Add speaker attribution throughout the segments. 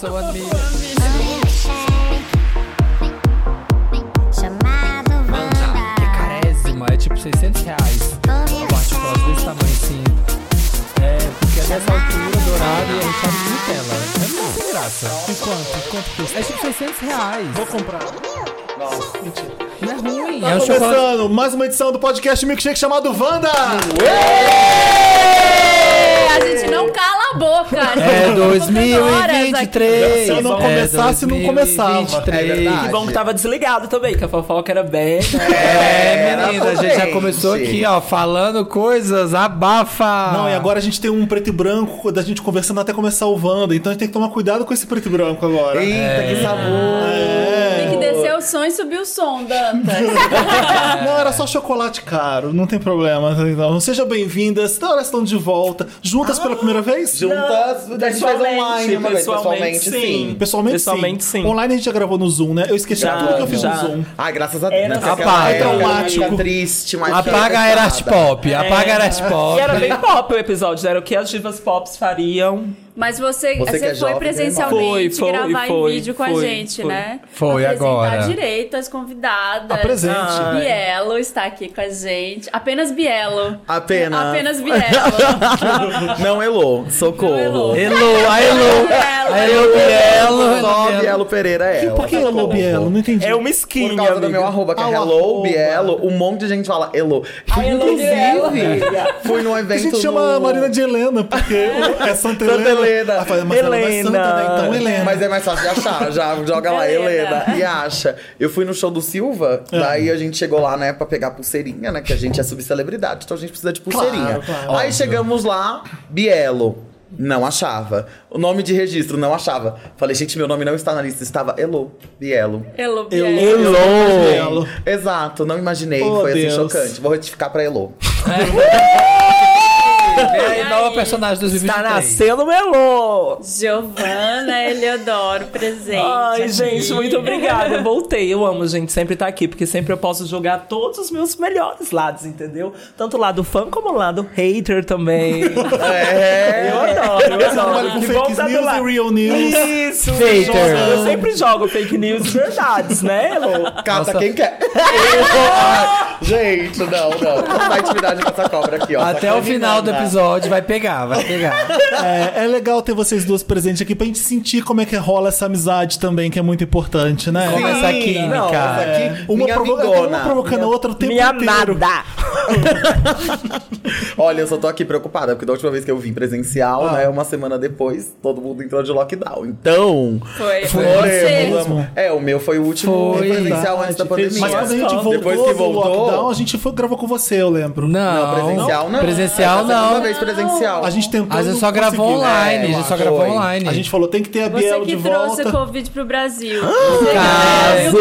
Speaker 1: sou a minha.
Speaker 2: Chamado
Speaker 1: Que é carésima, é tipo 600 reais. O articulado desse tamanho assim. É, porque é dessa altura, dourado, e a gente tá de Nutella. É muito sem graça.
Speaker 3: E quanto? Quanto custa?
Speaker 1: É tipo 600 reais.
Speaker 3: Vou comprar. Nossa, mentira.
Speaker 1: Não é ruim.
Speaker 3: Tá
Speaker 1: é um chocolate.
Speaker 3: começando mais uma edição do podcast Milkshake chamado Wanda!
Speaker 4: É, a gente não cala a boca. a gente
Speaker 1: É
Speaker 4: fica horas aqui.
Speaker 1: 2023.
Speaker 3: Tá Se eu não
Speaker 1: É
Speaker 3: começasse, não começava.
Speaker 1: 2023.
Speaker 3: É verdade.
Speaker 5: Que bom que tava desligado também, que a fofoca era bem.
Speaker 1: É,
Speaker 6: Era
Speaker 1: menina, a gente já
Speaker 6: também,
Speaker 1: começou
Speaker 6: gente.
Speaker 1: aqui, ó, falando coisas, abafa.
Speaker 3: Não, e agora a gente tem um preto e branco da gente conversando até começar o Wanda, então a gente tem que tomar cuidado com esse preto e branco agora. É.
Speaker 6: Eita, que sabor!
Speaker 4: Tem É que descer o som e subir o som, Dantas.
Speaker 3: É. Não, era só chocolate caro, não tem problema. Então, sejam bem-vindas, então elas estão de volta, juntas pela primeira vez?
Speaker 6: Juntas, a gente faz
Speaker 5: Pessoalmente,
Speaker 6: online, uma vez,
Speaker 5: pessoalmente,
Speaker 6: pessoalmente,
Speaker 5: sim.
Speaker 6: sim.
Speaker 3: Pessoalmente,
Speaker 5: Pessoalmente, sim.
Speaker 3: Online a gente já gravou no Zoom, né? Eu esqueci
Speaker 5: Já,
Speaker 3: tudo que eu fiz
Speaker 5: já.
Speaker 3: no Zoom.
Speaker 6: Ai, Ah, graças a Deus.
Speaker 5: Era-
Speaker 6: Naquela
Speaker 1: Apaga,
Speaker 6: época,
Speaker 3: traumático.
Speaker 6: fica triste, mas
Speaker 1: Apaga a
Speaker 3: é
Speaker 6: fica
Speaker 1: era
Speaker 6: pesada.
Speaker 1: pop, apaga a era pop.
Speaker 5: E era bem pop o episódio, né? era o que as divas pops fariam.
Speaker 4: Mas você,
Speaker 6: Você
Speaker 4: você,
Speaker 6: que é
Speaker 4: foi
Speaker 6: jovem, né?
Speaker 4: presencialmente
Speaker 5: Foi, foi,
Speaker 4: gravar
Speaker 5: foi,
Speaker 4: em vídeo com a
Speaker 5: foi,
Speaker 4: gente,
Speaker 5: foi.
Speaker 4: né?
Speaker 1: Foi
Speaker 4: Apresentar
Speaker 1: agora.
Speaker 4: direito as convidadas. Ah,
Speaker 3: Apresente.
Speaker 5: Ai.
Speaker 4: Bielo está aqui com a gente. Apenas Bielo.
Speaker 6: Apenas.
Speaker 4: Apenas Bielo.
Speaker 6: Não, Elô, socorro.
Speaker 4: Não, Elô.
Speaker 1: Hello, a Hello, a Hello Bielo.
Speaker 6: Só
Speaker 1: Hello Bielo.
Speaker 6: Bielo Pereira é ela.
Speaker 3: Por que Elô
Speaker 6: socorro.
Speaker 3: Bielo? Não entendi.
Speaker 5: Tá É uma
Speaker 6: Por
Speaker 5: skin,
Speaker 6: causa do
Speaker 5: amiga.
Speaker 6: meu arroba, que é
Speaker 3: Ah, o
Speaker 6: Hello
Speaker 3: arroba.
Speaker 6: Bielo, um monte de gente fala Elô.
Speaker 5: Ai, Elô
Speaker 6: Inclusive, fui num
Speaker 3: A
Speaker 6: evento
Speaker 3: gente chama a
Speaker 6: no-
Speaker 3: Marina de Helena, porque é Santa Helena.
Speaker 6: Santa Helena.
Speaker 3: Ah, fala, mas ela não é Santa, né? Então, Helena.
Speaker 6: Mas é mais fácil de achar. Já joga lá,
Speaker 4: Helena.
Speaker 6: Helena, e acha. Eu fui no show do Silva,
Speaker 3: É.
Speaker 6: daí a gente chegou lá, né, pra pegar a pulseirinha, né? Que a gente é subcelebridade, então a gente precisa de pulseirinha.
Speaker 3: claro.
Speaker 6: Aí chegamos lá, Bielo. Não achava. O nome de registro, não achava. Falei, gente, meu nome não está na lista. Estava Elo, Bielo.
Speaker 4: Elo Bielo.
Speaker 3: é Bielo.
Speaker 6: Exato, não imaginei.
Speaker 3: Oh,
Speaker 6: Foi assim,
Speaker 3: Deus.
Speaker 6: chocante. Vou retificar pra Elo.
Speaker 1: É a nova personagem dos
Speaker 5: Tá
Speaker 1: 2023.
Speaker 5: nascendo Melô!
Speaker 4: Giovana Eleodoro presente.
Speaker 5: Ai, gente, muito obrigada. Eu voltei. Eu amo, gente, sempre estar aqui, porque sempre eu posso jogar todos os meus melhores lados, entendeu? Tanto o lado fã como o lado hater também.
Speaker 6: É.
Speaker 5: Eu adoro, eu
Speaker 3: Trabalho
Speaker 5: adoro.
Speaker 3: com
Speaker 5: Que bom
Speaker 3: fake
Speaker 5: estar do
Speaker 3: news
Speaker 5: lado.
Speaker 3: e real news.
Speaker 5: Isso,
Speaker 1: Hater.
Speaker 5: joga. Eu sempre jogo fake news e verdades, né, Elô?
Speaker 6: Cata
Speaker 1: Nossa.
Speaker 6: quem quer. Ai, gente, não, não. Vai intimidade com essa cobra aqui, ó.
Speaker 1: Até
Speaker 6: Essa
Speaker 1: o final do
Speaker 6: menina.
Speaker 1: episódio vai pegar, vai pegar.
Speaker 3: É, é legal ter vocês duas presentes aqui pra gente sentir como é que rola essa amizade também, que é muito importante, né? é
Speaker 1: Sim. Essa química.
Speaker 6: Não, essa né? aqui,
Speaker 3: Uma,
Speaker 6: minha
Speaker 3: provo-
Speaker 6: amigona.
Speaker 3: uma provocando a outra o tempo
Speaker 5: Minha
Speaker 3: inteiro.
Speaker 5: amada!
Speaker 6: Olha, eu só tô aqui preocupada, porque da última vez que eu vim presencial,
Speaker 3: Ah.
Speaker 6: né, uma semana depois, todo mundo entrou de lockdown. Então,
Speaker 4: Foi. Foi
Speaker 6: floremos.
Speaker 4: você.
Speaker 3: mesmo.
Speaker 6: É, o meu foi o último
Speaker 1: Foi,
Speaker 6: presencial
Speaker 3: Verdade.
Speaker 6: antes da pandemia.
Speaker 3: Mas quando a gente voltou,
Speaker 6: Depois que voltou,
Speaker 3: do lockdown, a gente foi, gravou com você, eu lembro.
Speaker 1: Não,
Speaker 6: Não, presencial não.
Speaker 1: Presencial
Speaker 6: Essa é a segunda
Speaker 1: não.
Speaker 6: vez presencial.
Speaker 3: A gente tentou.
Speaker 1: A gente
Speaker 3: não É,
Speaker 1: só gravou
Speaker 3: conseguiu.
Speaker 1: online, a gente só
Speaker 6: acho.
Speaker 1: gravou
Speaker 6: Foi.
Speaker 1: online.
Speaker 3: A gente falou, tem que ter a
Speaker 4: Você
Speaker 3: Bielo de
Speaker 4: que trouxe
Speaker 3: volta.
Speaker 4: a Covid pro Brasil.
Speaker 1: Caso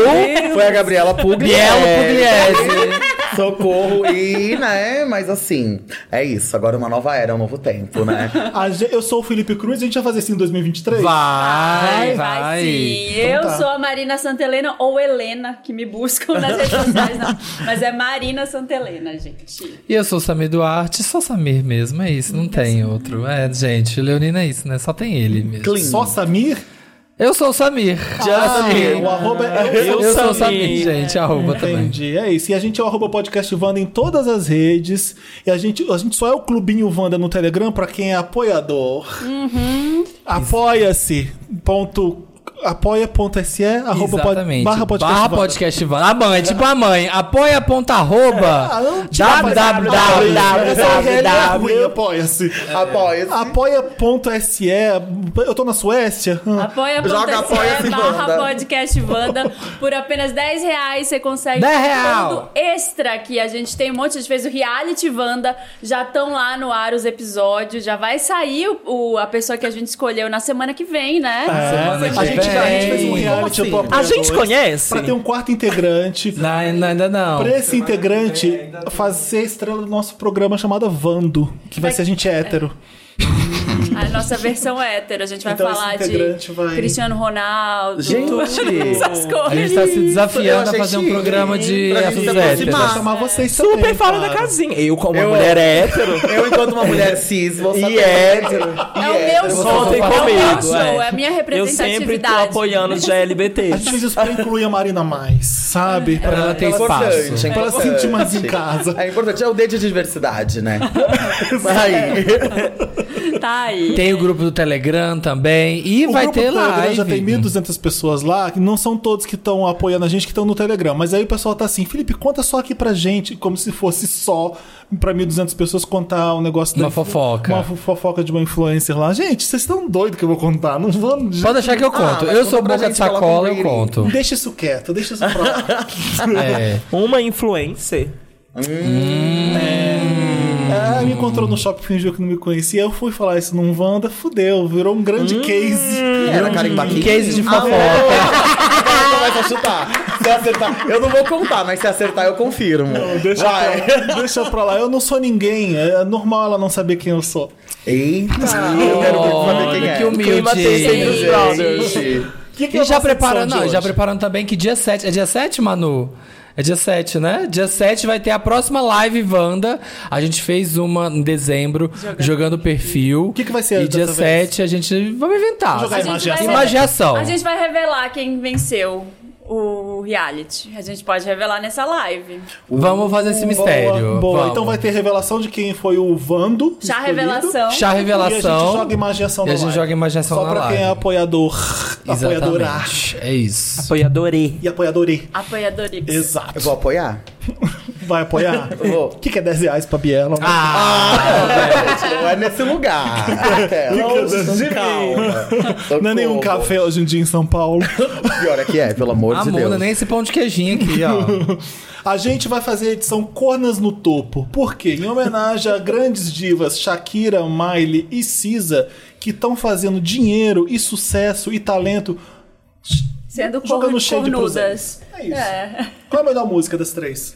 Speaker 6: Foi a Gabriela Pugliese.
Speaker 1: Bielo Pugliese.
Speaker 6: Socorro. E, né, mas assim, é isso. Agora é uma nova era, um novo tempo, né?
Speaker 3: A ge- Eu sou o Felipe Cruz, a gente vai fazer isso em 2023?
Speaker 1: Vai,
Speaker 4: vai
Speaker 1: vai.
Speaker 4: sim. eu sou a Marina Santelena ou Helena, que me buscam nas redes sociais, não. Mas é Marina Santelena, gente.
Speaker 1: E eu sou o Samir Duarte, sou Samir mesmo, é isso, não tem outro. É, gente, o Leonino é isso, né? Só tem ele mesmo.
Speaker 6: Clean.
Speaker 3: Só Samir?
Speaker 1: Eu sou o Samir.
Speaker 3: Samir. O arroba é
Speaker 1: Eu,
Speaker 3: eu, Samir.
Speaker 1: sou o Samir, gente, arroba também.
Speaker 3: Entendi, é isso. E a gente é o arroba podcast Wanda em todas as redes. E a gente, a gente só é o Clubinho Wanda no Telegram pra quem é apoiador. Apoia-se. Ponto, apoia.se arroba pod-
Speaker 1: Exatamente.
Speaker 3: barra podcast Wanda.
Speaker 1: podcast Wanda. A mãe, é tipo a mãe. Apoia ponta
Speaker 3: Ah, não,
Speaker 1: arroba.
Speaker 3: tira a
Speaker 1: www.
Speaker 3: palavra. Essa regra é ruim,
Speaker 6: www.
Speaker 3: Apoia-se.
Speaker 6: Apoia-se.
Speaker 3: Apoia.se. Eu tô na Suécia. Hum.
Speaker 4: Apoia
Speaker 6: Joga apoia-se, Wanda.
Speaker 4: barra podcast Wanda. Por apenas 10 reais você consegue
Speaker 1: 10 real.
Speaker 4: todo extra que a gente tem um monte. A gente fez o reality Wanda. Já estão lá no ar os episódios. Já vai sair o, o- a pessoa que a gente escolheu na semana que vem, né?
Speaker 2: É,
Speaker 1: Semana que
Speaker 3: A gente, a gente fez um
Speaker 1: vem.
Speaker 3: reality. eu tô
Speaker 5: assim? A
Speaker 3: apoiador.
Speaker 5: gente conhece?
Speaker 3: Pra ter um quarto integrante.
Speaker 1: Não, não, ainda não.
Speaker 3: Pra esse integrante fazer estrela do nosso programa chamado Vando, que vai ser a gente hétero.
Speaker 4: Ai, a nossa versão é hétero. A gente vai
Speaker 3: Então, esse
Speaker 4: falar
Speaker 3: integrante
Speaker 4: de
Speaker 3: vai-
Speaker 4: Cristiano Ronaldo.
Speaker 6: Gente!
Speaker 4: essas coisas.
Speaker 2: A gente tá se
Speaker 6: Eu
Speaker 2: desafiando a
Speaker 6: achei
Speaker 2: fazer um
Speaker 6: chique.
Speaker 2: programa de
Speaker 6: Pra gente
Speaker 2: assuntos
Speaker 6: se
Speaker 2: héteros.
Speaker 3: Vou
Speaker 6: aproximar.
Speaker 3: chamar vocês
Speaker 5: É, Super
Speaker 3: também,
Speaker 5: fora da
Speaker 3: cara.
Speaker 5: casinha. Eu, como uma
Speaker 6: Eu-
Speaker 5: mulher hétero,
Speaker 6: Eu, enquanto uma mulher cis, vou saber.
Speaker 5: E hétero.
Speaker 4: É
Speaker 6: E
Speaker 4: o meu
Speaker 6: hétero.
Speaker 4: show.
Speaker 5: Contem
Speaker 4: é o meu
Speaker 5: comigo,
Speaker 4: show,
Speaker 5: é.
Speaker 4: é a minha
Speaker 5: eu
Speaker 4: representatividade.
Speaker 5: sempre tô apoiando os
Speaker 3: A
Speaker 5: GLBTs.
Speaker 3: gente fez isso pra incluir a Marina mais, sabe? Pra,
Speaker 2: Pra ela ter
Speaker 6: É importante,
Speaker 2: espaço.
Speaker 6: é
Speaker 3: pra ela se sentir mais em
Speaker 6: importante.
Speaker 3: casa.
Speaker 6: É importante, é o dedo de diversidade, né?
Speaker 3: É.
Speaker 6: Aí.
Speaker 4: Tá aí.
Speaker 2: Tem o grupo do Telegram também. E vai ter
Speaker 3: do Telegram
Speaker 2: live.
Speaker 3: né? já tem 1.200 pessoas lá, que não são todos que estão apoiando a gente que estão no Telegram. Mas aí o pessoal tá assim, Felipe, conta só aqui pra gente, como se fosse só pra 1.200 pessoas contar um negócio
Speaker 2: Uma fofoca.
Speaker 3: Uma fo- fofoca de uma influencer lá. Gente, vocês estão doidos que eu vou contar. Não vou.
Speaker 2: Pode deixar que eu conto.
Speaker 6: mas
Speaker 2: eu sou
Speaker 6: conta pra
Speaker 2: boca de
Speaker 6: gente, coloca um
Speaker 2: sacola, eu
Speaker 6: rating.
Speaker 2: conto.
Speaker 3: Deixa isso quieto, deixa isso pra lá.
Speaker 2: É.
Speaker 5: Uma influencer.
Speaker 3: Ah, me encontrou no shopping, fingiu que não me conhecia. Eu fui falar isso num Wanda, fudeu, virou um grande
Speaker 2: Hum.
Speaker 3: case.
Speaker 6: Era Karen Paquin.
Speaker 2: Case de
Speaker 6: Ah,
Speaker 2: fofoca.
Speaker 6: Agora tu vai só chutar. Se eu acertar, eu não vou contar, mas se acertar, eu confirmo.
Speaker 3: Deixa
Speaker 6: vai.
Speaker 3: pra, lá, É, deixa pra lá, eu não sou ninguém. É normal ela não saber quem eu sou.
Speaker 6: Eita,
Speaker 3: Tá.
Speaker 6: eu quero muito saber quem
Speaker 2: Olha
Speaker 6: é.
Speaker 2: que
Speaker 5: Clima tenso entre os
Speaker 2: humilde.
Speaker 5: brothers.
Speaker 3: Que que é
Speaker 2: E
Speaker 3: a
Speaker 2: já
Speaker 3: nossa
Speaker 2: preparando,
Speaker 3: edição de
Speaker 2: não, já
Speaker 3: hoje?
Speaker 2: preparando também que dia 7. É dia 7, Manu? É dia 7, né? Dia 7 vai ter a próxima live Wanda. A gente fez uma em dezembro, jogando perfil. O
Speaker 3: que que vai ser
Speaker 2: E dia
Speaker 3: dessa
Speaker 2: 7 a gente vai inventar.
Speaker 3: Vamos jogar Vai,
Speaker 4: A gente
Speaker 3: magia.
Speaker 4: vai-
Speaker 2: Imagiação.
Speaker 4: A gente vai revelar quem venceu o reality. A gente pode revelar nessa live.
Speaker 2: Vamos fazer esse mistério.
Speaker 3: Boa, boa.
Speaker 2: Vamos.
Speaker 3: então vai ter revelação de quem foi o Vando.
Speaker 4: Já a
Speaker 3: escolhido.
Speaker 2: Chá
Speaker 3: E a
Speaker 4: revelação.
Speaker 3: gente
Speaker 2: revelação.
Speaker 3: joga imaginação
Speaker 2: E a gente joga imaginação
Speaker 3: Só
Speaker 2: na
Speaker 3: pra
Speaker 2: live.
Speaker 3: quem é apoiador, apoiadora
Speaker 2: Exatamente. É isso.
Speaker 5: Apoiadorei.
Speaker 3: e apoiadore.
Speaker 4: Apoiadores.
Speaker 3: Exato.
Speaker 6: Eu vou apoiar.
Speaker 3: Vai apoiar?
Speaker 6: Vou.
Speaker 3: O que, que é 10 reais pra Biela?
Speaker 2: Ah,
Speaker 6: Não é nesse lugar.
Speaker 3: Deus
Speaker 6: Longe de
Speaker 3: do
Speaker 6: calma.
Speaker 3: Não é nenhum café hoje em dia em São Paulo.
Speaker 6: Pior é que é, pelo amor
Speaker 2: A
Speaker 6: de
Speaker 2: Mona,
Speaker 1: né?
Speaker 6: Deus.
Speaker 2: Ah, nem esse pão de queijinho aqui, ó.
Speaker 3: A gente vai fazer a edição Cornas no Topo. Por quê? Em homenagem a grandes divas Shakira, Miley e Cisa, que estão fazendo dinheiro e sucesso e talento.
Speaker 4: Sendo
Speaker 3: Jogando
Speaker 4: cornu-
Speaker 3: shade pros
Speaker 4: cornudas.
Speaker 3: É isso.
Speaker 4: É.
Speaker 3: Qual é a melhor música das três?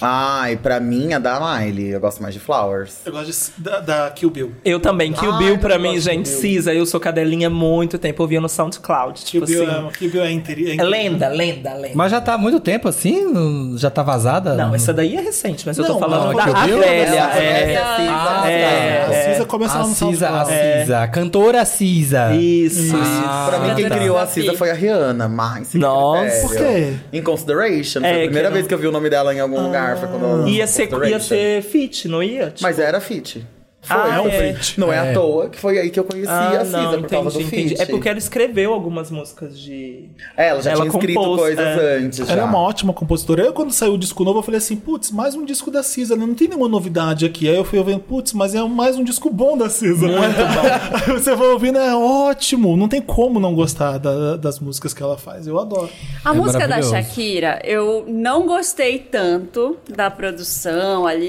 Speaker 6: Ai, pra mim é da Miley. Eu gosto mais de Flowers.
Speaker 3: Eu gosto de- da, da Kill Bill.
Speaker 5: Eu também, que o
Speaker 6: Ai,
Speaker 5: Bill,
Speaker 6: eu
Speaker 5: pra mim,
Speaker 6: gosto do
Speaker 5: gente,
Speaker 6: Bill.
Speaker 5: Cisa, eu sou cadelinha há muito tempo, eu via no SoundCloud.
Speaker 3: Kill
Speaker 5: Tipo
Speaker 3: Bill,
Speaker 5: assim.
Speaker 3: é, Kill Bill é interi- é
Speaker 5: É
Speaker 3: interi-
Speaker 5: lenda, lenda, lenda.
Speaker 2: Mas já tá há muito tempo assim? Não- Já tá vazada?
Speaker 5: Não, essa daí é recente, mas eu
Speaker 3: Não,
Speaker 5: tô falando
Speaker 2: não,
Speaker 5: da
Speaker 2: que eu
Speaker 5: a
Speaker 2: vi, ela
Speaker 5: velha.
Speaker 6: Ela-
Speaker 5: É,
Speaker 6: ela assim,
Speaker 2: Ah,
Speaker 6: ela-
Speaker 2: é.
Speaker 3: A Cisa começa lá
Speaker 2: a
Speaker 3: no
Speaker 2: Cisa, a
Speaker 3: SoundCloud.
Speaker 2: Cisa,
Speaker 1: É.
Speaker 2: a cantora Cisa.
Speaker 5: Isso.
Speaker 2: Ah,
Speaker 6: Pra mim, quem
Speaker 2: tá.
Speaker 6: criou a Cisa foi a Rihanna, mas.
Speaker 5: Nossa.
Speaker 3: Por quê?
Speaker 6: In Consideration.
Speaker 5: É,
Speaker 6: foi a
Speaker 5: que
Speaker 6: primeira
Speaker 5: não- Ah.
Speaker 6: vez que eu vi o nome dela em algum lugar. Foi quando ela-
Speaker 5: Ia ser, ia
Speaker 6: Consideration.
Speaker 5: ser fit, não ia? Tipo,
Speaker 6: Mas era fit. Foi,
Speaker 5: Ah,
Speaker 6: foi
Speaker 5: é. Ah,
Speaker 6: fit. Não é. à toa que foi aí que eu conheci a Cisa, por causa do fit.
Speaker 5: É porque ela escreveu algumas músicas de.
Speaker 6: É, ela já
Speaker 5: ela
Speaker 6: tinha escrito
Speaker 5: compôs,
Speaker 6: coisas
Speaker 5: é.
Speaker 6: antes. Já.
Speaker 3: Ela é uma ótima compositora. Eu, quando saiu o disco novo, eu falei assim: putz, mais um disco da Cisa, né? Não tem nenhuma novidade aqui. Aí eu fui ouvindo, putz, mas é mais um disco bom da Cisa. Aí você vai ouvindo, é ótimo. Não tem como não gostar da- das músicas que ela faz. Eu adoro.
Speaker 4: A
Speaker 2: É
Speaker 4: música da
Speaker 2: maravilhoso.
Speaker 4: Shakira, eu não gostei tanto da produção ali.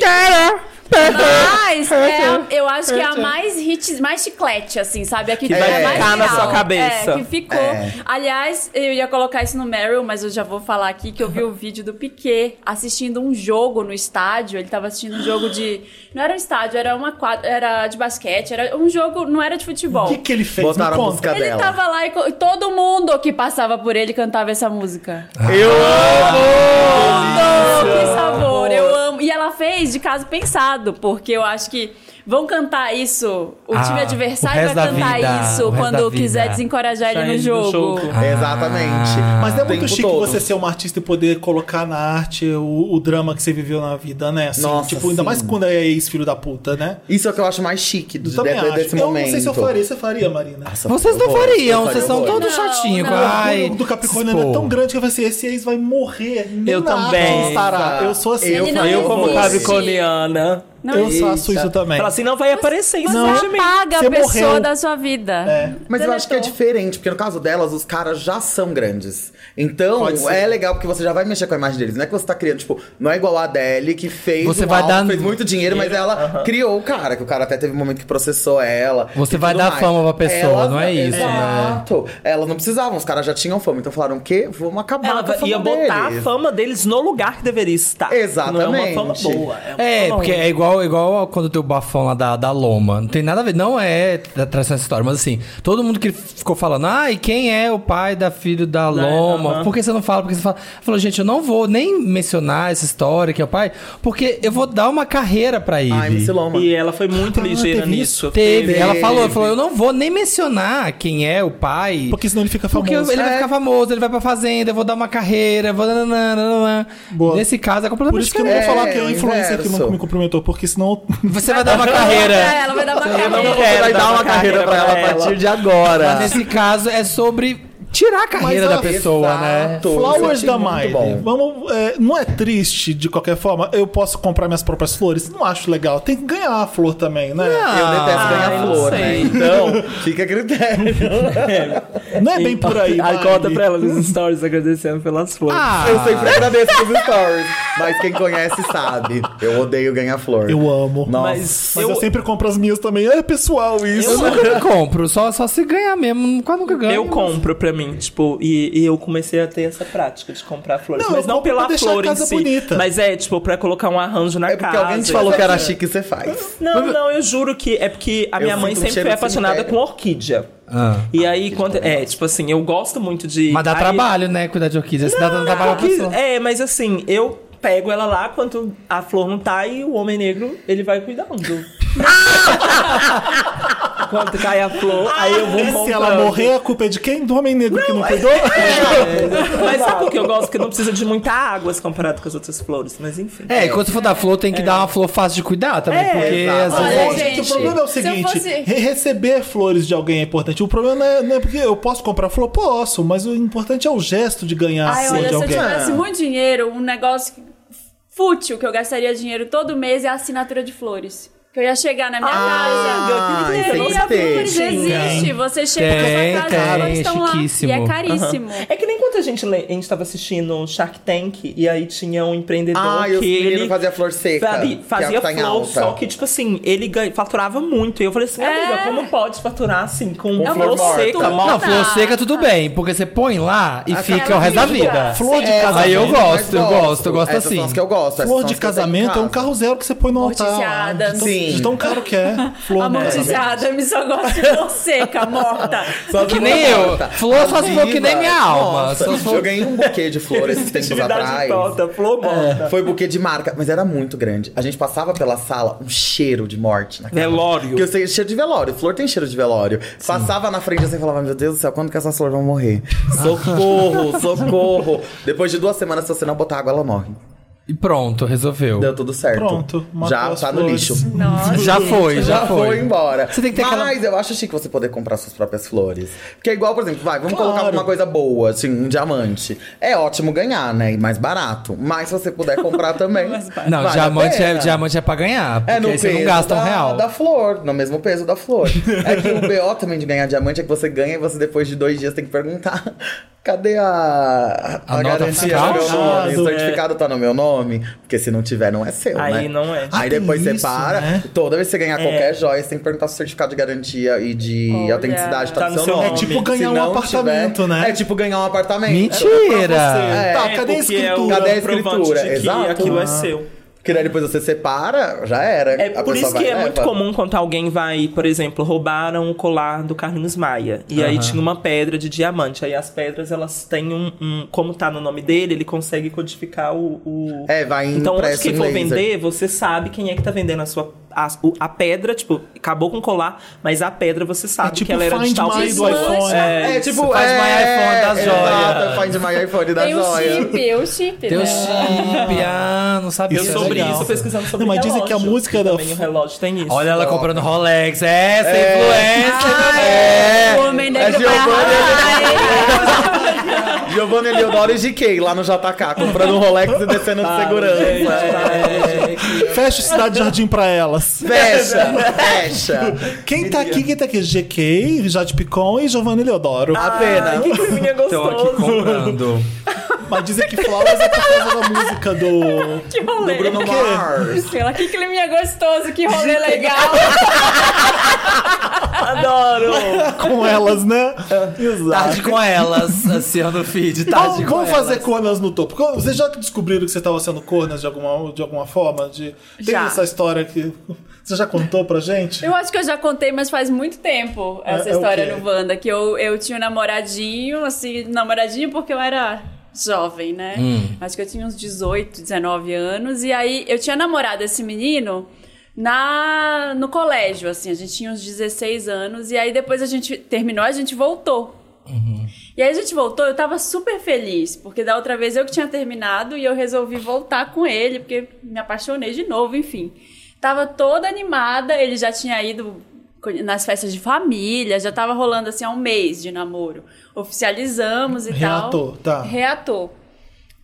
Speaker 4: Mas é a- eu acho que é a mais hit, mais chiclete, assim, sabe? A que
Speaker 6: vai
Speaker 4: é mais
Speaker 6: ficar
Speaker 5: na
Speaker 4: real.
Speaker 5: sua cabeça.
Speaker 4: É, que ficou.
Speaker 6: É.
Speaker 4: Aliás, eu ia colocar isso no Meryl, mas eu já vou falar aqui que eu vi o vídeo do Piquet assistindo um jogo no estádio. Ele tava assistindo um jogo de. Não era um estádio, era uma quadra. Era de basquete, era um jogo, não era de futebol.
Speaker 3: O que, que ele fez?
Speaker 6: Botaram
Speaker 3: Me
Speaker 6: a
Speaker 3: conta.
Speaker 6: música
Speaker 4: Ele
Speaker 6: dela.
Speaker 4: tava lá e co- todo mundo que passava por ele cantava essa música.
Speaker 2: Ah.
Speaker 6: Eu amo!
Speaker 4: Tudo! Que sabor! Eu amo. E ela fez de caso pensado, porque eu acho que vão cantar isso. O
Speaker 2: Ah,
Speaker 4: time
Speaker 2: o
Speaker 4: adversário
Speaker 2: resto
Speaker 4: vai
Speaker 2: da
Speaker 4: cantar
Speaker 2: vida, o
Speaker 4: isso
Speaker 2: resto da
Speaker 4: quando
Speaker 2: vida.
Speaker 4: quiser desencorajar ele
Speaker 5: Sai
Speaker 4: no
Speaker 5: do
Speaker 4: jogo.
Speaker 5: jogo.
Speaker 2: Ah.
Speaker 6: Exatamente.
Speaker 3: Mas não é
Speaker 6: O tempo
Speaker 3: muito chique
Speaker 6: todo.
Speaker 3: você ser uma artista e poder colocar na arte o, o drama que você viveu na vida, né? Assim,
Speaker 6: Nossa,
Speaker 3: tipo, ainda
Speaker 6: sim.
Speaker 3: mais quando é ex-filho da puta, né?
Speaker 6: Isso é o que eu acho mais chique
Speaker 3: Eu
Speaker 6: de,
Speaker 3: também
Speaker 6: de-
Speaker 3: acho.
Speaker 6: desse
Speaker 3: eu
Speaker 6: momento.
Speaker 3: não sei se eu faria. Você faria, Marina?
Speaker 2: Vocês não
Speaker 6: Ah, Eu vou, eu
Speaker 2: fariam,
Speaker 6: faria,
Speaker 2: vocês são
Speaker 6: eu vou.
Speaker 2: todos
Speaker 4: Não,
Speaker 2: chatinhos.
Speaker 4: não.
Speaker 3: O
Speaker 2: Ai,
Speaker 3: orgulho do Capricórnio ainda é tão
Speaker 2: pô.
Speaker 3: grande que eu falei assim, esse ex vai morrer. é nem
Speaker 5: Eu
Speaker 3: na
Speaker 5: também.
Speaker 3: arte estará. Eu sou assim.
Speaker 6: Eu
Speaker 4: Ele não
Speaker 6: faria,
Speaker 5: Eu,
Speaker 6: eu
Speaker 5: como
Speaker 6: vou.
Speaker 5: capricorniana.
Speaker 4: Não,
Speaker 3: eu faço isso também.
Speaker 5: Fala assim, não vai aparecer isso
Speaker 4: Você é
Speaker 5: de mim.
Speaker 4: apaga
Speaker 3: Você
Speaker 4: a pessoa
Speaker 3: morreu.
Speaker 4: da sua vida.
Speaker 6: Mas eu acho que é
Speaker 4: Deletou.
Speaker 6: diferente, porque no caso delas, os caras já são grandes. Então,
Speaker 3: Pode ser.
Speaker 6: é legal porque você já vai mexer com a imagem deles. Não é que você tá criando, tipo, não é igual a Adele que fez.
Speaker 2: Você
Speaker 6: um
Speaker 2: vai
Speaker 6: álbum,
Speaker 2: dar-
Speaker 6: fez muito dinheiro, mas ela criou o cara, que o cara até teve um momento que processou ela.
Speaker 2: Você
Speaker 6: e
Speaker 2: vai
Speaker 6: tudo
Speaker 2: dar
Speaker 6: mais.
Speaker 2: fama pra pessoa, não é isso, né?
Speaker 6: exato. Elas não precisavam, os caras já tinham fama. Então falaram o quê? Vamos acabar
Speaker 5: Ela
Speaker 6: com a
Speaker 5: vai-
Speaker 6: fama
Speaker 5: ia botar
Speaker 6: deles.
Speaker 5: a fama deles no lugar que deveria estar.
Speaker 6: Exatamente.
Speaker 5: Não é uma fama boa. uma
Speaker 2: É,
Speaker 5: fama
Speaker 2: porque
Speaker 5: ruim.
Speaker 2: é igual
Speaker 1: igual, igual quando tem o bafão lá da, da Loma. Não tem nada a ver. Não é atrás dessa história, mas assim, todo mundo que ficou falando, ah, e quem é o pai da filha da Loma?
Speaker 5: aham.
Speaker 1: Por que você não fala? Por que você fala? Falou, gente, eu não vou nem mencionar essa história que é o pai, porque eu vou dar uma carreira pra ele.
Speaker 6: Ai, Missiloma.
Speaker 5: E ela foi muito
Speaker 3: Ah,
Speaker 5: ligeira
Speaker 3: teve
Speaker 5: nisso.
Speaker 1: Teve, ela falou,
Speaker 6: Teve.
Speaker 1: falou, eu não vou nem mencionar quem é o pai.
Speaker 3: Porque senão ele fica famoso.
Speaker 1: Porque ele vai
Speaker 3: É.
Speaker 1: ficar famoso, ele vai pra fazenda, eu vou dar uma carreira, eu vou. nananana.
Speaker 3: Boa.
Speaker 1: Nesse caso é
Speaker 3: Por
Speaker 1: completamente
Speaker 3: isso que eu não
Speaker 1: diferente.
Speaker 3: vou
Speaker 6: É,
Speaker 3: falar que é
Speaker 6: o
Speaker 3: a influencer que
Speaker 6: inverso.
Speaker 3: nunca me cumprimentou, porque senão.
Speaker 1: é. Você vai dar uma carreira.
Speaker 4: Ela vai dar uma
Speaker 5: Eu não
Speaker 4: carreira.
Speaker 5: vou- quero
Speaker 6: vai
Speaker 5: dar
Speaker 6: dar uma carreira pra ela a partir de agora.
Speaker 1: Mas nesse caso é sobre tirar a carreira
Speaker 3: Mas,
Speaker 1: da
Speaker 3: ó,
Speaker 1: pessoa, né?
Speaker 6: Exato.
Speaker 3: Flowers
Speaker 6: Isso
Speaker 3: da
Speaker 6: é muito
Speaker 3: Miley.
Speaker 6: bom.
Speaker 3: Vamos, é, não é triste de qualquer forma. Eu posso comprar minhas próprias flores? Não acho legal. Tem que ganhar a flor também, né?
Speaker 6: Eu detesto
Speaker 5: Ah, eu
Speaker 6: ganhar
Speaker 5: não
Speaker 6: flor,
Speaker 5: sei.
Speaker 6: né? Então, fica a critério.
Speaker 3: Não é bem por aí.
Speaker 5: então, Aí
Speaker 3: Miley.
Speaker 5: conta pra ela nos stories agradecendo pelas flores.
Speaker 1: Ah,
Speaker 6: Eu sempre agradeço os stories. Mas quem conhece sabe. Eu odeio ganhar flor.
Speaker 3: Eu amo.
Speaker 6: Nossa.
Speaker 5: Mas,
Speaker 3: Mas eu...
Speaker 5: eu,
Speaker 3: sempre compro as minhas também. É pessoal isso.
Speaker 1: eu nunca me compro, só, só se ganhar mesmo, quase nunca ganho.
Speaker 5: eu compro pra mim, tipo, e, e eu comecei a ter essa prática de comprar flores.
Speaker 3: Não,
Speaker 5: mas
Speaker 3: eu
Speaker 5: não
Speaker 3: compro pra
Speaker 5: pela
Speaker 3: deixar a
Speaker 5: flor em
Speaker 3: casa
Speaker 5: si.
Speaker 3: bonita.
Speaker 5: Mas é, tipo, pra colocar um arranjo na
Speaker 6: É
Speaker 5: casa.
Speaker 6: porque alguém te falou que era chique, você faz.
Speaker 5: Não, não, eu juro que é porque a
Speaker 6: Eu
Speaker 5: minha mãe
Speaker 6: sinto um
Speaker 5: sempre
Speaker 6: cheiro
Speaker 5: foi
Speaker 6: de
Speaker 5: apaixonada com
Speaker 6: cemitério.
Speaker 5: orquídea.
Speaker 1: Ah.
Speaker 5: E aí, quando. É, tipo assim, eu gosto muito de.
Speaker 1: Mas dá
Speaker 5: aí-
Speaker 1: trabalho, né? Cuidar de orquídea. Se dá dá trabalho pra
Speaker 5: Porque-
Speaker 1: pessoa.
Speaker 5: é, mas assim, eu pego ela lá quando a flor não tá e o homem negro, ele vai cuidando. quando cai a flor,
Speaker 1: Ah,
Speaker 5: aí eu vou
Speaker 3: E se
Speaker 5: comprando.
Speaker 3: ela morrer, a culpa é de quem? Do homem negro que não
Speaker 4: é.
Speaker 3: cuidou?
Speaker 5: é,
Speaker 3: Então,
Speaker 5: Mas sabe por que eu gosto? Porque não precisa de muita água se comparado com as outras flores. Mas enfim.
Speaker 1: É, e quando você for dar flor, tem que dar uma flor fácil de cuidar também,
Speaker 5: É,
Speaker 1: porque
Speaker 6: exato.
Speaker 1: às vezes.
Speaker 4: Olha,
Speaker 3: Gente,
Speaker 4: gente,
Speaker 3: o problema é o
Speaker 4: se eu
Speaker 3: seguinte:
Speaker 4: fosse-
Speaker 3: re- receber flores de alguém é importante. O problema não é, não é porque eu posso comprar flor, posso, mas o importante é o gesto de
Speaker 6: Ah,
Speaker 3: ganhar
Speaker 4: Ai,
Speaker 3: a flor
Speaker 4: olha,
Speaker 3: de
Speaker 4: se eu
Speaker 3: alguém.
Speaker 4: tivesse muito dinheiro, um negócio que- fútil que eu gastaria dinheiro todo mês é a assinatura de flores. Que eu ia chegar na minha
Speaker 6: Ah,
Speaker 4: casa.
Speaker 6: isso tem que
Speaker 4: e a
Speaker 6: ter.
Speaker 4: flores existe. Você chega
Speaker 1: Tem,
Speaker 4: na sua casa,
Speaker 1: tem,
Speaker 4: elas estão lá. E
Speaker 1: chiquíssimo.
Speaker 4: é caríssimo.
Speaker 5: É que nem quando a gente, le- a gente tava assistindo Shark Tank e aí tinha um empreendedor
Speaker 6: Ah, e
Speaker 5: que
Speaker 6: os meninos
Speaker 5: ele
Speaker 6: faziam flor seca.
Speaker 5: Sabe,
Speaker 6: que é
Speaker 5: fazia
Speaker 6: a que tá em
Speaker 5: flor,
Speaker 6: alta.
Speaker 5: só que, tipo assim, ele ganha, faturava muito. E eu falei assim, amiga, como pode faturar assim com
Speaker 6: Com
Speaker 5: flor
Speaker 6: flor morta.
Speaker 5: seca,
Speaker 6: Não,
Speaker 5: morta?
Speaker 1: Não, flor seca tudo bem, porque você põe lá e fica
Speaker 4: ela
Speaker 1: o resto da
Speaker 4: fica.
Speaker 1: vida.
Speaker 3: Flor de
Speaker 6: Essas
Speaker 3: casamento.
Speaker 1: É, Aí eu
Speaker 6: são as é mais
Speaker 1: gosto, eu gosto, eu gosto
Speaker 6: Essas
Speaker 1: assim.
Speaker 6: São as que é eu gosto. essas
Speaker 3: Flor
Speaker 6: são
Speaker 3: de
Speaker 6: as que eu tenho em
Speaker 3: casamento é um
Speaker 6: casa.
Speaker 3: carro zero que você põe no altar.
Speaker 4: Amorticiada.
Speaker 3: De tão-
Speaker 6: Sim.
Speaker 3: De tão caro que é. Flor
Speaker 4: Amortizada, me só gosto de flor seca, morta.
Speaker 6: Só
Speaker 1: Que nem eu. Flor só se for que nem minha alma.
Speaker 6: Nossa,
Speaker 1: Só se for-
Speaker 6: Eu ganhei um buquê de flores esses tempos
Speaker 5: Atividade
Speaker 6: atrás.
Speaker 1: tá
Speaker 6: É.
Speaker 5: torta, flor morta.
Speaker 3: Tá.
Speaker 6: Foi buquê de marca, mas era muito grande. A gente passava pela sala, um cheiro de morte na casa.
Speaker 5: Velório.
Speaker 6: Porque eu sei cheiro de velório. Flor tem cheiro de velório. Passava na frente assim e falava: Meu Deus do céu, quando que essas flores vão morrer?
Speaker 3: Ah.
Speaker 6: Socorro, socorro. Depois de duas semanas, se você não botar água, ela morre.
Speaker 1: E pronto, resolveu.
Speaker 6: Deu tudo certo.
Speaker 3: Pronto, matou
Speaker 6: Já
Speaker 3: as
Speaker 6: tá no
Speaker 3: flores.
Speaker 6: lixo.
Speaker 4: Nossa.
Speaker 1: Já foi, já,
Speaker 6: Já foi. embora.
Speaker 1: Você tem que ter
Speaker 6: Mas
Speaker 1: aquela-
Speaker 6: eu acho chique você poder comprar suas próprias flores. Porque é igual, por exemplo, vai, vamos
Speaker 3: Claro.
Speaker 6: colocar uma coisa boa, assim, um diamante. É ótimo ganhar, né? E mais barato. Mas se você puder comprar também.
Speaker 1: Não,
Speaker 6: vale a
Speaker 1: diamante, é,
Speaker 6: pena.
Speaker 1: diamante é pra ganhar. Porque
Speaker 6: É no
Speaker 1: aí você
Speaker 6: peso
Speaker 1: não gasta
Speaker 6: da,
Speaker 1: um real.
Speaker 6: da flor, no mesmo peso da flor. É que o BO também de ganhar diamante é que você ganha e você depois de dois dias tem que perguntar: cadê a,
Speaker 1: A nota fiscal?
Speaker 6: tá no meu nome?
Speaker 3: Caso,
Speaker 6: O
Speaker 3: é.
Speaker 6: certificado tá no meu nome? Porque se não tiver, não é seu.
Speaker 5: Aí
Speaker 6: né?
Speaker 5: não é.
Speaker 6: Aí
Speaker 3: Ah, tem
Speaker 6: depois você
Speaker 3: isso,
Speaker 6: para,
Speaker 3: né?
Speaker 6: toda vez que você ganhar qualquer joia, você tem que perguntar se o certificado de garantia e de
Speaker 4: Olha.
Speaker 6: autenticidade tá,
Speaker 5: Tá
Speaker 6: no
Speaker 5: no
Speaker 6: seu
Speaker 5: seu
Speaker 6: nome.
Speaker 5: nome. É tipo
Speaker 6: Se
Speaker 3: ganhar um
Speaker 6: não
Speaker 3: apartamento,
Speaker 6: tiver-
Speaker 3: né?
Speaker 6: É tipo ganhar um apartamento.
Speaker 1: Mentira!
Speaker 6: É.
Speaker 3: Tá, cadê a
Speaker 5: porque é o
Speaker 3: escritura?
Speaker 6: Cadê a
Speaker 5: comprovante
Speaker 6: escritura?
Speaker 5: de que
Speaker 6: Exato.
Speaker 5: aquilo é
Speaker 6: Ah.
Speaker 5: seu.
Speaker 6: Porque daí depois você separa, já era.
Speaker 5: É
Speaker 6: A
Speaker 5: por
Speaker 6: pessoa
Speaker 5: isso
Speaker 6: vai
Speaker 5: que
Speaker 6: e
Speaker 5: é muito
Speaker 6: leva.
Speaker 5: comum quando alguém vai, por exemplo, roubaram o colar do Carlinhos Maia. E aí tinha uma pedra de diamante. Aí as pedras, elas têm um. um- como tá no nome dele, ele consegue codificar o. o-
Speaker 6: É, vai em
Speaker 5: Então, antes
Speaker 6: impresso
Speaker 5: que
Speaker 6: em
Speaker 5: for
Speaker 6: laser.
Speaker 5: vender, você sabe quem é que tá vendendo a sua. A, o- a pedra, tipo, acabou com o colar, mas a pedra você sabe
Speaker 3: É tipo
Speaker 5: que ela era
Speaker 3: Find
Speaker 5: de tal
Speaker 3: My
Speaker 5: pessoa.
Speaker 4: do iPhone.
Speaker 5: É,
Speaker 6: É tipo,
Speaker 1: faz
Speaker 6: é,
Speaker 1: my iPhone das
Speaker 6: Exato, faz my iPhone das
Speaker 4: Tem o
Speaker 6: joias.
Speaker 4: chip, o chip.
Speaker 1: Deu
Speaker 6: um
Speaker 4: né?
Speaker 1: chip, ah, não sabia.
Speaker 5: Eu
Speaker 3: Isso é
Speaker 5: sobre
Speaker 3: legal.
Speaker 5: isso, pesquisando
Speaker 3: Não,
Speaker 5: sobre
Speaker 3: mas dizem
Speaker 5: relógio,
Speaker 3: que a música da-
Speaker 5: Também o relógio tem isso.
Speaker 1: Olha ela comprando Rolex. Essa
Speaker 6: É. Ah,
Speaker 1: influência
Speaker 4: Ai, o homem
Speaker 6: É
Speaker 4: negro vai
Speaker 6: Giovanna.
Speaker 4: arrasar.
Speaker 6: Giovanni Eliodoro e GK lá no JK, comprando um Rolex e descendo
Speaker 3: Ah,
Speaker 6: de
Speaker 5: gente,
Speaker 6: segurança.
Speaker 3: Fecha Cidade Jardim pra elas.
Speaker 6: Fecha, fecha.
Speaker 3: Quem tá aqui, quem tá aqui? GK, Jade Picon e Giovanni Leodoro.
Speaker 6: Apenas.
Speaker 5: Que climinha
Speaker 1: Tô aqui
Speaker 5: gostoso.
Speaker 1: comprando.
Speaker 3: Mas dizem que Flowers é por causa da música do.
Speaker 4: Que rolê.
Speaker 6: Bruno
Speaker 3: quê?
Speaker 6: Mars.
Speaker 4: Sei lá, que climinha gostoso, que rolê legal.
Speaker 5: Adoro!
Speaker 3: com elas, né?
Speaker 1: Tarde com elas, Luciano no feed. Tarde
Speaker 3: Vamos,
Speaker 1: com
Speaker 3: vamos
Speaker 1: elas.
Speaker 3: fazer cornas no topo. Co- Vocês já descobriram que você estava sendo cornas de alguma, de alguma forma? De... Tem
Speaker 4: Já.
Speaker 3: essa história que você já contou pra gente?
Speaker 4: Eu acho que eu já contei, mas faz muito tempo essa
Speaker 3: É, é o
Speaker 4: história
Speaker 3: quê?
Speaker 4: no Wanda, que eu, eu tinha um namoradinho, assim, namoradinho porque eu era jovem, né?
Speaker 3: Hum.
Speaker 4: Acho que eu tinha uns 18, 19 anos, e aí eu tinha namorado esse menino na no colégio, assim, a gente tinha uns 16 anos, e aí depois a gente terminou, a gente voltou. E aí a gente voltou, eu tava super feliz, porque da outra vez eu que tinha terminado e eu resolvi voltar com ele, porque me apaixonei de novo, enfim. Tava toda animada, ele já tinha ido nas festas de família, já tava rolando assim há um mês de namoro. Oficializamos e
Speaker 3: Reatou, tá.
Speaker 4: tal. Reatou.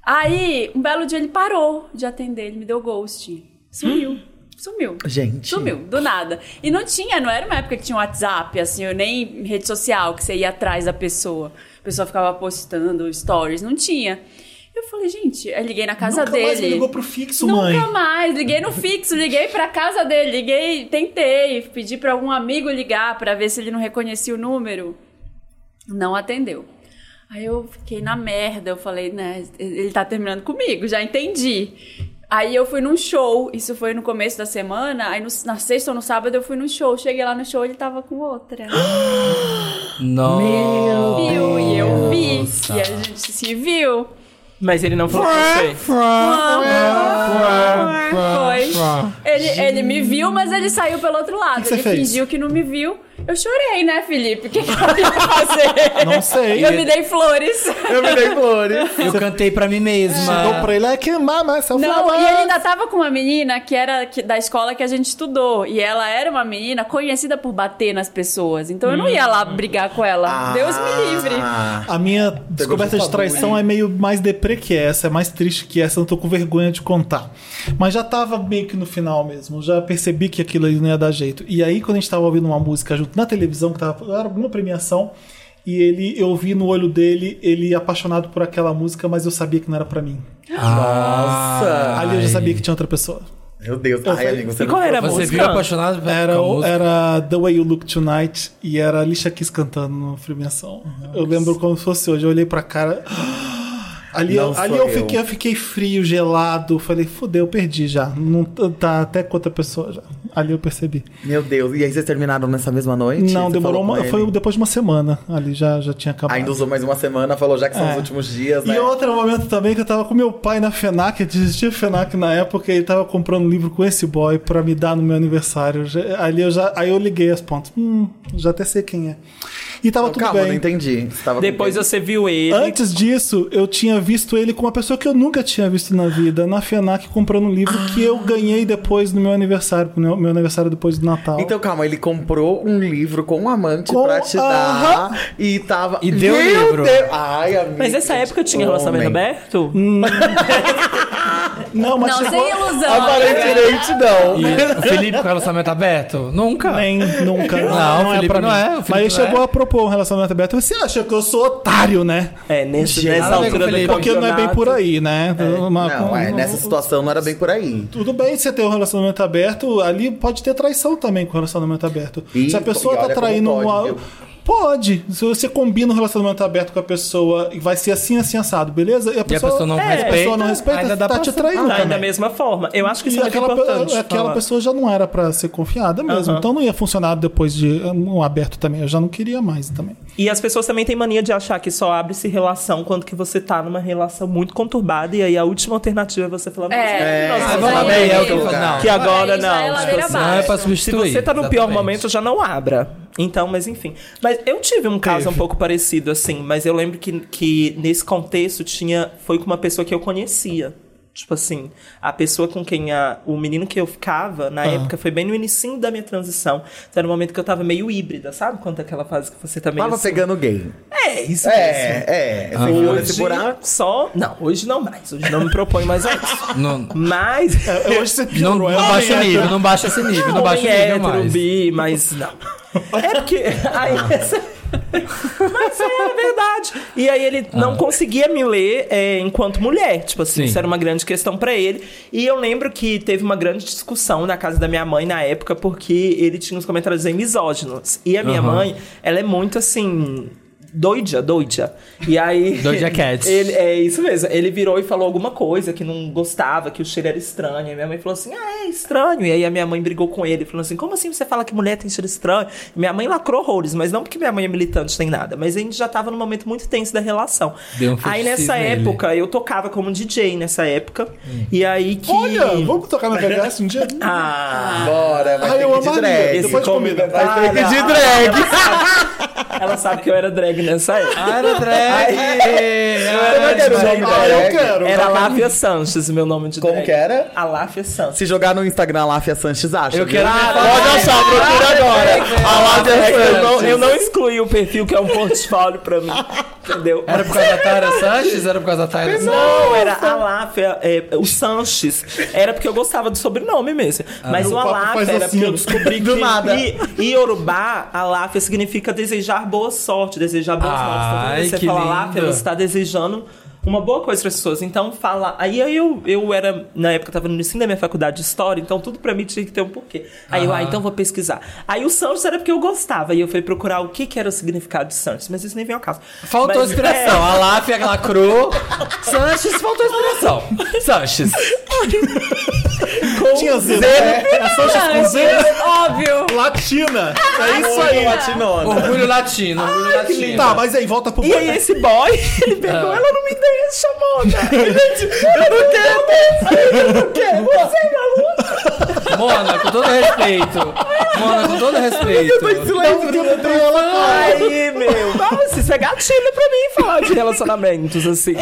Speaker 4: Aí, um belo dia ele parou de atender, ele me deu ghosting. Sumiu.
Speaker 3: Hum.
Speaker 4: Sumiu.
Speaker 1: Gente.
Speaker 4: Sumiu, do nada. E não tinha, não era uma época que tinha WhatsApp, assim, ou nem rede social que você ia atrás da pessoa. A pessoa ficava postando stories, não tinha. Eu falei, gente, eu liguei na casa
Speaker 3: Nunca
Speaker 4: dele.
Speaker 3: mais me ligou pro fixo,
Speaker 4: Nunca
Speaker 3: mãe.
Speaker 4: mais, liguei no fixo, liguei pra casa dele, liguei, tentei, pedi pra algum amigo ligar pra ver se ele não reconhecia o número. Não atendeu. Aí eu fiquei na merda, eu falei, né, ele tá terminando comigo, já entendi. Aí eu fui num show, isso foi no começo da semana, aí no- na sexta ou no sábado eu fui num show, cheguei lá no show, ele tava com outra.
Speaker 1: Nossa.
Speaker 4: viu, e eu vi, e a gente se viu.
Speaker 5: Mas ele não falou pra você.
Speaker 4: Foi. Ele, ele me viu, mas ele saiu pelo outro lado.
Speaker 3: que você
Speaker 4: ele
Speaker 3: fez?
Speaker 4: fingiu que não me viu. Eu chorei, né, Felipe? O que, que eu ia fazer?
Speaker 3: Não sei.
Speaker 4: Eu me dei flores.
Speaker 6: Eu me dei flores.
Speaker 1: Eu cantei pra mim
Speaker 3: Chegou
Speaker 1: mesma.
Speaker 3: pra ele, é que mama, essa
Speaker 4: Não,
Speaker 3: flower.
Speaker 4: e ele ainda tava com uma menina que era que- da escola que a gente estudou. E ela era uma menina conhecida por bater nas pessoas. Então eu não ia lá brigar com
Speaker 6: Ah.
Speaker 4: ela. Deus me livre.
Speaker 3: A minha descoberta de
Speaker 6: favor,
Speaker 3: traição é meio mais deprê que essa, é mais triste que essa, eu tô com vergonha de contar. Mas já tava meio que no final mesmo, já percebi que aquilo ali não ia dar jeito. E aí, quando a gente tava ouvindo uma música junto na televisão, que tava era alguma premiação, e ele, eu vi no olho dele, ele apaixonado por aquela música, mas eu sabia que não era pra mim.
Speaker 1: Nossa.
Speaker 3: Ali eu já sabia que tinha outra pessoa.
Speaker 6: Meu Deus. Ai, amigo, você
Speaker 5: E
Speaker 3: é?
Speaker 5: qual era a
Speaker 1: Você
Speaker 5: música?
Speaker 1: viu apaixonado?
Speaker 3: Era,
Speaker 1: com a
Speaker 3: o-
Speaker 1: música?
Speaker 3: era The Way You Look Tonight e era a Alicia Keys cantando na premiação. Eu lembro como se fosse hoje. Eu olhei pra cara. Ali,
Speaker 6: Não
Speaker 3: eu,
Speaker 6: sou
Speaker 3: ali eu,
Speaker 6: eu.
Speaker 3: Fiquei, eu fiquei frio, gelado. Falei, fudeu, perdi já. Não, tá- tá até com outra pessoa já. Ali eu percebi.
Speaker 6: Meu Deus. E aí vocês terminaram nessa mesma noite?
Speaker 3: Não,
Speaker 6: Você
Speaker 3: demorou
Speaker 6: falou com
Speaker 3: uma.
Speaker 6: ele?
Speaker 3: Foi depois de uma semana. Ali já, já tinha acabado.
Speaker 6: Ainda usou mais uma semana, falou já que são
Speaker 3: É.
Speaker 6: os últimos dias, né?
Speaker 3: E outro momento também que eu tava com meu pai na FENAC, eu desistia FENAC na época, e ele tava comprando um livro com esse boy pra me dar no meu aniversário. Eu já- Ali eu já, aí eu liguei as pontas. Hum, já até sei quem é. E tava
Speaker 6: Não,
Speaker 3: tudo
Speaker 6: Então, Calma,
Speaker 3: bem.
Speaker 6: não entendi. Você tava com
Speaker 5: Depois
Speaker 6: quem?
Speaker 5: você viu ele.
Speaker 3: Antes disso, eu tinha visto ele com uma pessoa que eu nunca tinha visto na vida, na FENAC, comprando um livro que eu ganhei depois no meu aniversário, no meu, meu aniversário depois do Natal.
Speaker 6: Então, calma, ele comprou um livro com um amante
Speaker 3: Com-
Speaker 6: pra te dar. E tava.
Speaker 1: E deu o
Speaker 6: Meu
Speaker 1: livro.
Speaker 6: Deus. Ai, amigo.
Speaker 5: Mas nessa época tinha relacionamento aberto?
Speaker 3: Hum. não, mas
Speaker 4: Não, né?
Speaker 3: chegou-
Speaker 4: sem ilusão.
Speaker 6: Aparentemente não.
Speaker 1: E o Felipe com relacionamento aberto? Nunca.
Speaker 3: Nem, nunca.
Speaker 1: Não, o Felipe
Speaker 3: pra
Speaker 1: não
Speaker 3: mim.
Speaker 1: é, o Felipe
Speaker 3: Mas
Speaker 1: não
Speaker 3: ele
Speaker 1: é.
Speaker 3: chegou a propor um relacionamento aberto. Você acha que eu sou otário, né?
Speaker 5: É, nesse,
Speaker 1: Gente,
Speaker 5: nessa
Speaker 1: nada a ver com
Speaker 5: altura
Speaker 1: o
Speaker 5: do
Speaker 1: Felipe.
Speaker 3: Porque não é bem por
Speaker 5: campeonato.
Speaker 3: aí, né? Uma-
Speaker 6: Não, é, nessa situação não era bem por aí.
Speaker 3: Tudo bem você ter um relacionamento aberto, ali pode ter traição também com relacionamento aberto.
Speaker 6: Ih,
Speaker 3: Se a pessoa
Speaker 6: e
Speaker 3: tá
Speaker 6: olha como
Speaker 3: traindo
Speaker 6: pode,
Speaker 3: uma.
Speaker 6: viu?
Speaker 3: Pode. Se você combina um relacionamento aberto com a pessoa e vai ser assim, assim, assado, beleza? E a pessoa,
Speaker 1: pessoa não
Speaker 3: é,
Speaker 1: respeita,
Speaker 3: a pessoa não respeita,
Speaker 1: ainda dá
Speaker 3: tá
Speaker 1: pra
Speaker 3: te
Speaker 1: aceitar.
Speaker 3: traindo.
Speaker 5: Tá, e da
Speaker 3: também.
Speaker 5: mesma forma. Eu acho que isso
Speaker 3: E
Speaker 5: é muito
Speaker 3: aquela, pe-
Speaker 5: importante.
Speaker 3: aquela
Speaker 5: falar.
Speaker 3: pessoa já não era pra ser confiada mesmo.
Speaker 5: Aham.
Speaker 3: Então não ia funcionar depois de um aberto também. Eu já não queria mais também.
Speaker 5: E as pessoas também têm mania de achar que só abre-se relação quando que você tá numa relação muito conturbada. E aí a última alternativa é você falar... "Nossa,
Speaker 4: É.
Speaker 5: nossa,
Speaker 4: Ah,
Speaker 5: mas
Speaker 1: vamos lá,
Speaker 5: aí-
Speaker 6: né,
Speaker 1: bem, é o que eu
Speaker 4: Não,
Speaker 1: falo. Não.
Speaker 5: Que agora
Speaker 4: Aí já é
Speaker 5: não.
Speaker 4: ladeira
Speaker 5: tipo assim,
Speaker 1: Não é pra
Speaker 4: abaixo.
Speaker 5: Se
Speaker 1: substituir.
Speaker 5: você tá no pior
Speaker 1: exatamente.
Speaker 5: momento, já não abra. Então, mas enfim. Mas eu tive um caso um pouco parecido, assim. Mas eu lembro que, que nesse contexto tinha. Foi com uma pessoa que eu conhecia. Tipo assim, a pessoa com quem a, o menino que eu ficava
Speaker 6: Ah.
Speaker 5: na época foi bem no inicinho da minha transição. Então era um momento que eu tava meio híbrida, sabe? Quanto aquela fase que você tá meio.
Speaker 6: Tava
Speaker 5: assim,
Speaker 6: pegando gay.
Speaker 5: É, isso mesmo.
Speaker 6: É, é. Você enfiou nesse
Speaker 5: Hoje
Speaker 6: buraco.
Speaker 5: só. Não, hoje não mais. Hoje não me proponho mais a isso.
Speaker 1: Não,
Speaker 5: Mas.
Speaker 6: É,
Speaker 3: Hoje você
Speaker 1: não, não baixa o nível, não baixa esse nível, não baixa o
Speaker 5: homem
Speaker 1: nível
Speaker 5: hétero,
Speaker 1: mais. Ah.
Speaker 5: bi, mas não. É porque. Aí, essa... Mas é verdade. E aí ele
Speaker 1: Ah.
Speaker 5: não conseguia me ler é, enquanto mulher. Tipo assim,
Speaker 2: Sim.
Speaker 5: isso era uma grande questão pra ele. E eu lembro que teve uma grande discussão na casa da minha mãe na época, porque ele tinha uns comentários aí misóginos. E a minha
Speaker 2: Aham.
Speaker 5: mãe, ela é muito assim. Doida, doida. E aí.
Speaker 2: Doja Cat.
Speaker 5: Ele, é isso mesmo. Ele virou e falou alguma coisa que não gostava, que o cheiro era estranho. E minha mãe falou assim: ah, é estranho. E aí a minha mãe brigou com ele, falando assim: como assim você fala que mulher tem cheiro estranho? E minha mãe lacrou horrores, mas não porque minha mãe é militante nem nada, mas a gente já tava num momento muito tenso da relação.
Speaker 2: Deu um
Speaker 5: aí
Speaker 2: fetiche
Speaker 5: nessa
Speaker 2: nele.
Speaker 5: época, eu tocava como DJ nessa época.
Speaker 2: Hum.
Speaker 5: E aí que.
Speaker 3: Olha, vamos tocar na VHS um dia?
Speaker 5: Ah,
Speaker 6: Bora, vai
Speaker 3: Ai,
Speaker 6: ter
Speaker 3: eu
Speaker 6: que ir de
Speaker 3: amaria.
Speaker 6: drag.
Speaker 3: Depois de
Speaker 6: Comida,
Speaker 3: comida.
Speaker 6: vai ter que ir de drag.
Speaker 5: ela sabe que eu era drag nessa época.
Speaker 1: Ah, era drag!
Speaker 6: Eu não quero
Speaker 3: Ah, eu quero.
Speaker 5: Era Láfia Sanches, meu nome de
Speaker 6: Como
Speaker 5: drag.
Speaker 6: que é? era?
Speaker 5: Aláfia Sanches.
Speaker 6: Se jogar no Instagram Láfia Sanches, acha.
Speaker 1: Eu
Speaker 6: viu?
Speaker 1: quero ver foto.
Speaker 6: Pode achar, procura agora. A Láfia
Speaker 1: É,
Speaker 5: Eu não,
Speaker 6: Sanches.
Speaker 5: eu não excluí o perfil, que é um portfólio pra mim. Entendeu?
Speaker 1: Era por causa da Tyra Sanches? Era por causa da Tyra Sanches?
Speaker 5: Não, era Aláfia, é, o Sanches. Era porque eu gostava do sobrenome mesmo. Mas o
Speaker 3: papo faz
Speaker 5: Aláfia era
Speaker 3: assim,
Speaker 5: porque eu
Speaker 3: ó.
Speaker 5: descobri
Speaker 6: Do
Speaker 5: que
Speaker 6: nada.
Speaker 5: em em Yorubá, Aláfia significa desejar boa sorte, desejar boas
Speaker 1: Ai,
Speaker 5: sorte. Então, quando você
Speaker 1: que
Speaker 5: fala
Speaker 1: lindo.
Speaker 5: Aláfia, você está desejando uma boa coisa para as pessoas. Então, fala. Aí eu, eu era, na época, eu tava no ensino da minha faculdade de história, então tudo pra mim tinha que ter um porquê. Aí eu, ah, então vou pesquisar. Aí o Sanches era porque eu gostava. E eu fui procurar o que, que era o significado de Sanches, mas isso nem vem ao caso.
Speaker 1: Faltou
Speaker 5: Mas- é,
Speaker 1: inspiração. A Láfia lacrou. Sanches, faltou inspiração. Sanches.
Speaker 3: Tinha Z, né? É Sanches com Z.
Speaker 4: Óbvio.
Speaker 3: Latina. É
Speaker 5: um
Speaker 3: isso
Speaker 6: Foi
Speaker 3: aí.
Speaker 6: latinona.
Speaker 1: Orgulho latino, orgulho latino.
Speaker 3: Tá, mas aí, volta pro...
Speaker 5: E aí esse boy, ele pegou,
Speaker 1: Ah.
Speaker 5: ela não me deixa, Mona. Eu não quero eu não quero você, é maluco.
Speaker 1: Mona, Tá, com todo respeito. Mona, com todo respeito.
Speaker 6: Então,
Speaker 5: Aí, meu, nossa, isso é gatilho pra mim falar de relacionamentos, assim.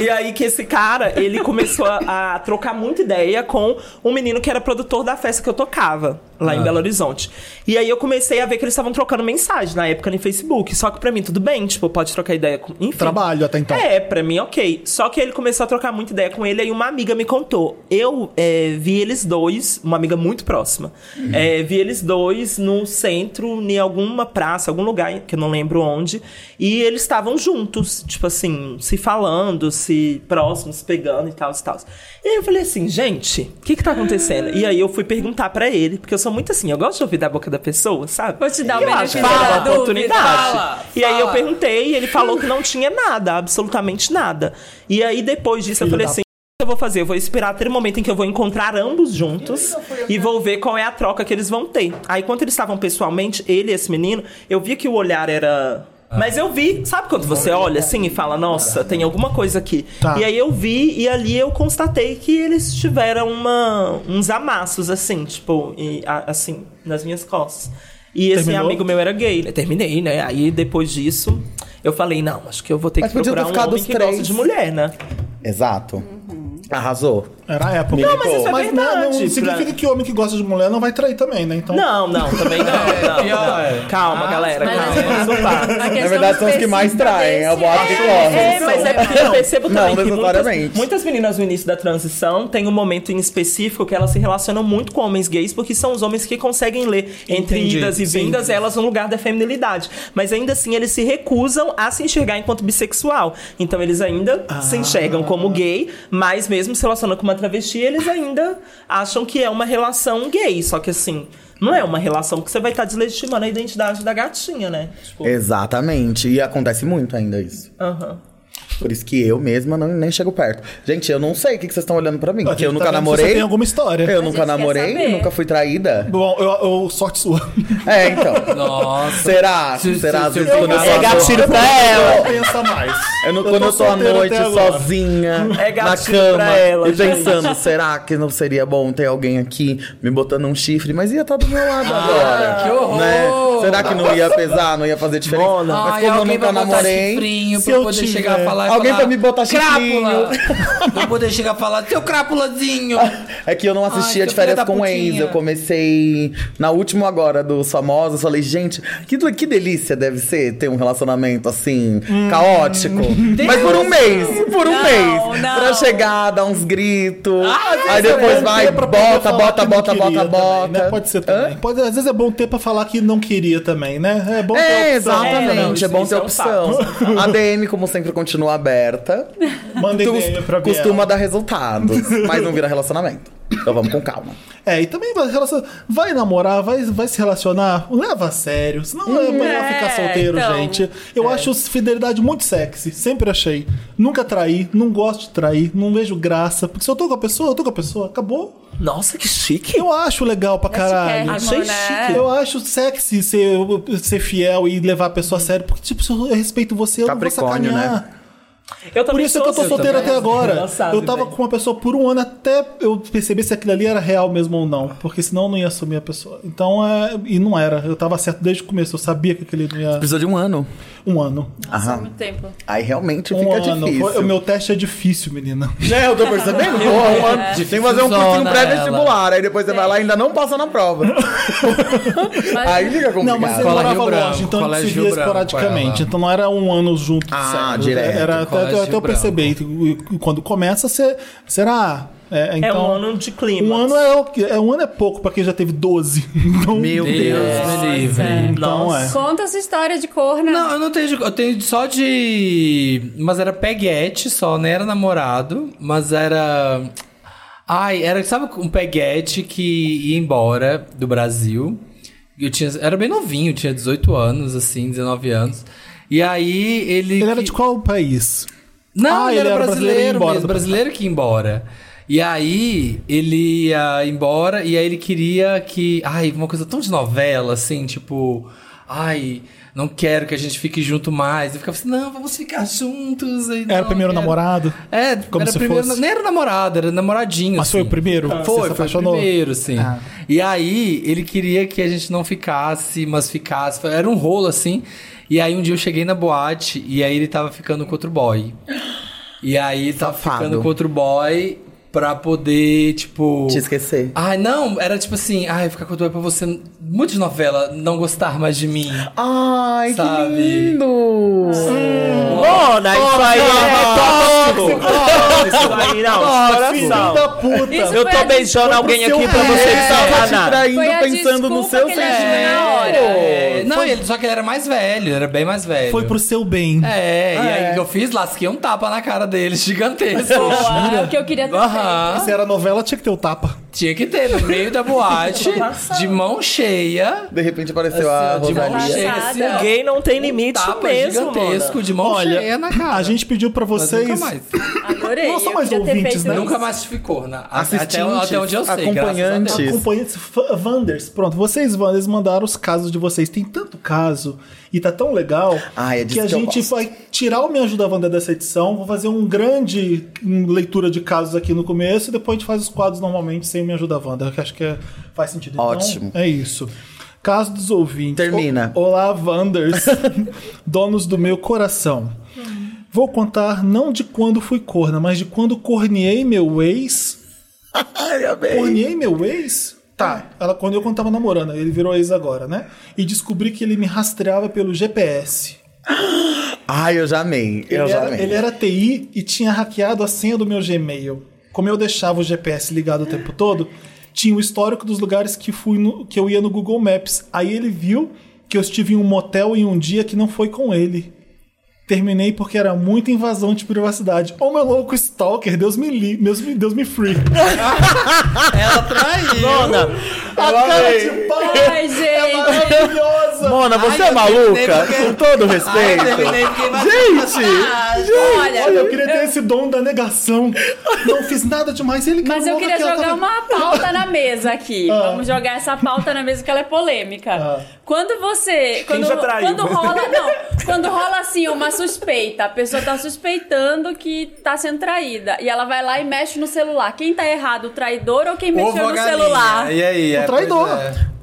Speaker 5: E aí que esse cara, ele começou a, a trocar muita ideia com um menino que era produtor da festa que eu tocava, lá em Belo Horizonte. E aí eu comecei a ver que eles estavam trocando mensagem na época no Facebook. Só que pra mim, tudo bem, tipo, pode trocar ideia com. Enfim.
Speaker 3: Trabalho até então.
Speaker 5: É, pra mim, ok. Só que ele começou a trocar muita ideia com ele, aí uma amiga me contou. Eu é, vi eles dois, uma amiga muito próxima, é, vi eles dois no centro, em alguma praça, algum lugar, que eu não lembro onde, e eles estavam juntos, tipo assim, se falando, se próximos, se pegando e tal, e tal. E aí eu falei assim, gente, o que que tá acontecendo? E aí eu fui perguntar pra ele, porque eu sou muito assim, eu gosto de ouvir da boca da pessoa, sabe?
Speaker 4: Vou te dar o
Speaker 5: Eu
Speaker 4: benefício
Speaker 5: acho,
Speaker 4: da
Speaker 5: fala,
Speaker 4: dúvida.
Speaker 5: oportunidade.
Speaker 4: Fala,
Speaker 5: E aí eu
Speaker 4: fala.
Speaker 5: perguntei e ele falou que não tinha nada, absolutamente nada. E aí depois disso eu falei assim. "O que Eu vou fazer, eu vou esperar ter o momento em que eu vou encontrar ambos juntos e vou ver qual é a troca que eles vão ter. Aí, quando eles estavam pessoalmente, ele e esse menino, eu vi que o olhar era.
Speaker 6: Ah.
Speaker 5: Mas eu vi, sabe quando você olha assim e fala, nossa, tem alguma coisa aqui.
Speaker 3: Tá.
Speaker 5: E aí eu vi e ali eu constatei que eles tiveram uma, uns amassos, assim, tipo, e, a- assim, nas minhas costas. E esse
Speaker 3: Terminou?
Speaker 5: amigo meu era gay, né? Terminei, né? Aí depois disso, eu falei, não, acho que eu vou ter
Speaker 6: Mas
Speaker 5: que
Speaker 6: podia ter
Speaker 5: procurar um
Speaker 6: ficado
Speaker 5: homem
Speaker 6: os
Speaker 5: que
Speaker 6: três.
Speaker 5: gosta de mulher, né?
Speaker 6: Exato. Arrasou.
Speaker 3: Era a época. né,
Speaker 6: Não, mas isso
Speaker 5: é
Speaker 3: não, não
Speaker 5: verdade,
Speaker 3: significa
Speaker 5: pra-
Speaker 3: que homem que gosta de mulher não vai trair também, né? Então...
Speaker 5: Não, não, também não, não.
Speaker 1: pior, é.
Speaker 5: Calma, galera,
Speaker 4: mas-
Speaker 5: calma. vamos surfar.
Speaker 4: A questão
Speaker 6: Na verdade, são os que
Speaker 4: específica
Speaker 6: mais traem. É o
Speaker 4: desse
Speaker 6: boato que
Speaker 4: é-
Speaker 5: É,
Speaker 6: corre.
Speaker 5: mas é porque eu percebo também
Speaker 6: Não,
Speaker 5: que muitas,
Speaker 6: necessariamente.
Speaker 5: muitas meninas no início da transição têm um momento em específico que elas se relacionam muito com homens gays, porque são os homens que conseguem ler entre
Speaker 1: Entendi,
Speaker 5: idas e
Speaker 1: sim.
Speaker 5: vindas elas no lugar da feminilidade. Mas ainda assim, eles se recusam a se enxergar enquanto bissexual. Então, eles ainda se
Speaker 1: Ah.
Speaker 5: enxergam como gay, mas mesmo se relacionando com uma travesti, eles ainda acham que é uma relação gay. Só que assim. Não é uma relação, porque você vai estar deslegitimando a identidade da gatinha, né? Tipo,
Speaker 3: É.
Speaker 6: Exatamente. E acontece muito ainda isso.
Speaker 5: aham.
Speaker 6: Por isso que eu mesma não, nem chego perto. Gente, eu não sei o que que vocês estão olhando pra mim.
Speaker 3: A gente
Speaker 6: Porque eu
Speaker 3: tá
Speaker 6: nunca
Speaker 3: vendo se
Speaker 6: namorei.
Speaker 3: Você tem alguma história.
Speaker 6: Eu
Speaker 4: gente
Speaker 6: nunca
Speaker 4: quer
Speaker 6: namorei,
Speaker 4: saber.
Speaker 6: nunca fui traída.
Speaker 3: Bom, eu, eu- sorte sua.
Speaker 6: É, então.
Speaker 1: Nossa.
Speaker 6: Será?
Speaker 1: Se- se-
Speaker 6: Será? Às
Speaker 1: se-
Speaker 6: vezes
Speaker 1: eu-
Speaker 6: quando eu
Speaker 1: É
Speaker 6: sou à
Speaker 1: gatilho
Speaker 6: noite-
Speaker 1: pra
Speaker 3: ela. Pensa mais.
Speaker 6: Eu não,
Speaker 3: Eu
Speaker 6: É quando
Speaker 3: tô
Speaker 6: eu tô à
Speaker 3: solteiro
Speaker 6: noite
Speaker 3: até agora.
Speaker 6: sozinha,
Speaker 5: É
Speaker 6: na
Speaker 5: gatilho
Speaker 6: cama,
Speaker 5: pra ela,
Speaker 6: e pensando, será que não seria bom ter alguém aqui me botando um chifre? Mas ia estar do meu lado agora.
Speaker 1: que horror!
Speaker 6: né? Será que não ia pesar, não ia fazer diferença?
Speaker 5: Mona.
Speaker 6: Mas
Speaker 1: Ai,
Speaker 6: como eu
Speaker 1: alguém
Speaker 6: nunca
Speaker 1: vai botar
Speaker 6: namorei.
Speaker 1: chifrinho
Speaker 3: se
Speaker 1: pra eu
Speaker 3: eu
Speaker 1: poder
Speaker 3: tiver.
Speaker 1: chegar a falar. e
Speaker 6: Alguém
Speaker 1: falar,
Speaker 6: pra me botar chifrinho.
Speaker 1: Crápula! pra eu poder chegar a falar, teu crápulazinho!
Speaker 6: É que eu não assistia
Speaker 1: Ai,
Speaker 6: de
Speaker 1: seu filho
Speaker 6: férias
Speaker 1: da
Speaker 6: com
Speaker 1: putinha.
Speaker 6: ex. Eu comecei na última
Speaker 3: Hum.
Speaker 6: agora dos famosos. Falei, gente, que, que delícia deve ser ter um relacionamento assim, caótico, caótico. Mas por um mês, por um
Speaker 4: Não,
Speaker 6: mês.
Speaker 4: não.
Speaker 6: Pra chegar, dar uns gritos. aí
Speaker 3: Às vezes
Speaker 6: depois
Speaker 3: é bom
Speaker 6: vai,
Speaker 3: ter pra poder
Speaker 6: bota,
Speaker 3: falar
Speaker 6: bota,
Speaker 3: que não
Speaker 6: bota,
Speaker 3: queria
Speaker 6: bota,
Speaker 3: também, né?
Speaker 6: bota.
Speaker 3: Pode ser também. Pode, às vezes é bom ter pra falar que não queria também, né? É bom
Speaker 6: É,
Speaker 3: ter opção.
Speaker 6: exatamente.
Speaker 5: É, não, isso-
Speaker 6: é bom
Speaker 5: isso
Speaker 6: ter
Speaker 5: é um
Speaker 6: opção. A DM, como sempre, continua aberta.
Speaker 3: Manda
Speaker 6: Tu-
Speaker 3: e-mail pra Biel.
Speaker 6: costuma dar resultados, mas não vira relacionamento. Então vamos com calma.
Speaker 3: É, e também vai, relacion- vai namorar, vai, vai se relacionar, leva a sério. Senão é melhor
Speaker 4: é,
Speaker 3: ficar solteiro,
Speaker 4: então.
Speaker 3: gente. Eu acho fidelidade muito sexy. Sempre achei. Nunca traí, não gosto de trair, não vejo graça. Porque se eu tô com a pessoa, eu tô com a pessoa. Acabou.
Speaker 1: Nossa, que chique.
Speaker 3: Eu acho legal pra caralho.
Speaker 4: Achei é amor, né?
Speaker 5: chique.
Speaker 3: Eu acho sexy ser, ser fiel e levar a pessoa a sério. Porque, tipo, se eu respeito você, eu não vou
Speaker 6: Capricórnio,
Speaker 3: sacanear.
Speaker 6: né?
Speaker 5: Eu
Speaker 3: Por
Speaker 5: também
Speaker 3: isso é que eu tô
Speaker 5: assim,
Speaker 3: solteiro
Speaker 5: também.
Speaker 3: até agora.
Speaker 5: Ela sabe,
Speaker 3: eu tava
Speaker 5: velho.
Speaker 3: com uma pessoa por um ano até eu perceber se aquilo ali era real mesmo ou não. Porque senão eu não ia assumir a pessoa. Então é. E não era. Eu tava certo desde o começo. Eu sabia que aquele não ia.
Speaker 6: Precisou de um ano.
Speaker 3: Um ano.
Speaker 4: Nossa,
Speaker 6: Aham.
Speaker 4: muito tempo.
Speaker 6: Aí realmente
Speaker 3: Um
Speaker 6: fica
Speaker 3: ano.
Speaker 6: difícil.
Speaker 3: Foi- O meu teste é difícil, menina.
Speaker 6: É, eu tô percebendo. Pô, um ano. Tem que fazer um cursinho
Speaker 3: né,
Speaker 1: Dificilzona
Speaker 6: pré-vestibular. Aí depois você vai lá
Speaker 3: É.
Speaker 6: e ainda não passa na prova.
Speaker 4: Mas-
Speaker 6: Aí fica complicado.
Speaker 3: Não, mas ele
Speaker 1: Colégio
Speaker 3: morava
Speaker 1: branco,
Speaker 3: longe, então ele se
Speaker 1: colégio
Speaker 3: via
Speaker 1: branco,
Speaker 3: esporadicamente.
Speaker 1: ela.
Speaker 3: Então não era um ano junto.
Speaker 6: Ah,
Speaker 3: certo?
Speaker 6: direto.
Speaker 3: Era até,
Speaker 1: Colégio
Speaker 3: até eu perceber. E- e Quando começa, você. Será? É,
Speaker 5: É
Speaker 3: então,
Speaker 5: um ano de clima.
Speaker 3: Um ano é, o que- é um ano é pouco pra quem já teve 12. Então,
Speaker 6: Meu Deus.
Speaker 1: Deus me livre.
Speaker 3: então é.
Speaker 4: Conta essa história de né? corna.
Speaker 1: Não, eu não tenho. de- Eu tenho só de. Mas era peguete só, não era namorado. Mas era. Ai, era, sabe, um peguete que ia embora do Brasil. Eu tinha, era bem novinho, tinha 18 anos, assim, 19 anos. E aí ele.
Speaker 3: Ele era
Speaker 1: que-
Speaker 3: de qual país?
Speaker 1: Não,
Speaker 3: Ah,
Speaker 1: ele,
Speaker 3: ele
Speaker 1: era,
Speaker 3: era brasileiro e ia
Speaker 1: brasileiro,
Speaker 3: embora
Speaker 1: mesmo,
Speaker 3: do
Speaker 1: brasileiro que ia embora. E aí ele ia embora e aí ele queria que. Ai, uma coisa tão de novela, assim, tipo. Ai, não quero que a gente fique junto mais. Eu ficava assim, não, vamos ficar juntos. E,
Speaker 3: Era
Speaker 1: não,
Speaker 3: o primeiro
Speaker 1: quero.
Speaker 3: namorado?
Speaker 1: É,
Speaker 3: Como
Speaker 1: era
Speaker 3: se
Speaker 1: primeiro.
Speaker 3: fosse.
Speaker 1: Nem era namorado, era namoradinho.
Speaker 3: Mas foi
Speaker 1: assim.
Speaker 3: o primeiro? Você
Speaker 1: Foi,
Speaker 3: se
Speaker 1: foi o
Speaker 3: apaixonou?
Speaker 1: primeiro, sim.
Speaker 6: Ah.
Speaker 1: E aí, ele queria que a gente não ficasse, mas ficasse. Era um rolo, assim. E aí, um dia eu cheguei na boate e aí ele tava ficando com outro boy. E aí, ele tava
Speaker 6: Safado.
Speaker 1: ficando com outro boy pra poder, tipo...
Speaker 6: Te esquecer.
Speaker 1: Ai, não, era tipo assim, ai, ficar com outro boy pra você... Muito de novela, não gostar mais de mim.
Speaker 6: Ai,
Speaker 1: Sabe?
Speaker 6: que lindo.
Speaker 5: Mona, isso aí é tóxico. Isso aí não,
Speaker 3: Ah, Filho
Speaker 5: coração.
Speaker 3: da puta!
Speaker 4: Isso
Speaker 5: Eu
Speaker 4: foi
Speaker 5: tô
Speaker 4: a-
Speaker 5: beijando alguém aqui
Speaker 1: É,
Speaker 5: pra você de
Speaker 6: tá te
Speaker 5: sacanagem.
Speaker 6: traindo
Speaker 4: Foi a
Speaker 6: pensando no
Speaker 4: desculpa
Speaker 6: seu
Speaker 4: que ele achou
Speaker 6: sentimento.
Speaker 4: na hora.
Speaker 1: É, não, ele, só que ele era mais velho, ele era bem mais velho.
Speaker 3: Foi pro seu bem.
Speaker 1: É, e aí o que eu fiz? Lasquei um tapa na cara dele, gigantesco.
Speaker 4: Boa, é o que eu queria ter feito.
Speaker 1: Aham.
Speaker 3: Se era novela, tinha que ter o tapa.
Speaker 1: Tinha que ter, no meio da boate, de mão cheia.
Speaker 6: De repente apareceu a
Speaker 1: de mão
Speaker 6: Rosalia.
Speaker 1: cheia,
Speaker 4: Passada.
Speaker 1: assim, ó.
Speaker 5: Gay não tem limite
Speaker 1: tapa
Speaker 5: mesmo,
Speaker 1: gigantesco,
Speaker 5: mona.
Speaker 1: de mão
Speaker 3: Olha,
Speaker 1: cheia é na cara.
Speaker 3: A gente pediu pra
Speaker 1: Mas
Speaker 3: vocês.
Speaker 1: Nunca mais.
Speaker 4: Adorei.
Speaker 3: Não são
Speaker 4: eu
Speaker 3: mais
Speaker 4: queria ter
Speaker 3: ouvintes,
Speaker 4: feito
Speaker 3: né?
Speaker 4: isso.
Speaker 1: Nunca mais ficou, né? A- Até,
Speaker 6: Assistentes,
Speaker 1: até onde eu sei, graças a Deus.
Speaker 6: acompanhantes.
Speaker 3: Acompanhantes, fa- Wanders, pronto, vocês Wanders mandaram os casos de vocês. Tem tanto caso e tá tão legal
Speaker 6: Ai, é disso
Speaker 3: que a
Speaker 6: que eu
Speaker 3: gente
Speaker 6: gosto.
Speaker 3: vai tirar o Me Ajuda Wanda dessa edição. Vou fazer um grande hum, leitura de casos aqui no começo e depois a gente faz os quadros normalmente sem o Me Ajuda Wanda, que acho que é- faz sentido. Então,
Speaker 6: Ótimo.
Speaker 3: É isso. Caso dos ouvintes.
Speaker 6: Termina.
Speaker 3: O- Olá, Wanders, donos do meu coração. Vou contar não de quando fui corna, mas de quando corneei meu ex
Speaker 6: Ai, amei.
Speaker 3: Cornei meu ex? Tá, ela corneou quando tava namorando, ele virou ex agora, né? E descobri que ele me rastreava pelo GPS.
Speaker 6: Ai, eu já amei. Eu
Speaker 3: ele,
Speaker 6: já
Speaker 3: era,
Speaker 6: amei.
Speaker 3: ele era TI e tinha hackeado a senha do meu Gmail. Como eu deixava o GPS ligado o tempo todo, tinha o histórico dos lugares que, fui no- que eu ia no Google Maps. Aí ele viu que eu estive em um motel em um dia que não foi com ele. Terminei porque era muita invasão de privacidade. Ô meu louco stalker, Deus me li, Deus me, Deus me free.
Speaker 1: Ela traiu.
Speaker 5: Mona,
Speaker 3: A cara de pau
Speaker 4: Ai, gente.
Speaker 3: maravilhosa!
Speaker 5: Mona, você
Speaker 1: Ai,
Speaker 5: é
Speaker 1: eu terminei
Speaker 5: maluca?
Speaker 1: porque-
Speaker 5: Com todo
Speaker 1: Ai,
Speaker 5: respeito.
Speaker 1: eu terminei, fiquei mais-
Speaker 5: Gente!
Speaker 4: Olha,
Speaker 3: Olha, eu queria ter esse dom da negação. Não fiz nada demais. Ele que
Speaker 4: mas eu
Speaker 3: arrumou
Speaker 4: queria
Speaker 3: daquela
Speaker 4: jogar
Speaker 3: tava-
Speaker 4: uma pauta na mesa aqui. Vamos jogar essa pauta na mesa que ela é polêmica. Quando você. Quando,
Speaker 5: já traiu?
Speaker 4: quando rola. Não. Quando rola assim uma suspeita, a pessoa tá suspeitando que tá sendo traída. E ela vai lá e mexe no celular. Quem tá errado, o traidor ou quem
Speaker 1: Ovo
Speaker 4: mexeu
Speaker 1: a
Speaker 4: no
Speaker 1: galinha.
Speaker 4: celular?
Speaker 1: E aí? é,
Speaker 3: traidor.
Speaker 1: pois é.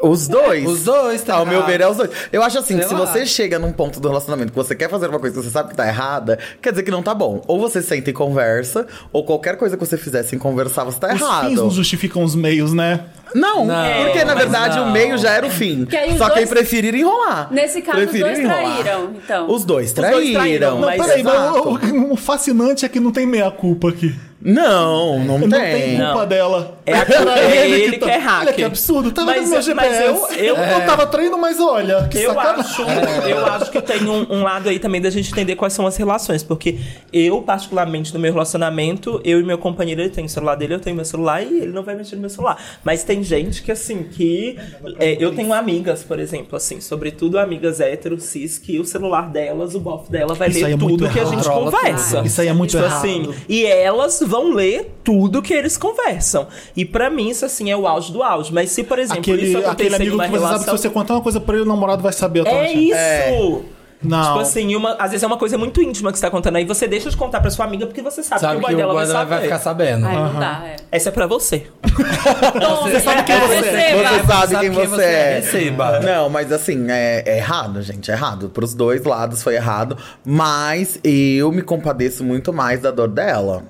Speaker 6: Os dois.
Speaker 1: Os dois, tá
Speaker 6: Ao meu
Speaker 1: errado.
Speaker 6: ver, é os dois. Eu acho assim,
Speaker 1: Sei
Speaker 6: que se
Speaker 1: lá.
Speaker 6: você chega num ponto do relacionamento que você quer fazer uma coisa que você sabe que tá errada, quer dizer que não tá bom. Ou você senta e conversa, ou qualquer coisa que você fizer sem conversar, você tá
Speaker 3: Os
Speaker 6: errado.
Speaker 3: fins não justificam os meios, né?
Speaker 6: Não,
Speaker 1: Não,
Speaker 6: porque na
Speaker 1: mas
Speaker 6: verdade
Speaker 1: não.
Speaker 6: o meio já era o fim.
Speaker 4: Que aí os
Speaker 6: Só
Speaker 4: dois-
Speaker 6: quem preferir enrolar.
Speaker 4: Nesse caso, os
Speaker 6: Preferiram
Speaker 4: dois traíram, então.
Speaker 6: Os dois
Speaker 5: dois
Speaker 6: traíram.
Speaker 5: traíram,
Speaker 6: não,
Speaker 5: Não,
Speaker 3: Não,
Speaker 5: mas
Speaker 3: peraí, mas
Speaker 6: É exato.
Speaker 3: o, o- o fascinante é que não tem meia-culpa aqui.
Speaker 6: não, não,
Speaker 3: Não
Speaker 6: tem.
Speaker 3: tem culpa dela.
Speaker 5: É a culpa- é ele
Speaker 3: tá-
Speaker 5: que é
Speaker 3: Olha que
Speaker 5: hacker.
Speaker 3: absurdo, tava
Speaker 5: Mas
Speaker 3: no meu
Speaker 5: eu- mas
Speaker 3: GPS.
Speaker 5: eu- eu-
Speaker 3: tava traindo, mas olha, que
Speaker 5: Eu
Speaker 3: sacanagem.
Speaker 5: acho, eu acho que tem um, um lado aí também da gente entender quais são as relações, porque eu, particularmente, no meu relacionamento, eu e meu companheiro, ele tem o celular dele, eu tenho meu celular e ele não vai mexer no meu celular. Mas tem gente que, assim, que. é, eu tenho amigas, por exemplo, assim, sobretudo amigas hétero, cis, que o celular delas, o bofe dela, vai
Speaker 3: Isso aí
Speaker 5: ler
Speaker 3: é muito
Speaker 5: tudo que a
Speaker 3: errado.
Speaker 5: gente
Speaker 1: Controla
Speaker 5: conversa.
Speaker 3: tudo. Isso aí é muito
Speaker 5: tipo
Speaker 3: errado.
Speaker 5: assim, e elas vão ler tudo que eles conversam. E pra mim, isso, assim, é o auge do auge. Mas se, assim, por exemplo,
Speaker 3: Aquele,
Speaker 5: isso acontecer
Speaker 3: aquele amigo
Speaker 5: numa
Speaker 3: que você sabe que
Speaker 5: relação-
Speaker 3: se você contar uma coisa pra ele, o namorado vai saber a tua
Speaker 5: é
Speaker 3: agenda.
Speaker 5: isso!
Speaker 3: Não.
Speaker 5: Tipo assim, uma- às vezes é uma coisa muito íntima que você tá contando aí, você deixa de contar pra sua amiga porque você sabe,
Speaker 1: Sabe
Speaker 5: que o boy
Speaker 1: que
Speaker 5: dela
Speaker 1: o
Speaker 5: vai
Speaker 1: guarda
Speaker 5: saber.
Speaker 1: vai ficar sabendo.
Speaker 4: Ai, não dá, é.
Speaker 5: Essa é pra você.
Speaker 4: Você sabe quem
Speaker 6: Você, você sabe, quem você, é.
Speaker 1: Receba.
Speaker 6: Não, mas assim, é, é errado, gente. É errado. Pros dois lados foi errado. Mas eu me compadeço muito mais da dor dela.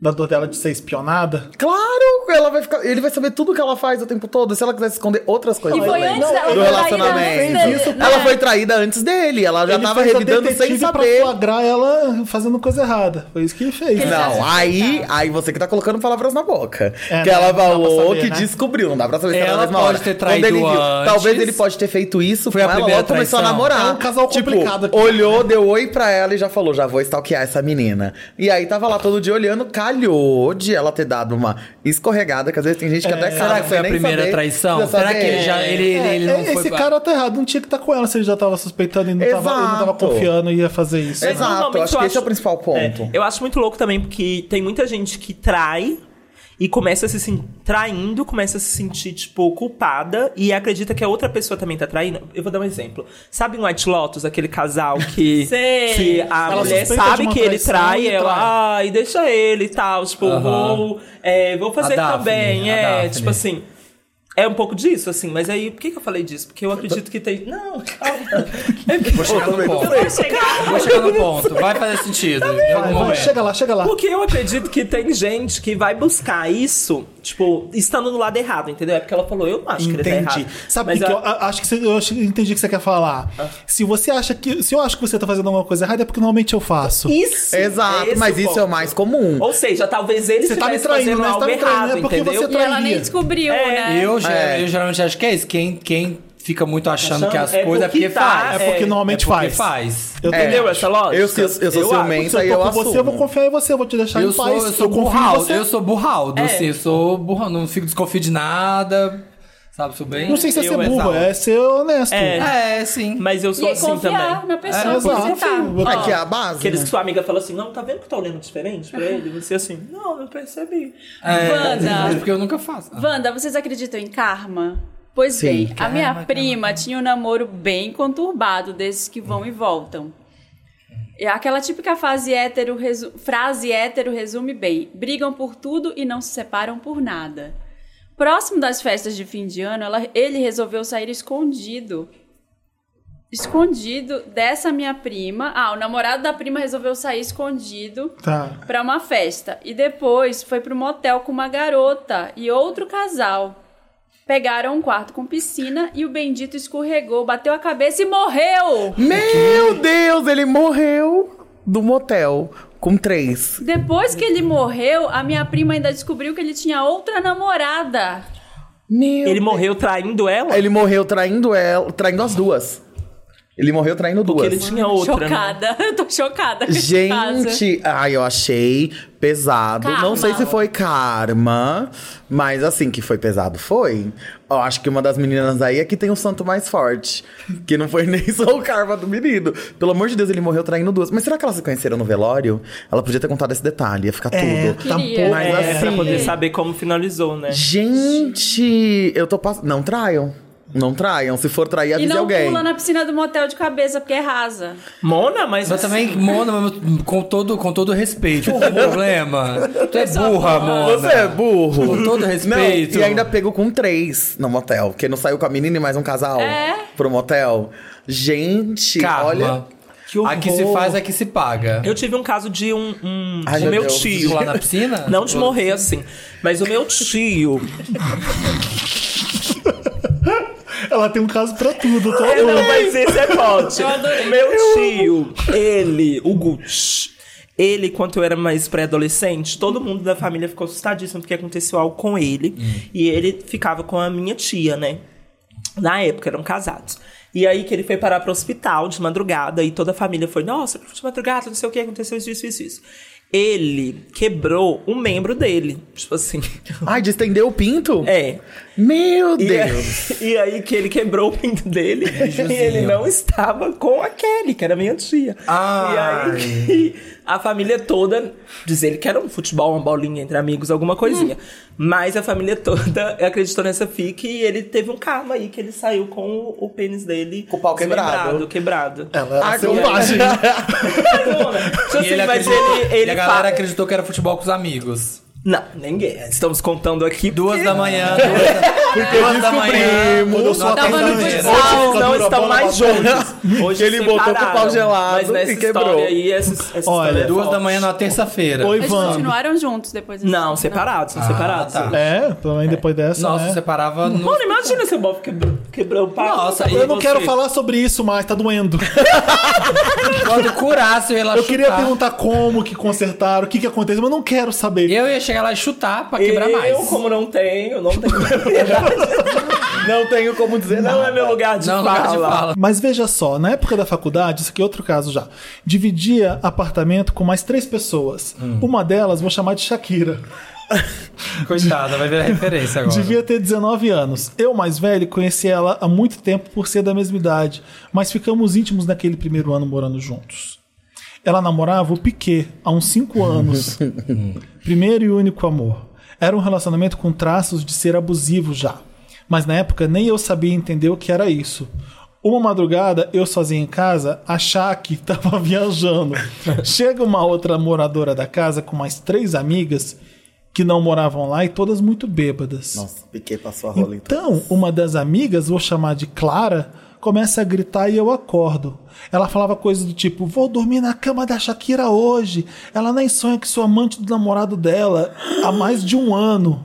Speaker 3: Da dor dela de ser espionada.
Speaker 6: Claro, ela vai ficar. Ele vai saber tudo que ela faz o tempo todo. Se ela quiser esconder outras coisas
Speaker 4: E foi
Speaker 6: também
Speaker 4: antes dela,
Speaker 6: do
Speaker 4: foi traída
Speaker 6: relacionamento.
Speaker 4: antes dele, né?
Speaker 6: Ela foi traída antes dele. Ela já
Speaker 3: ele
Speaker 6: tava
Speaker 3: fez a
Speaker 6: revidando sem
Speaker 3: detetive
Speaker 6: saber.
Speaker 3: Pra flagrar ela fazendo coisa errada. Foi isso que ele fez.
Speaker 4: Ele
Speaker 3: né?
Speaker 4: já-
Speaker 6: Não,
Speaker 4: Exato.
Speaker 6: aí, aí você que tá colocando palavras na boca.
Speaker 3: É,
Speaker 6: que
Speaker 3: não,
Speaker 6: ela
Speaker 3: não dá pra
Speaker 6: falou
Speaker 3: saber,
Speaker 6: que
Speaker 3: né?
Speaker 6: descobriu, não dá pra saber se
Speaker 1: Ela
Speaker 6: na mesma
Speaker 1: pode
Speaker 6: hora.
Speaker 1: ter
Speaker 6: Quando
Speaker 1: traído
Speaker 6: ele viu,
Speaker 1: antes.
Speaker 6: Talvez ele pode ter feito isso
Speaker 1: Foi
Speaker 6: com
Speaker 1: a
Speaker 6: ela,
Speaker 1: primeira
Speaker 6: logo começou a
Speaker 1: traição.
Speaker 6: namorar.
Speaker 3: É um casal
Speaker 6: tipo,
Speaker 3: complicado aqui.
Speaker 6: olhou, deu oi pra ela e já falou, já vou stalkear essa menina. E aí tava lá todo dia olhando, calhou de ela ter dado uma escorregada, que às vezes tem gente que até sabe,
Speaker 1: Será que foi a
Speaker 6: sem nem
Speaker 1: primeira
Speaker 6: saber,
Speaker 1: traição?
Speaker 6: precisa
Speaker 1: Será que
Speaker 6: saber.
Speaker 1: ele já. Ele, ele,
Speaker 3: É,
Speaker 1: ele não
Speaker 3: é,
Speaker 1: foi.
Speaker 3: esse
Speaker 1: pra-
Speaker 3: cara tá errado, não tinha que estar com ela se ele já tava suspeitando e não, tava, ele não tava
Speaker 6: Exato.
Speaker 3: confiando e ia fazer isso.
Speaker 5: Mas
Speaker 3: né?
Speaker 6: Exato,
Speaker 5: normalmente
Speaker 6: acho
Speaker 5: eu
Speaker 6: que esse é
Speaker 5: acho-
Speaker 6: o principal ponto.
Speaker 5: É, eu acho muito louco também, porque tem muita gente que trai e começa a se sen- traindo, começa a se sentir, tipo, culpada e acredita que a outra pessoa também tá traindo. Eu vou dar um exemplo. Sabe em White Lotus, aquele casal que,
Speaker 4: Sei.
Speaker 5: que a
Speaker 3: Ela
Speaker 5: mulher
Speaker 3: suspeita de
Speaker 5: sabe
Speaker 3: uma
Speaker 5: que ele
Speaker 3: traição
Speaker 5: trai
Speaker 3: e
Speaker 5: e ela, ai, deixa ele e tal, tipo,
Speaker 1: Aham.
Speaker 5: vou, é, vou fazer
Speaker 1: A Daphne,
Speaker 5: também.
Speaker 1: a
Speaker 5: É,
Speaker 1: Daphne.
Speaker 5: tipo assim. É um pouco disso, assim, mas aí por que, que eu falei disso? Porque eu acredito que tem. Não, calma. É porque-
Speaker 1: Vou chegar no ponto. Vou chegar no ponto. Vai fazer sentido. em algum
Speaker 3: Vai, vai,
Speaker 1: momento.
Speaker 3: chega lá, chega lá.
Speaker 5: Porque eu acredito que tem gente que vai buscar isso, tipo, estando no lado errado, entendeu? É porque ela falou, eu não acho que ele tá
Speaker 3: Entendi.
Speaker 5: errado.
Speaker 3: Sabe o
Speaker 5: Mas
Speaker 3: que, que
Speaker 5: a-
Speaker 3: eu a- acho que você, eu acho- entendi o que você quer falar. Se você acha que. Se eu acho que você tá fazendo alguma coisa errada, é porque normalmente eu faço.
Speaker 5: Isso!
Speaker 6: Exato,
Speaker 5: é esse
Speaker 6: mas isso
Speaker 5: ponto.
Speaker 6: é o mais comum.
Speaker 5: Ou seja, talvez ele
Speaker 3: Você tá me
Speaker 5: estivesse
Speaker 3: traindo, né?
Speaker 5: fazendo
Speaker 3: Você
Speaker 5: algo
Speaker 3: tá me traindo,
Speaker 5: errado,
Speaker 3: é porque
Speaker 5: entendeu?
Speaker 3: você
Speaker 4: E ela nem
Speaker 3: Trairia.
Speaker 4: descobriu, né?
Speaker 1: Eu, ge-
Speaker 6: É.
Speaker 1: eu geralmente acho que é isso. Quem, quem fica muito achando
Speaker 5: Achando
Speaker 1: que as
Speaker 5: é
Speaker 1: coisas é
Speaker 5: porque
Speaker 1: porque
Speaker 5: tá,
Speaker 1: faz.
Speaker 3: É porque
Speaker 5: É,
Speaker 3: normalmente
Speaker 1: É porque
Speaker 3: faz.
Speaker 1: faz.
Speaker 3: É. Eu tenho-
Speaker 5: Entendeu essa lógica?
Speaker 6: Eu, eu, eu sou
Speaker 5: acho.
Speaker 6: ciumenta
Speaker 3: Se
Speaker 6: e
Speaker 3: eu
Speaker 6: eu
Speaker 3: tô com
Speaker 6: assumo.
Speaker 3: você, eu vou confiar em você, eu vou te deixar
Speaker 1: Eu
Speaker 3: em
Speaker 1: sou,
Speaker 3: paz.
Speaker 1: eu sou
Speaker 3: confio em
Speaker 1: burral,
Speaker 3: você.
Speaker 1: eu sou burraldo,
Speaker 5: É.
Speaker 1: assim, eu sou burral, não fico desconfio de nada, sabe, sou bem...
Speaker 3: Não sei se é
Speaker 5: Eu,
Speaker 3: ser burro,
Speaker 1: exato.
Speaker 3: é ser honesto. Ah,
Speaker 5: É.
Speaker 1: É, sim.
Speaker 5: Mas eu
Speaker 4: E
Speaker 5: sou
Speaker 4: é
Speaker 5: assim
Speaker 4: confiar
Speaker 5: também.
Speaker 4: na pessoa que você tá.
Speaker 3: exato.
Speaker 6: É que é
Speaker 4: Ó,
Speaker 6: a base.
Speaker 5: Aqueles
Speaker 6: né?
Speaker 5: que sua amiga falou assim, não, tá vendo que eu tô olhando diferente pra ele? E Você assim, não, não percebi.
Speaker 1: É,
Speaker 4: Wanda.
Speaker 1: Porque eu nunca faço.
Speaker 4: Wanda, vocês acreditam em karma? Pois
Speaker 6: Sim.
Speaker 4: bem, a minha prima tinha um namoro bem conturbado, desses que vão e voltam. É aquela típica fase hétero resu- frase hétero resume bem: brigam por tudo e não se separam por nada. Próximo das festas de fim de ano, ela- ele resolveu sair escondido. Escondido dessa minha prima. Ah, o namorado da prima resolveu sair escondido
Speaker 3: Tá.
Speaker 4: pra uma festa e depois foi pro motel com uma garota e outro casal. Pegaram um quarto com piscina e o bendito escorregou, bateu a cabeça e morreu.
Speaker 6: Meu Deus, ele morreu do motel com três.
Speaker 4: Depois que ele morreu, a minha prima ainda descobriu que ele tinha outra namorada.
Speaker 6: Meu
Speaker 5: Ele morreu traindo ela?
Speaker 6: Ele morreu traindo ela, traindo as duas. Ele morreu traindo
Speaker 5: Porque
Speaker 6: duas.
Speaker 5: ele tinha outra, né?
Speaker 4: chocada, eu tô chocada com esse caso.
Speaker 6: Gente, ai, eu achei pesado.
Speaker 4: Karma.
Speaker 6: Não sei se foi karma, mas assim, que foi pesado, foi. Eu acho que uma das meninas aí é que tem o santo mais forte. Que não foi nem só o karma do menino. Pelo amor de Deus, ele morreu traindo duas. Mas será que elas se conheceram no velório? Ela podia ter contado esse detalhe, ia ficar tudo.
Speaker 3: tá
Speaker 4: Queria.
Speaker 3: bom.
Speaker 6: Mas
Speaker 5: É, pra
Speaker 6: assim-
Speaker 5: poder saber como finalizou, né?
Speaker 6: Gente, eu tô passando. Não traiam. Não traiam. Se for trair,
Speaker 4: E
Speaker 6: avise
Speaker 4: não
Speaker 6: alguém.
Speaker 4: pula na piscina do motel de cabeça, porque é rasa.
Speaker 5: Mona, mas. assim,
Speaker 1: Mas também, Mona, mas com todo, com todo respeito, qual o problema? Tu é burra, Mona.
Speaker 6: Você é burro.
Speaker 1: Com todo respeito.
Speaker 6: Não, e ainda pego com três no motel. Porque não saiu com a menina e mais um casal
Speaker 4: É.
Speaker 6: pro motel. Gente,
Speaker 1: Karma.
Speaker 6: olha.
Speaker 5: Que horror.
Speaker 1: A que se faz, é a que se paga.
Speaker 5: Eu tive um caso de um. um
Speaker 6: Ai,
Speaker 5: do
Speaker 6: meu
Speaker 5: meu
Speaker 6: Deus.
Speaker 5: tio.
Speaker 1: Lá na piscina?
Speaker 5: Não de morrer assim. Mas o meu tio.
Speaker 3: Ela tem um caso pra tudo, tá?
Speaker 5: É, não, mas esse é forte. O meu tio, ele, o Gucci. Ele, quando eu era mais pré-adolescente, todo mundo da família ficou assustadíssimo porque aconteceu algo com ele. E ele ficava com a minha tia, né? Na época, eram casados. E aí que ele foi parar pro hospital de madrugada e toda a família foi, nossa, de madrugada, não sei o que, aconteceu isso, isso, isso, isso. Ele quebrou um membro dele. Tipo assim.
Speaker 6: Ai, distendeu o pinto?
Speaker 5: É.
Speaker 6: Meu
Speaker 5: E,
Speaker 6: Deus.
Speaker 5: aí- e aí que ele quebrou o pinto
Speaker 1: É
Speaker 5: dele e ele não estava com a Kelly, que era minha tia.
Speaker 1: Ai.
Speaker 5: E aí que a família toda, diz ele que era um futebol, uma bolinha entre amigos, alguma coisinha. Mas a família toda acreditou nessa fique e ele teve um karma aí que ele saiu com o, o pênis dele.
Speaker 6: Com o pau quebrado.
Speaker 5: desmembrado, Quebrado. Ah,
Speaker 3: Ela era
Speaker 6: Agora-
Speaker 3: selvagem.
Speaker 5: Mas,
Speaker 1: E ele
Speaker 5: assim, mas
Speaker 1: acreditou-
Speaker 5: ele, ele
Speaker 1: e a galera
Speaker 5: fala-
Speaker 1: acreditou que era futebol com os amigos.
Speaker 5: Não, ninguém. Estamos contando aqui.
Speaker 1: Duas
Speaker 5: porque-
Speaker 1: da manhã, duas da, duas da manhã.
Speaker 6: descobrimos.
Speaker 1: numa
Speaker 3: Tava no
Speaker 1: terça-feira.
Speaker 5: Hoje
Speaker 4: futsal.
Speaker 5: eles não estão mais juntos. Hoje
Speaker 6: Ele
Speaker 5: se
Speaker 6: botou com o pau
Speaker 5: pararam.
Speaker 6: gelado
Speaker 5: Mas nessa
Speaker 6: e quebrou.
Speaker 5: história aí, essa, essa
Speaker 3: Olha,
Speaker 5: história é
Speaker 1: Duas da
Speaker 5: forte.
Speaker 1: manhã na terça-feira.
Speaker 3: Oi,
Speaker 4: Eles
Speaker 3: Ivan.
Speaker 4: continuaram juntos depois né? disso.
Speaker 5: Não, separados, são separados.
Speaker 1: tá.
Speaker 3: É, também depois dessa,
Speaker 1: Nossa,
Speaker 3: né?
Speaker 1: separava no.
Speaker 5: Mano, imagina se o Bob quebrou, quebrou o pau.
Speaker 1: Nossa, e
Speaker 3: Eu não
Speaker 1: você?
Speaker 3: quero falar sobre isso mais, tá doendo.
Speaker 1: Quando curasse, eu ia lá
Speaker 3: Eu
Speaker 1: chutar.
Speaker 3: queria perguntar como que consertaram, o que que aconteceu, mas eu não quero saber.
Speaker 1: Eu ia chegar lá e chutar pra quebrar mais.
Speaker 5: Eu, como não tenho, não tenho propriedade.
Speaker 6: Não tenho como dizer
Speaker 5: não é meu lugar de
Speaker 1: Não,
Speaker 5: fala.
Speaker 1: lugar de fala.
Speaker 3: Mas veja só, na época da faculdade, isso aqui é outro caso já. Dividia apartamento com mais três pessoas.
Speaker 1: Hum.
Speaker 3: Uma delas vou chamar de Shakira.
Speaker 1: Coitada, vai virar referência agora.
Speaker 3: Devia ter 19 anos. Eu, mais velho, conheci ela há muito tempo por ser da mesma idade, mas ficamos íntimos naquele primeiro ano morando juntos. Ela namorava o Piquet há uns 5 anos. Primeiro e único amor. Era um relacionamento com traços de ser abusivo já. Mas na época nem eu sabia entender o que era isso. Uma madrugada, eu sozinho em casa, achar que tava viajando. Chega uma outra moradora da casa com mais três amigas que não moravam lá e todas muito bêbadas.
Speaker 6: Nossa, piquei passou a rola então.
Speaker 3: Então, uma das amigas, vou chamar de Clara, começa a gritar e eu acordo. Ela falava coisas do tipo: Vou dormir na cama da Shakira hoje. Ela nem sonha que sou amante do namorado dela há mais de um ano.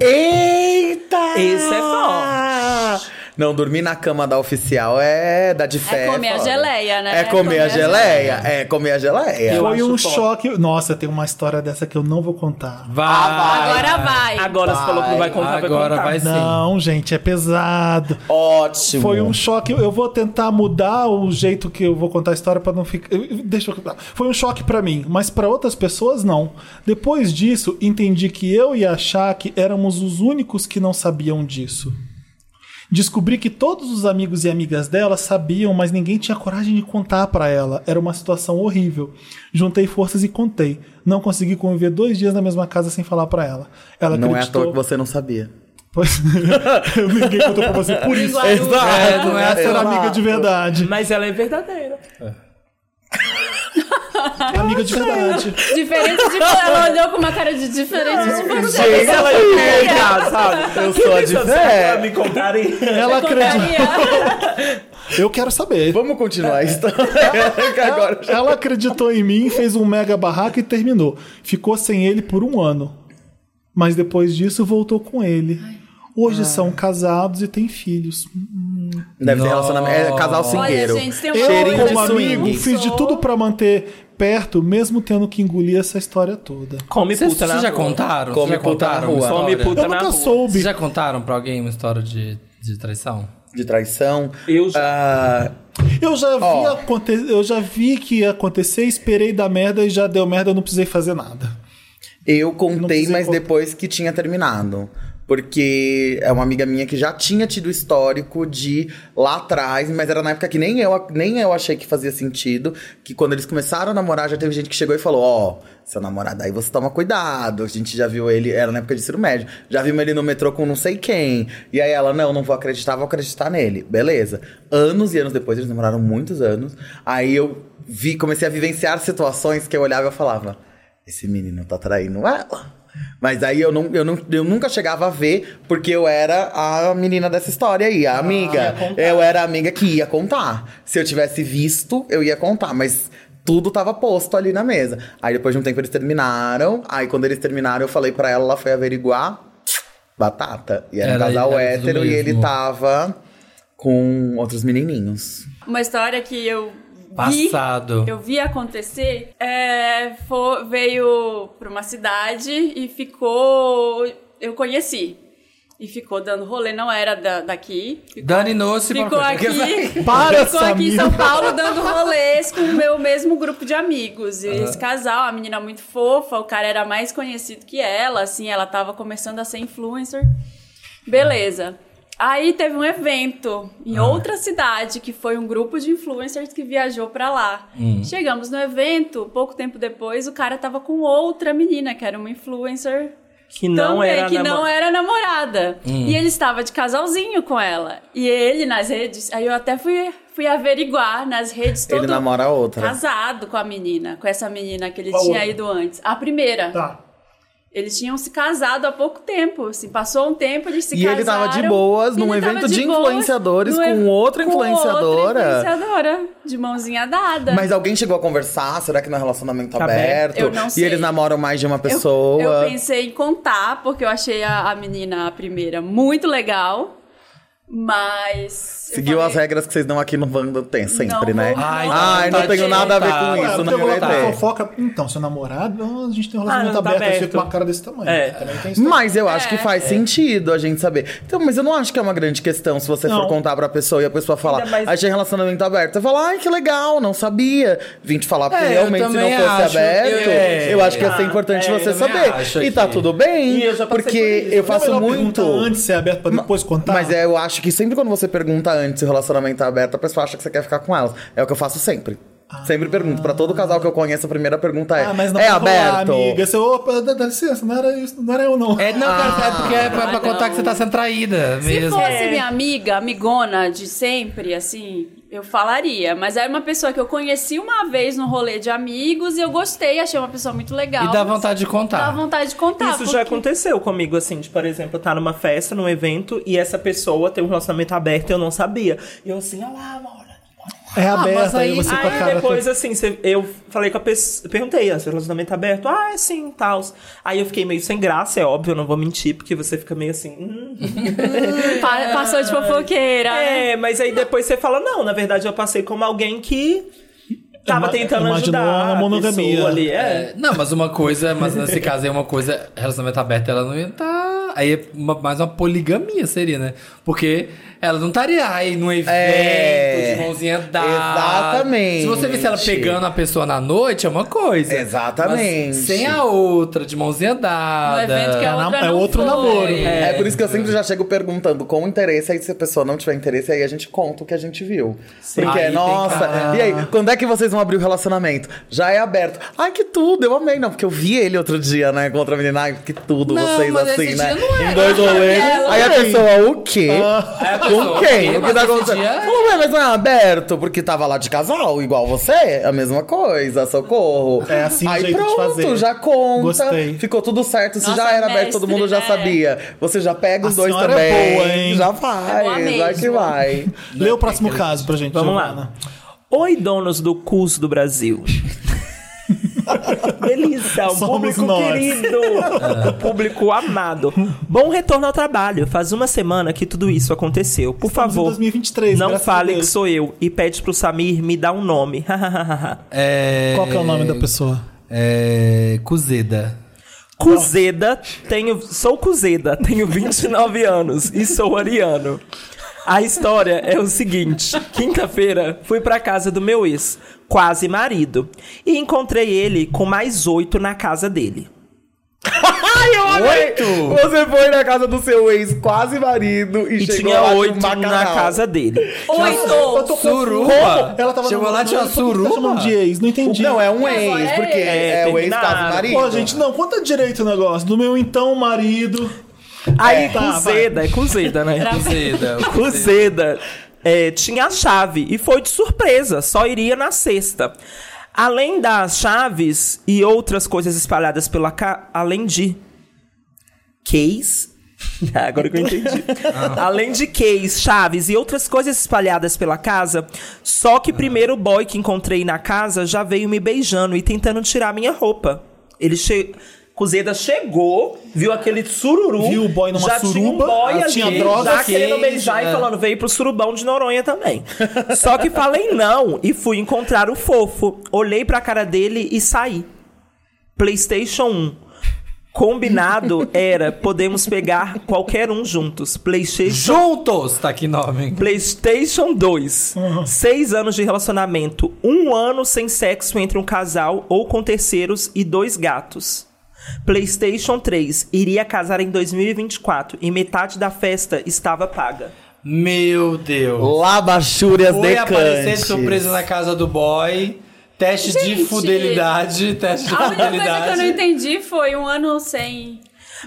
Speaker 6: Eita!
Speaker 5: Isso é forte.
Speaker 6: Não, dormir na cama da oficial é da de fé.
Speaker 4: comer a
Speaker 6: foda.
Speaker 4: geleia, né?
Speaker 6: É comer, a geleia. É comer a geleia.
Speaker 5: Eu
Speaker 3: Foi
Speaker 5: acho
Speaker 3: um
Speaker 5: forte.
Speaker 3: choque. Nossa, tem uma história dessa que eu não vou contar.
Speaker 1: Vai.
Speaker 4: Agora vai.
Speaker 5: Agora você falou que não vai contar,
Speaker 1: Agora
Speaker 5: vai
Speaker 1: vai
Speaker 5: contar.
Speaker 1: sim.
Speaker 3: Não, gente, é pesado.
Speaker 6: Ótimo.
Speaker 3: Foi um choque. Eu vou tentar mudar o jeito que eu vou contar a história pra não ficar. eu- eu- Deixa eu... Foi um choque pra mim, mas pra outras pessoas não. Depois disso, entendi que eu e a Shaq éramos os únicos que não sabiam disso. Descobri que todos os amigos e amigas dela sabiam, mas ninguém tinha coragem de contar pra ela. Era uma situação horrível. Juntei forças e contei. Não consegui conviver dois dias na mesma casa sem falar pra ela. Ela
Speaker 6: Não é à
Speaker 3: acreditou.
Speaker 6: toa que você não sabia.
Speaker 3: Pois... ninguém contou pra você por isso.
Speaker 4: Linguarudo.
Speaker 1: É, não é
Speaker 3: Essa era amiga de verdade.
Speaker 5: Mas ela é verdadeira.
Speaker 3: Amiga de verdade.
Speaker 4: Diferente de. Ela olhou com uma cara de diferente de você.
Speaker 6: Gente,
Speaker 5: Ela é verdadeira, sabe?
Speaker 6: eu sou a de
Speaker 5: Pra
Speaker 6: fé.
Speaker 5: me contarem.
Speaker 3: Ela acreditou.
Speaker 4: Contaria.
Speaker 3: Eu quero saber.
Speaker 6: Vamos continuar a história. que agora.
Speaker 3: Ela acreditou em mim, fez um mega barraco e terminou. Ficou sem ele por um ano. Mas depois disso voltou com ele.
Speaker 6: Ah.
Speaker 3: Hoje são casados e têm filhos.
Speaker 6: Deve ser relacionamento. É casal
Speaker 4: Olha,
Speaker 6: cingueiro.
Speaker 4: gente, tem uma
Speaker 3: Eu,
Speaker 6: Cheirinho
Speaker 4: coisa
Speaker 3: como
Speaker 6: de swing.
Speaker 3: amigo, fiz de tudo pra manter perto, mesmo tendo que engolir essa história toda.
Speaker 5: Come
Speaker 1: Vocês
Speaker 5: puta na
Speaker 1: vocês já
Speaker 5: rua.
Speaker 1: contaram?
Speaker 6: Come
Speaker 1: Vocês já
Speaker 6: puta na
Speaker 1: contaram
Speaker 6: rua.
Speaker 1: uma
Speaker 5: Come
Speaker 1: história?
Speaker 5: puta
Speaker 3: Eu
Speaker 5: na
Speaker 3: nunca
Speaker 5: rua.
Speaker 3: soube.
Speaker 1: Vocês já contaram pra alguém uma história de, de traição?
Speaker 6: De traição.
Speaker 5: Eu já-
Speaker 6: Ah,
Speaker 3: Eu já, vi
Speaker 6: Ó.
Speaker 3: aconte... eu já vi que ia acontecer, esperei dar merda e já deu merda, eu não precisei fazer nada.
Speaker 6: eu contei,
Speaker 3: precisa
Speaker 6: mas
Speaker 3: contar.
Speaker 6: depois que tinha terminado. Porque é uma amiga minha que já tinha tido histórico de lá atrás, mas era na época que nem eu, nem eu achei que fazia sentido. Que quando eles começaram a namorar, já teve gente que chegou e falou: Ó, seu namorado aí você toma cuidado. A gente já viu ele, era na época de ensino médio, já vimos ele no metrô com não sei quem. E aí ela: Não, não vou acreditar, vou acreditar nele. Beleza. Anos e anos depois, eles namoraram muitos anos. Aí eu vi, comecei a vivenciar situações que eu olhava e eu falava: Esse menino tá traindo ela. Mas aí eu, não, eu, não, eu nunca chegava a ver, porque eu era a menina dessa história aí,
Speaker 1: Ah,
Speaker 6: a amiga. eu era a amiga que ia contar. Se eu tivesse visto, eu ia contar, mas tudo tava posto ali na mesa. Aí depois de um tempo eles terminaram. Aí quando eles terminaram, eu falei pra ela, ela foi averiguar. Batata. E era, um
Speaker 1: Era-
Speaker 6: casal
Speaker 1: era tudo
Speaker 6: hétero e ele
Speaker 1: mesmo.
Speaker 6: tava com outros menininhos.
Speaker 4: Uma história que eu vi,
Speaker 1: Passado.
Speaker 4: eu vi acontecer, é, fo- veio pra uma cidade e ficou... Eu conheci. E ficou dando rolê, não era da- daqui. Ficou,
Speaker 1: Dani Noce
Speaker 4: ficou aqui,
Speaker 3: Para,
Speaker 4: ficou aqui em
Speaker 3: Samira.
Speaker 4: São Paulo dando rolês com o meu mesmo grupo de amigos. E esse casal, a menina muito fofa, o cara era mais conhecido que ela, assim, ela tava começando a ser influencer. Beleza. Aí teve um evento em outra cidade que foi um grupo de influencers que viajou pra lá. Chegamos no evento, pouco tempo depois, o cara tava com outra menina, que era uma influencer
Speaker 5: Que não
Speaker 4: também,
Speaker 5: era
Speaker 4: que
Speaker 5: namo-
Speaker 4: não é- era namorada.
Speaker 6: Hum.
Speaker 4: E ele estava de casalzinho com ela. E ele nas redes, aí eu até fui, fui averiguar nas redes todo
Speaker 6: Ele namora outra.
Speaker 4: casado com a menina, com essa menina que ele
Speaker 3: Qual
Speaker 4: tinha
Speaker 3: outra?
Speaker 4: ido antes. A primeira.
Speaker 3: Tá.
Speaker 4: Eles tinham se casado há pouco tempo, assim, passou um tempo, eles se
Speaker 6: E
Speaker 4: casaram.
Speaker 6: ele tava de boas
Speaker 4: E
Speaker 6: num
Speaker 4: ele tava
Speaker 6: evento de
Speaker 4: boas
Speaker 6: influenciadores
Speaker 4: no
Speaker 6: com
Speaker 4: ev-
Speaker 6: outra influenciadora.
Speaker 4: Com outra influenciadora, de mãozinha dada.
Speaker 6: Mas alguém chegou a conversar? Será que não é relacionamento aberto?
Speaker 4: Tá Eu não sei.
Speaker 6: E eles namoram mais de uma
Speaker 4: Eu-
Speaker 6: pessoa?
Speaker 4: Eu, pensei em contar, porque eu achei a, a menina, a primeira, muito legal. Mas. eu
Speaker 6: Seguiu
Speaker 4: falei-
Speaker 6: as regras que vocês dão aqui no Wanda tem sempre,
Speaker 4: Não
Speaker 6: né?
Speaker 4: vou-
Speaker 6: Ai,
Speaker 1: Ai,
Speaker 6: não
Speaker 1: vontade
Speaker 6: tenho
Speaker 1: de
Speaker 6: nada a ver
Speaker 1: contar.
Speaker 6: com
Speaker 3: Ué,
Speaker 6: isso,
Speaker 3: Tá. eu
Speaker 6: não
Speaker 3: tenho
Speaker 6: me
Speaker 3: vontade de
Speaker 6: meter.
Speaker 3: fofoca. Então, seu namorado, ah, a gente tem um relacionamento
Speaker 5: não tá
Speaker 3: aberto, aí você
Speaker 5: aberto.
Speaker 3: fica com uma cara desse tamanho.
Speaker 5: É.
Speaker 3: Também tem isso.
Speaker 6: Mas eu acho
Speaker 4: É.
Speaker 6: que faz sentido a gente saber. Então, mas eu não acho que é uma grande questão se você for
Speaker 3: Não.
Speaker 6: contar pra pessoa e a pessoa falar,
Speaker 5: Ainda mais-
Speaker 6: achei relacionamento aberto. Você fala, ai, que legal, não sabia. Vim te falar, porque
Speaker 1: É, eu
Speaker 6: realmente se não
Speaker 1: também
Speaker 6: fosse
Speaker 1: acho.
Speaker 6: aberto,
Speaker 1: É.
Speaker 6: eu acho que ia ser importante
Speaker 1: é, eu
Speaker 6: você
Speaker 1: também
Speaker 6: saber.
Speaker 1: acho
Speaker 6: E tá
Speaker 1: que-
Speaker 6: tudo bem,
Speaker 5: E eu já passei
Speaker 6: porque
Speaker 5: por isso.
Speaker 6: eu
Speaker 5: Não,
Speaker 6: faço
Speaker 3: é melhor
Speaker 6: muito.
Speaker 3: perguntar antes se é aberto pra depois contar.
Speaker 6: Mas é, eu acho que sempre quando você pergunta antes se o relacionamento é aberto, a pessoa acha que você quer ficar com elas. É o que eu faço sempre. Sempre pergunto. Pra todo casal que eu conheço, a primeira pergunta é:
Speaker 3: Ah, mas não
Speaker 6: é
Speaker 3: pode rolar,
Speaker 6: aberto?
Speaker 3: amiga. Você, opa, dá, dá licença, não era isso, não era eu, não.
Speaker 1: É, não, cara, é porque é pra, pra
Speaker 4: Ah,
Speaker 1: contar
Speaker 4: não.
Speaker 1: que você tá sendo traída
Speaker 4: Se
Speaker 1: mesmo.
Speaker 4: fosse minha amiga, amigona de sempre, assim, eu falaria. Mas era uma pessoa que eu conheci uma vez no rolê de amigos e eu gostei, achei uma pessoa muito legal.
Speaker 1: É. E dá
Speaker 4: mas
Speaker 1: vontade de contar.
Speaker 4: Dá vontade de contar.
Speaker 5: Isso já
Speaker 4: Tá, porque-
Speaker 5: aconteceu comigo, assim, de, por exemplo, eu tá numa festa, num evento, e essa pessoa tem um relacionamento aberto e eu não sabia. E eu assim, ah lá, amora.
Speaker 3: É aberto,
Speaker 1: mas aí-
Speaker 3: aí você com a
Speaker 5: Ah, Aí
Speaker 3: cara.
Speaker 5: depois, assim, cê- eu falei com a pessoa. Perguntei, ah, seu relacionamento é aberto? Ah, é sim, tal. Aí eu fiquei meio sem graça, é óbvio, eu não vou mentir, porque você fica meio assim. hum.
Speaker 4: Pa- passou de fofoqueira. né?
Speaker 5: É, mas aí depois você fala, não, na verdade eu passei como alguém que tava
Speaker 3: Ima-
Speaker 5: tentando
Speaker 3: imaginou
Speaker 5: ajudar.
Speaker 3: a monogamia. né?
Speaker 5: pessoa ali, é.
Speaker 1: É, Não, mas uma coisa, mas nesse caso é uma coisa, relacionamento aberto, ela não ia tá. Aí é uma- mais uma poligamia seria, né? Porque ela não estaria aí num evento
Speaker 6: É.
Speaker 1: de mãozinha dada.
Speaker 6: Exatamente.
Speaker 1: Se você visse ela pegando a pessoa na noite, é uma coisa.
Speaker 6: Exatamente.
Speaker 1: Mas sem a outra, de mãozinha
Speaker 4: No
Speaker 1: dada.
Speaker 4: Um evento que a
Speaker 3: É
Speaker 4: outra
Speaker 3: nam- é
Speaker 4: não
Speaker 3: outro
Speaker 4: foi.
Speaker 3: namoro.
Speaker 6: É. por isso que eu sempre já chego perguntando com interesse. Aí se a pessoa não tiver interesse, aí a gente conta o que a gente viu. Porque,
Speaker 1: Aí
Speaker 6: é,
Speaker 1: tem
Speaker 6: nossa,
Speaker 1: cara.
Speaker 6: e aí, quando é que vocês vão abrir o relacionamento? Já é aberto. Ai, que tudo, eu amei. Não, porque eu vi ele outro dia, né, com outra menina. Ai, que tudo,
Speaker 1: Não,
Speaker 6: vocês
Speaker 1: mas
Speaker 6: assim,
Speaker 1: esse
Speaker 6: né?
Speaker 1: dia não é.
Speaker 5: Ah,
Speaker 1: né?
Speaker 6: Em dois rolês.
Speaker 4: Ela
Speaker 6: Aí a
Speaker 3: tem.
Speaker 6: pessoa, o quê?
Speaker 3: Ah.
Speaker 1: Aí a pessoa,
Speaker 6: Com quem? O que
Speaker 1: mas
Speaker 6: tá
Speaker 1: esse
Speaker 6: acontecendo?
Speaker 1: dia-
Speaker 6: Ué, mas não é aberto, porque tava lá de casal, igual você? é A mesma coisa, socorro.
Speaker 3: É assim o
Speaker 6: Aí
Speaker 3: jeito de
Speaker 6: pronto,
Speaker 3: fazer.
Speaker 6: já conta.
Speaker 3: Gostei.
Speaker 6: Ficou tudo certo, se
Speaker 4: Nossa,
Speaker 6: já era aberto, todo
Speaker 4: mestre,
Speaker 6: mundo já
Speaker 4: né?
Speaker 6: sabia. Você já pega os
Speaker 3: A
Speaker 6: dois
Speaker 3: senhora é
Speaker 6: também.
Speaker 3: boa, hein?
Speaker 6: Já
Speaker 4: boa
Speaker 6: faz, vai que
Speaker 4: mesmo.
Speaker 6: vai.
Speaker 3: Lê o próximo caso pra gente.
Speaker 5: Vamos lá.
Speaker 3: Giovana.
Speaker 5: Oi, donos do curso do Brasil. Delícia, um
Speaker 3: Somos
Speaker 5: público
Speaker 3: nós.
Speaker 5: querido, um público amado. Bom retorno ao trabalho. Faz uma semana que tudo isso aconteceu. Por
Speaker 3: Estamos em
Speaker 5: favor,
Speaker 3: 2023,
Speaker 5: não
Speaker 3: graças a
Speaker 5: fale
Speaker 3: Deus.
Speaker 5: que sou eu e pede pro Samir me dar um nome.
Speaker 1: É,
Speaker 3: Qual que é o nome da pessoa?
Speaker 1: É. Cozeda.
Speaker 5: Cuzeda, tenho, sou Cuzeda, tenho 29 anos e sou ariano. A história é o seguinte: quinta-feira fui pra casa do meu ex, quase marido, e encontrei ele com mais oito na casa dele.
Speaker 6: Ai, eu amei!
Speaker 1: Oito?
Speaker 6: Você foi na casa do seu ex, quase marido, e,
Speaker 5: E
Speaker 6: chegou
Speaker 5: tinha
Speaker 6: lá de
Speaker 5: oito na
Speaker 6: bacanal.
Speaker 5: casa dele.
Speaker 3: É.
Speaker 6: Eu
Speaker 4: Oito!
Speaker 6: tô confusa.
Speaker 1: Suruba?
Speaker 3: Ela tava
Speaker 1: Chegou
Speaker 3: namorando-
Speaker 1: lá, tinha
Speaker 3: Não,
Speaker 1: uma
Speaker 3: por que você tá chamando
Speaker 1: suruba?
Speaker 3: de ex, não entendi.
Speaker 6: Não, é um
Speaker 4: É, só
Speaker 6: ex,
Speaker 4: é
Speaker 6: porque
Speaker 5: ex.
Speaker 6: é, o ex casa
Speaker 5: Terminaram.
Speaker 6: marido.
Speaker 3: Pô, gente, não, conta direito o negócio. Do meu então marido.
Speaker 5: Aí,
Speaker 3: É, tá,
Speaker 5: com
Speaker 3: vai.
Speaker 5: Zeda, é com Zeda, né?
Speaker 1: Cozida.
Speaker 5: O Zeda é, tinha a chave e foi de surpresa, só iria na sexta. Além das chaves e outras coisas espalhadas pela casa, além de case. Ah, Agora que eu entendi.
Speaker 3: Ah.
Speaker 5: Além de case, chaves e outras coisas espalhadas pela casa, só
Speaker 3: Ah.
Speaker 5: que primeiro o boy que encontrei na casa já veio me beijando e tentando tirar minha roupa. Ele che... Cuzeda chegou, viu aquele sururu.
Speaker 3: Viu o boy numa
Speaker 5: já Tinha um
Speaker 3: suruba, Ah,
Speaker 5: boy ali,
Speaker 3: tinha
Speaker 5: já
Speaker 3: droga,
Speaker 5: querendo
Speaker 1: case,
Speaker 5: beijar e
Speaker 1: é.
Speaker 5: falando, veio pro surubão de Noronha também. Só que falei não e fui encontrar o fofo. Olhei pra cara dele e saí. PlayStation 1. Combinado era podemos pegar qualquer um juntos. PlayStation
Speaker 1: Juntos! Tá aqui nome.
Speaker 5: PlayStation 2. Seis anos de relacionamento. Um ano sem sexo entre um casal ou com terceiros e dois gatos. PlayStation 3. Iria casar em 2024 e metade da festa estava paga.
Speaker 1: Meu Deus.
Speaker 6: Labachúrias
Speaker 1: Foi aparecer de
Speaker 6: decantes.
Speaker 1: surpresa na casa do boy. Teste de
Speaker 4: Gente.
Speaker 1: fidelidade. Teste de
Speaker 4: A única coisa que eu não
Speaker 1: fidelidade.
Speaker 4: entendi foi um ano sem.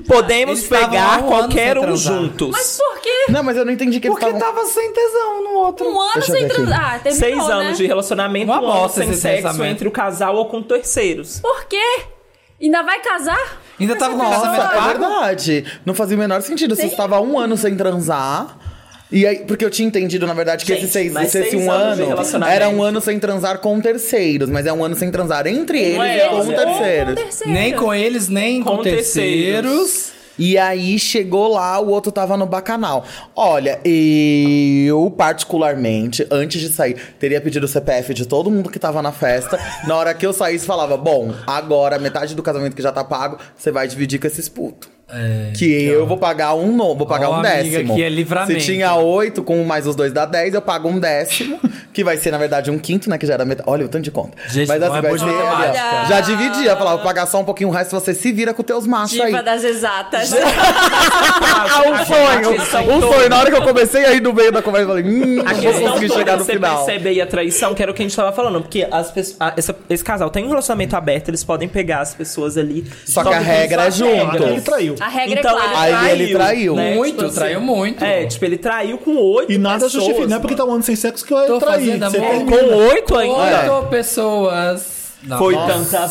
Speaker 5: Podemos
Speaker 1: Eles estavam há
Speaker 5: pegar
Speaker 1: um ano
Speaker 5: qualquer
Speaker 1: sem
Speaker 5: um
Speaker 1: transar.
Speaker 5: juntos.
Speaker 4: Mas por que
Speaker 6: Não, mas eu não entendi é que eles
Speaker 1: Porque
Speaker 6: estavam...
Speaker 1: tava sem tesão no outro.
Speaker 4: um ano
Speaker 6: Então, Deixa eu
Speaker 4: sem
Speaker 6: ver aqui.
Speaker 4: transar? Ah, terminou,
Speaker 5: Seis
Speaker 4: né?
Speaker 5: anos de relacionamento,
Speaker 1: Uma
Speaker 5: um ano
Speaker 1: bosta
Speaker 5: sem
Speaker 1: esse
Speaker 5: sexo
Speaker 1: pensamento.
Speaker 5: entre o casal ou com terceiros.
Speaker 4: Por quê? Ainda vai casar?
Speaker 1: Ainda tava
Speaker 5: tá
Speaker 1: com o
Speaker 6: Nossa,
Speaker 1: orçamento
Speaker 6: é
Speaker 1: pago.
Speaker 6: verdade. Não fazia o menor sentido. Você estava um ano sem transar. E aí, porque eu tinha entendido, na verdade, que
Speaker 5: Gente,
Speaker 6: esse, seis,
Speaker 5: mas
Speaker 6: esse
Speaker 5: seis
Speaker 6: um
Speaker 5: anos de
Speaker 6: ano
Speaker 5: relacionamento.
Speaker 6: era um ano sem transar com terceiros, mas é um ano sem transar entre eles
Speaker 5: é,
Speaker 6: e com
Speaker 5: eles, ou
Speaker 6: terceiros. terceiro.
Speaker 1: Nem com eles, nem com,
Speaker 5: Com terceiros.
Speaker 1: terceiros.
Speaker 6: E aí chegou lá, o outro tava no bacanal. Olha, eu particularmente, antes de sair, teria pedido o CPF de todo mundo que tava na festa. na hora que eu saísse, falava: Bom, agora metade do casamento que já tá pago, você vai dividir com esses putos. que
Speaker 5: É, então.
Speaker 6: eu vou pagar um novo, vou pagar
Speaker 1: É, Ó,
Speaker 6: um
Speaker 1: amiga,
Speaker 6: décimo.
Speaker 1: que é livramento.
Speaker 6: Se tinha oito, com um mais os dois dá dez, eu pago um décimo. que vai ser, na verdade, um quinto, né? Que já era metade. Olha, o tanto de conta.
Speaker 1: Gente,
Speaker 6: Mas
Speaker 1: não
Speaker 6: assim,
Speaker 1: é
Speaker 6: vai
Speaker 1: boa de
Speaker 6: ser. ali, ó.
Speaker 1: matemática.
Speaker 6: Já dividi, eu falava, vou pagar só um pouquinho, o resto você se vira com teus machos aí.
Speaker 4: Diva das exatas.
Speaker 6: Ah, um sonho! Um sonho! Na hora que eu comecei aí no meio da conversa, eu falei, hum, não
Speaker 5: A
Speaker 6: vou
Speaker 5: questão
Speaker 6: conseguir
Speaker 5: toda
Speaker 6: chegar
Speaker 5: que
Speaker 6: no
Speaker 5: você
Speaker 6: final.
Speaker 5: percebe aí a traição, que era o que a gente tava falando. Porque as pessoas, a- essa- esse casal tem um relacionamento aberto, eles podem pegar as pessoas ali.
Speaker 6: Só que a
Speaker 5: com
Speaker 6: regra é
Speaker 5: suas regras.
Speaker 6: junto.
Speaker 3: Ele traiu.
Speaker 4: A regra
Speaker 5: Então,
Speaker 4: é
Speaker 5: ele
Speaker 4: clara.
Speaker 6: Aí ele traiu.
Speaker 5: né?
Speaker 1: Muito,
Speaker 5: Tipo assim,
Speaker 1: traiu muito.
Speaker 5: É, tipo, ele traiu com oito
Speaker 3: E nada
Speaker 5: pessoas,
Speaker 3: justifica. Não é
Speaker 5: mano.
Speaker 3: porque tá um ano sem sexo que vai
Speaker 1: Tô
Speaker 3: trair.
Speaker 1: fazendo
Speaker 3: Você
Speaker 1: amor.
Speaker 3: termina.
Speaker 5: Com oito ainda.
Speaker 1: Oito pessoas. Não,
Speaker 5: Foi
Speaker 1: nossa.
Speaker 5: tanta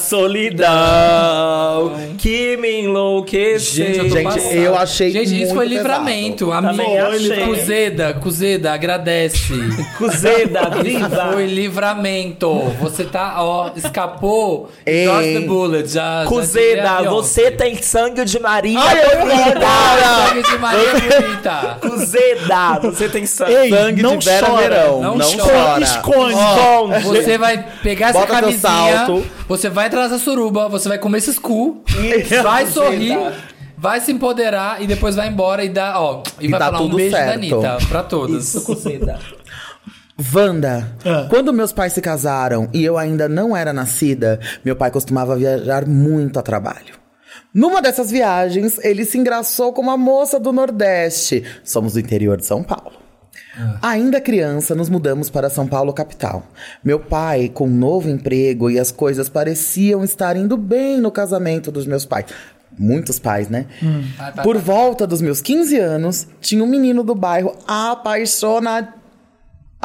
Speaker 5: solidão que me enlouqueceu.
Speaker 1: Gente, eu tô
Speaker 6: Gente,
Speaker 1: passada.
Speaker 6: eu achei
Speaker 1: Gente, isso
Speaker 6: muito
Speaker 1: foi
Speaker 6: pesado.
Speaker 1: livramento.
Speaker 5: Também
Speaker 1: Amiga,
Speaker 5: achei.
Speaker 1: Cuzeda, Cuzeda, agradece.
Speaker 5: Cuzeda,
Speaker 6: Tá.
Speaker 5: viva.
Speaker 1: Foi livramento. Você tá, ó, escapou.
Speaker 6: Ei. tá
Speaker 1: Dodge the bullet. Já, já diria a
Speaker 5: Cuzeda,
Speaker 1: Beyoncé.
Speaker 5: você tem sangue de Maria
Speaker 6: Ai, eu
Speaker 5: Bonita.
Speaker 6: adoro!
Speaker 1: Sangue de Maria Bonita.
Speaker 5: Cuzeda, você tem sangue.
Speaker 3: Ei,
Speaker 6: Sangue
Speaker 3: não
Speaker 6: de Vera
Speaker 3: chora.
Speaker 6: Verão.
Speaker 1: não
Speaker 6: Não,
Speaker 1: chora.
Speaker 6: chora.
Speaker 3: Esconde.
Speaker 5: Som.
Speaker 1: Você vai pegar essa
Speaker 6: Bota teu
Speaker 1: camisinha,
Speaker 6: salto.
Speaker 1: você vai entrar nessa suruba, você vai comer esses cu, vai sorrir, vai se empoderar e depois vai embora e dá, ó, e, vai
Speaker 6: dá
Speaker 1: falar um
Speaker 6: tudo
Speaker 1: beijo da
Speaker 6: certo.
Speaker 1: Anitta pra todos.
Speaker 5: Isso, Cuzeda.
Speaker 6: Wanda,
Speaker 3: Ah.
Speaker 6: quando meus pais se casaram e eu ainda não era nascida, meu pai costumava viajar muito a trabalho. Numa dessas viagens, ele se engraçou com uma moça do Nordeste. Somos do interior de São Paulo. Ainda criança, nos mudamos para São Paulo, capital. Meu pai, com um novo emprego e as coisas pareciam estar indo bem no casamento dos meus pais. Muitos pais, né?
Speaker 1: Vai, vai,
Speaker 6: Por volta dos meus 15 anos, tinha um menino do bairro apaixonado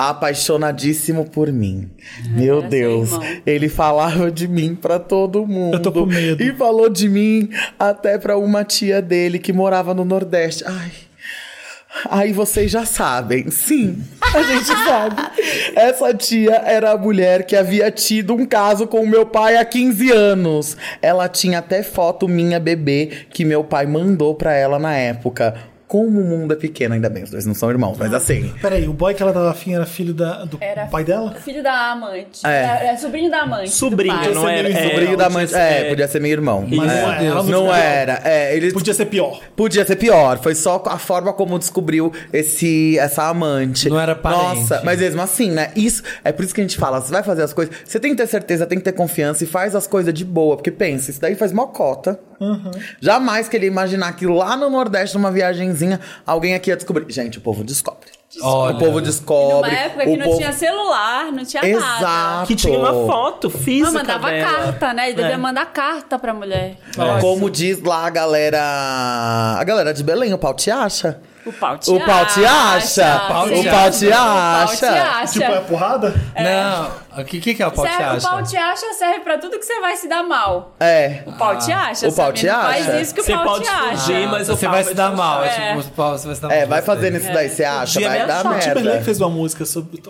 Speaker 6: apaixonadíssimo por mim. Meu
Speaker 4: é
Speaker 6: Deus,
Speaker 4: seu irmão.
Speaker 6: ele falava de mim pra todo mundo.
Speaker 3: Eu tô com medo.
Speaker 6: E falou de mim até pra uma tia dele que morava no Nordeste. Ai. Aí vocês já sabem, sim, a gente sabe. Essa tia era a mulher que havia tido um caso com o meu pai há 15 anos. Ela tinha até foto minha bebê que meu pai mandou pra ela na época. Como o mundo é pequeno, ainda bem, os dois não são irmãos,
Speaker 4: Ah.
Speaker 6: mas assim.
Speaker 3: Peraí, o boy que ela tava afim era filho da, do
Speaker 4: Era
Speaker 3: pai dela?
Speaker 4: Filho da amante. É,
Speaker 6: É.
Speaker 4: é sobrinho da amante. do
Speaker 5: Sobrinho,
Speaker 4: pai.
Speaker 5: não era.
Speaker 3: meio
Speaker 5: é,
Speaker 6: Sobrinho da mãe.
Speaker 5: podia ser-
Speaker 6: É, podia ser meu irmão.
Speaker 3: Mas
Speaker 6: É.
Speaker 3: não era, ela não
Speaker 6: Não
Speaker 3: ficava-
Speaker 6: era. É, eles
Speaker 3: Podia ser pior.
Speaker 6: Podia ser pior, foi só a forma como descobriu esse essa amante.
Speaker 1: Não era parente.
Speaker 6: Nossa, mas mesmo assim, né? Isso é por isso que a gente fala, você vai fazer as coisas, você tem que ter certeza, tem que ter confiança e faz as coisas de boa, porque pensa, isso daí faz mocota. Jamais queria imaginar que lá no Nordeste, numa viagenzinha, alguém aqui ia descobrir. Gente, o povo descobre.
Speaker 1: Olha.
Speaker 6: O povo
Speaker 4: Numa
Speaker 6: descobre.
Speaker 4: época
Speaker 6: o
Speaker 4: que não
Speaker 6: povo-
Speaker 4: tinha celular, não tinha nada.
Speaker 6: Exato.
Speaker 5: Que tinha uma foto física
Speaker 4: Não, mandava
Speaker 5: dela.
Speaker 4: carta, né? E devia
Speaker 5: É.
Speaker 4: mandar carta pra mulher.
Speaker 3: né?
Speaker 6: Como diz lá a galera. A galera de Belém, o pau te acha?
Speaker 4: O pau te
Speaker 6: O pau te acha?
Speaker 1: Pau
Speaker 6: O
Speaker 1: te
Speaker 6: pau te acha?
Speaker 4: O pau te
Speaker 3: Tipo, é
Speaker 4: acha.
Speaker 3: porrada?
Speaker 1: Não, o que, que que é o pau te
Speaker 4: Serve- o
Speaker 1: acha?
Speaker 4: pau te acha serve pra tudo que você vai se dar mal.
Speaker 6: É.
Speaker 4: O pau te acha.
Speaker 6: O pau
Speaker 4: sabe?
Speaker 6: te
Speaker 4: Não
Speaker 6: acha?
Speaker 4: Faz isso que o
Speaker 5: Você
Speaker 4: pau
Speaker 5: pode
Speaker 4: te acha.
Speaker 5: fugir, mas o
Speaker 1: Você
Speaker 5: pau
Speaker 1: vai se
Speaker 5: te
Speaker 1: dar
Speaker 5: achar.
Speaker 1: mal, é
Speaker 4: É.
Speaker 1: tipo, o pau- você vai se dar mal.
Speaker 6: É, vai
Speaker 1: de
Speaker 6: fazendo
Speaker 1: vocês.
Speaker 6: isso daí, você acha,
Speaker 5: dia
Speaker 6: vai
Speaker 5: me
Speaker 6: dar
Speaker 5: acharam.
Speaker 3: O Timberlake
Speaker 6: merda.
Speaker 3: fez uma música sobre.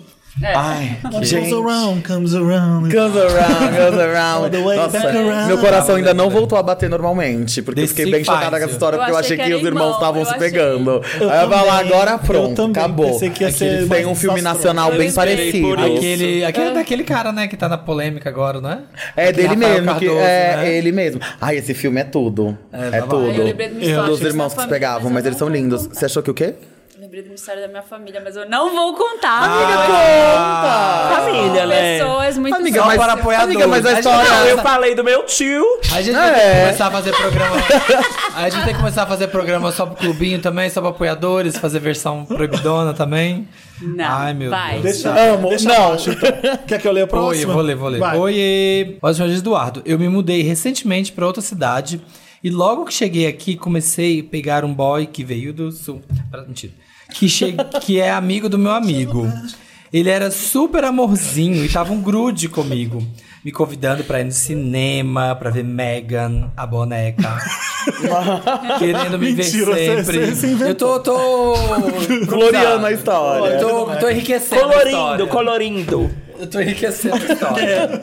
Speaker 6: Ai,
Speaker 3: What
Speaker 6: gente.
Speaker 3: goes around comes around.
Speaker 6: Goes around, goes
Speaker 3: All the
Speaker 6: around.
Speaker 3: way
Speaker 6: Nossa,
Speaker 3: back around.
Speaker 6: meu coração ainda não voltou a bater normalmente, porque eu
Speaker 1: Desse
Speaker 6: fiquei bem chocada
Speaker 1: faz.
Speaker 6: com essa história,
Speaker 4: Eu
Speaker 6: porque eu
Speaker 4: achei
Speaker 6: achei
Speaker 4: que
Speaker 6: que
Speaker 4: era
Speaker 6: os irmãos
Speaker 4: irmão,
Speaker 6: estavam
Speaker 4: eu
Speaker 6: se
Speaker 4: achei.
Speaker 6: pegando.
Speaker 3: Eu
Speaker 6: Aí eu vai lá,
Speaker 3: também,
Speaker 6: agora
Speaker 3: eu
Speaker 6: pronto,
Speaker 3: também
Speaker 6: acabou.
Speaker 3: pensei que ia
Speaker 6: Aquele
Speaker 3: ser
Speaker 6: tem um
Speaker 3: mais
Speaker 6: filme
Speaker 3: desastroso.
Speaker 6: nacional
Speaker 5: Eu
Speaker 6: bem
Speaker 5: esperei
Speaker 6: parecido.
Speaker 5: por isso.
Speaker 1: Aquele, aquele é daquele cara, né, que tá na polêmica agora, não é?
Speaker 6: É
Speaker 1: Aquele
Speaker 6: dele
Speaker 1: Rafael
Speaker 6: mesmo, que
Speaker 1: Cardoso,
Speaker 6: é
Speaker 1: né?
Speaker 6: ele mesmo. Ai, esse filme é tudo.
Speaker 1: É,
Speaker 6: É,
Speaker 1: tá bom.
Speaker 6: tudo.
Speaker 4: Eu lembrei do
Speaker 6: Dos
Speaker 4: mistério da
Speaker 6: irmãos que
Speaker 4: família,
Speaker 6: se pegavam,
Speaker 4: eu
Speaker 6: mas eles
Speaker 4: não
Speaker 6: são
Speaker 4: vou
Speaker 6: lindos.
Speaker 4: contar.
Speaker 6: Você achou que o quê?
Speaker 4: Lembrei do mistério da minha família, mas eu não vou contar.
Speaker 6: Ah,
Speaker 5: Família, né?
Speaker 4: pessoas muito
Speaker 6: é. Amiga,
Speaker 1: Só
Speaker 6: mas,
Speaker 1: para apoiadores.
Speaker 6: amiga, mas a
Speaker 1: Mas
Speaker 6: história...
Speaker 5: Não, eu falei do meu tio.
Speaker 1: A gente
Speaker 6: É.
Speaker 1: tem que começar a fazer programa. A gente tem que começar a fazer programa só pro clubinho também, só pra apoiadores, fazer versão proibidona também.
Speaker 4: Não,
Speaker 1: Ai, meu
Speaker 4: vai.
Speaker 1: Deus.
Speaker 3: Deixa,
Speaker 6: Amo.
Speaker 3: deixa
Speaker 6: Não.
Speaker 3: abaixo, então. Quer que eu leia
Speaker 1: Oi,
Speaker 3: a
Speaker 1: eu
Speaker 3: próxima?
Speaker 1: vou ler, vou ler.
Speaker 3: Vai.
Speaker 1: Oiê! Olha, senhor Eduardo, eu me mudei recentemente pra outra cidade e logo que cheguei aqui comecei a pegar um boy que veio do sul. Pera, Mentira. Que, che... que é amigo do meu amigo. Ele era super amorzinho e tava um grude comigo. Me convidando pra ir no cinema, pra ver Megan, a boneca. Querendo me
Speaker 3: Mentira, você-
Speaker 1: ver sempre.
Speaker 3: você- você inventou.
Speaker 1: eu tô. tô...
Speaker 6: Gloriando a história.
Speaker 1: Tô, tô
Speaker 3: é
Speaker 1: enriquecendo. a
Speaker 5: Colorindo,
Speaker 1: história.
Speaker 5: colorindo.
Speaker 1: Eu tô enriquecendo a história.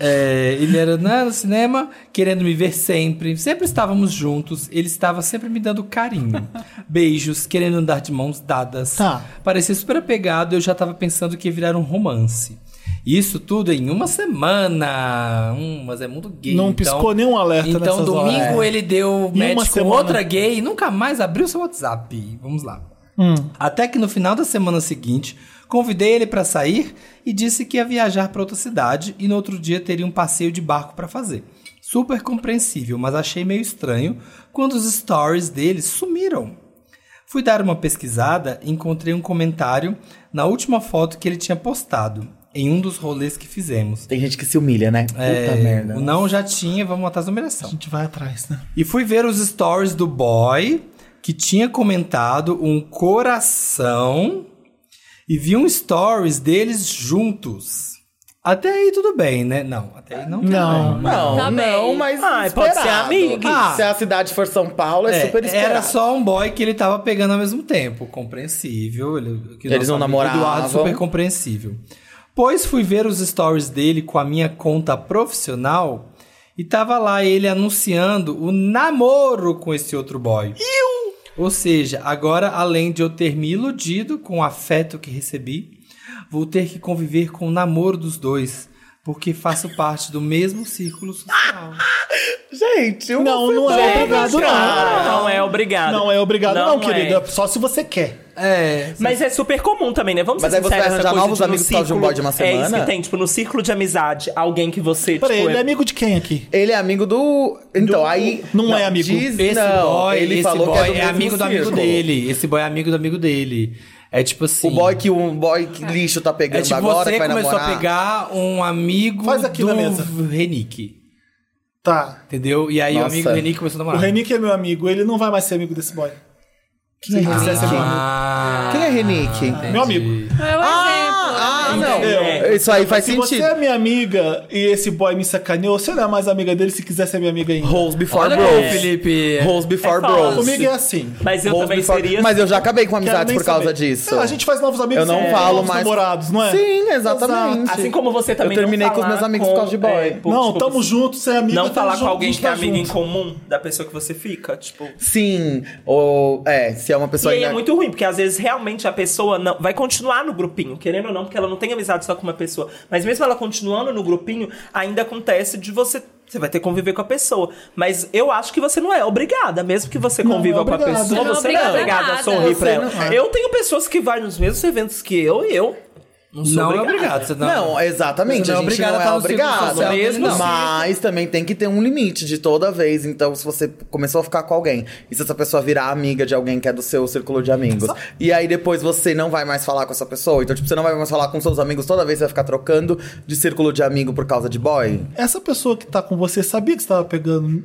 Speaker 1: É, ele era né, no cinema, querendo me ver sempre. Sempre estávamos juntos. Ele estava sempre me dando carinho. Beijos, querendo andar de mãos dadas.
Speaker 3: Tá.
Speaker 1: Parecia super apegado, eu já estava pensando que ia virar um romance. Isso tudo em uma semana. Hum, mas é mundo gay.
Speaker 3: Não
Speaker 1: então-
Speaker 3: piscou nenhum alerta
Speaker 1: Então,
Speaker 3: nessas
Speaker 1: domingo
Speaker 3: horas.
Speaker 1: ele deu
Speaker 3: Em uma
Speaker 1: match com
Speaker 3: semana.
Speaker 1: outra gay e nunca mais abriu seu WhatsApp. Vamos lá. Até que no final da semana seguinte, convidei ele para sair e disse que ia viajar para outra cidade e no outro dia teria um passeio de barco para fazer. Super compreensível, mas achei meio estranho quando os stories dele sumiram. Fui dar uma pesquisada e encontrei um comentário na última foto que ele tinha postado, em um dos rolês que fizemos.
Speaker 6: Tem gente que se humilha, né? Puta merda.
Speaker 1: O não já tinha, vamos atrás da
Speaker 3: A
Speaker 1: numeração.
Speaker 3: gente vai atrás, né?
Speaker 1: E fui ver os stories do boy que tinha comentado um coração e vi um stories deles juntos. Até aí tudo bem, né? Não, até aí não. tá
Speaker 3: Não.
Speaker 1: bem.
Speaker 6: Não,
Speaker 4: Tá
Speaker 6: não,
Speaker 4: bem.
Speaker 6: mas
Speaker 5: Ai, pode
Speaker 6: esperado.
Speaker 5: ser amigo.
Speaker 6: Se a cidade for São Paulo, é,
Speaker 1: Ah. É,
Speaker 6: super esperado.
Speaker 1: era só um boy que ele tava pegando ao mesmo tempo, compreensível. Ele, que o
Speaker 6: Eles
Speaker 1: nosso
Speaker 6: não
Speaker 1: amigo
Speaker 6: namoravam.
Speaker 1: Eduardo, super compreensível. Pois fui ver os stories dele com a minha conta profissional e tava lá ele anunciando o namoro com esse outro boy. Ou seja, agora além de eu ter me iludido com o afeto que recebi, vou ter que conviver com o namoro dos dois, porque faço parte do mesmo círculo social.
Speaker 6: Gente, uma
Speaker 3: Não, não é
Speaker 6: semana,
Speaker 3: obrigado, não.
Speaker 6: cara.
Speaker 5: Não, não é obrigado.
Speaker 3: Não é obrigado, não,
Speaker 5: é.
Speaker 3: querida. Só se você quer.
Speaker 1: É,
Speaker 5: Mas é super comum também, né? Vamos
Speaker 6: Mas
Speaker 5: ser
Speaker 6: aí você vai
Speaker 5: sinceros, essa
Speaker 6: arranjar
Speaker 5: coisa
Speaker 6: novos
Speaker 5: de no
Speaker 6: amigos por causa de um
Speaker 5: círculo-
Speaker 6: boy de uma
Speaker 5: É isso
Speaker 6: semana?
Speaker 5: que tem, tipo, no círculo de amizade, alguém que você,
Speaker 3: Peraí,
Speaker 5: tipo...
Speaker 3: ele é
Speaker 5: é-
Speaker 3: amigo de quem aqui?
Speaker 6: Ele é amigo do. Então,
Speaker 3: Do-
Speaker 6: aí.
Speaker 3: não é amigo.
Speaker 6: Diz,
Speaker 1: Esse
Speaker 6: não,
Speaker 1: boy,
Speaker 6: ele
Speaker 1: esse
Speaker 6: falou
Speaker 1: boy
Speaker 6: que
Speaker 1: é,
Speaker 6: é, do mesmo
Speaker 1: amigo do amigo
Speaker 6: círculo.
Speaker 1: dele. Esse boy é amigo do amigo dele. É tipo assim.
Speaker 6: O boy que um boy que lixo tá
Speaker 1: é
Speaker 6: pegando
Speaker 1: tipo
Speaker 6: agora,
Speaker 1: você
Speaker 6: que vai
Speaker 1: começou
Speaker 6: namorar.
Speaker 1: a pegar um amigo
Speaker 3: Faz aqui
Speaker 1: do
Speaker 3: na mesa.
Speaker 1: Renick.
Speaker 3: Tá.
Speaker 1: Entendeu? E aí o
Speaker 6: Nossa.
Speaker 1: amigo do Renick começou a
Speaker 3: O
Speaker 1: namorar.
Speaker 3: Renick é meu amigo, ele não vai mais ser amigo desse boy.
Speaker 6: Quem é
Speaker 3: quiser ser
Speaker 6: Renick?
Speaker 1: Ah,
Speaker 6: Quem é Renick?
Speaker 1: entendi.
Speaker 3: Meu amigo.
Speaker 4: É um exemplo.
Speaker 6: Ah, Ah, não.
Speaker 5: Entendeu?
Speaker 6: Isso aí faz
Speaker 3: se
Speaker 6: sentido.
Speaker 3: você é minha amiga e esse boy me sacaneou, você não é mais amiga dele se quiser ser minha amiga ainda.
Speaker 6: Rose before
Speaker 1: Olha como o
Speaker 6: bros.
Speaker 1: Felipe.
Speaker 6: Rose before
Speaker 5: É foda.
Speaker 6: bros.
Speaker 3: Comigo é assim.
Speaker 5: Mas eu
Speaker 6: Rose
Speaker 5: também
Speaker 6: before-
Speaker 5: seria. assim.
Speaker 6: Mas eu já acabei com
Speaker 3: Quero
Speaker 6: amizades
Speaker 3: nem
Speaker 6: por causa
Speaker 3: saber.
Speaker 6: disso.
Speaker 3: É, a gente faz novos amigos.
Speaker 6: Eu não
Speaker 3: é,
Speaker 6: falo
Speaker 3: novos
Speaker 6: mais-
Speaker 3: namorados, não é?
Speaker 6: Sim, exatamente.
Speaker 3: Exato.
Speaker 5: Assim como você também.
Speaker 6: terminei
Speaker 5: não
Speaker 6: com os
Speaker 5: falar
Speaker 6: meus amigos por causa de boy.
Speaker 5: por-
Speaker 3: não,
Speaker 5: tipo,
Speaker 3: tamo junto, você é amiga.
Speaker 5: Não
Speaker 3: tamo
Speaker 5: falar com
Speaker 3: junto,
Speaker 5: alguém
Speaker 3: a gente
Speaker 5: que é
Speaker 3: tá
Speaker 5: amigo em
Speaker 3: junto.
Speaker 5: comum da pessoa que você fica, tipo.
Speaker 6: Sim. Ou, é, se é uma
Speaker 5: E
Speaker 6: pessoa
Speaker 5: aí é
Speaker 6: ainda-
Speaker 5: muito ruim, porque às vezes realmente a pessoa não vai continuar no grupinho, querendo ou não, porque ela não tem amizade só com uma pessoa. Mas mesmo ela continuando no grupinho, ainda acontece de você. Você vai ter que conviver com a pessoa. Mas eu acho que você não é obrigada. Mesmo que você
Speaker 3: Não é
Speaker 5: conviva com a
Speaker 3: obrigada.
Speaker 5: pessoa,
Speaker 3: Não
Speaker 4: é
Speaker 5: você não
Speaker 4: obrigada
Speaker 5: é
Speaker 4: a
Speaker 5: obrigada a
Speaker 4: nada.
Speaker 5: sorrir pra
Speaker 6: Você
Speaker 5: ela.
Speaker 6: não é.
Speaker 5: Eu tenho pessoas que vão nos mesmos eventos que eu e eu. Não sou
Speaker 1: Não é
Speaker 5: obrigada.
Speaker 1: obrigado. Você não,
Speaker 6: Não, exatamente.
Speaker 1: Você não é
Speaker 6: a gente
Speaker 1: obrigada
Speaker 6: não
Speaker 1: a
Speaker 6: é
Speaker 1: estar no círculo
Speaker 6: obrigada.
Speaker 1: social dele, não. assim.
Speaker 6: Mas também tem que ter um limite de toda vez. Então, se você começou a ficar com alguém, e se essa pessoa virar amiga de alguém que é do seu círculo de amigos, e aí depois você não vai mais falar com essa pessoa, então, tipo, você não vai mais falar com seus amigos toda vez, você vai ficar trocando de círculo de amigo por causa de boy?
Speaker 3: Essa pessoa que tá com você sabia que você tava pegando hum,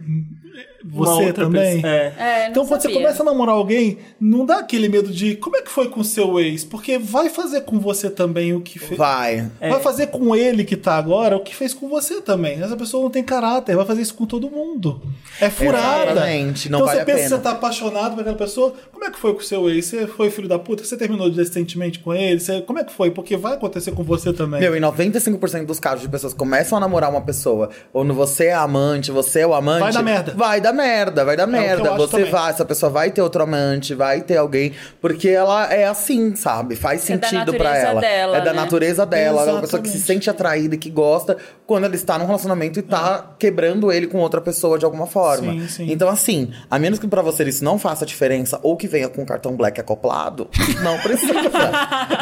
Speaker 5: Uma
Speaker 3: você
Speaker 5: outra
Speaker 3: também?
Speaker 5: pessoa- É.
Speaker 4: É, não
Speaker 3: Então, quando você
Speaker 4: sabia.
Speaker 3: começa a namorar alguém, não dá aquele medo de como é que foi com o seu ex? Porque vai fazer com você também o que fez.
Speaker 6: Vai.
Speaker 1: É,
Speaker 6: É.
Speaker 3: Vai fazer com ele que tá agora o que fez com você também. Essa pessoa não tem caráter, vai fazer isso com todo mundo. É furada.
Speaker 6: Exatamente, não
Speaker 3: então
Speaker 6: vale
Speaker 3: você
Speaker 6: a
Speaker 3: pensa que
Speaker 6: pena.
Speaker 3: você tá apaixonado por aquela pessoa. Como é que foi com o seu ex? Você foi filho da puta? Você terminou recentemente com ele? Você- Como é que foi? Porque vai acontecer com você também.
Speaker 6: Meu, em 95% dos casos de pessoas que começam a namorar uma pessoa, ou no você é a amante, você é o amante.
Speaker 3: Vai dar merda. É
Speaker 6: Vai dar merda, vai dar merda.
Speaker 3: eu acho
Speaker 6: você
Speaker 3: também.
Speaker 6: vai, essa pessoa vai ter outro amante, vai ter alguém, porque ela é assim, sabe? Faz
Speaker 4: É da
Speaker 6: sentido pra
Speaker 4: natureza
Speaker 6: ela.
Speaker 4: dela,
Speaker 6: é da
Speaker 4: né?
Speaker 6: natureza dela, é uma pessoa que se
Speaker 3: Exatamente.
Speaker 6: sente atraída e que gosta quando ela está num relacionamento e tá quebrando ele com outra pessoa de alguma forma.
Speaker 3: Hum. Sim, sim.
Speaker 6: Então, assim, a menos que pra você isso não faça diferença ou que venha com um cartão black acoplado, não precisa.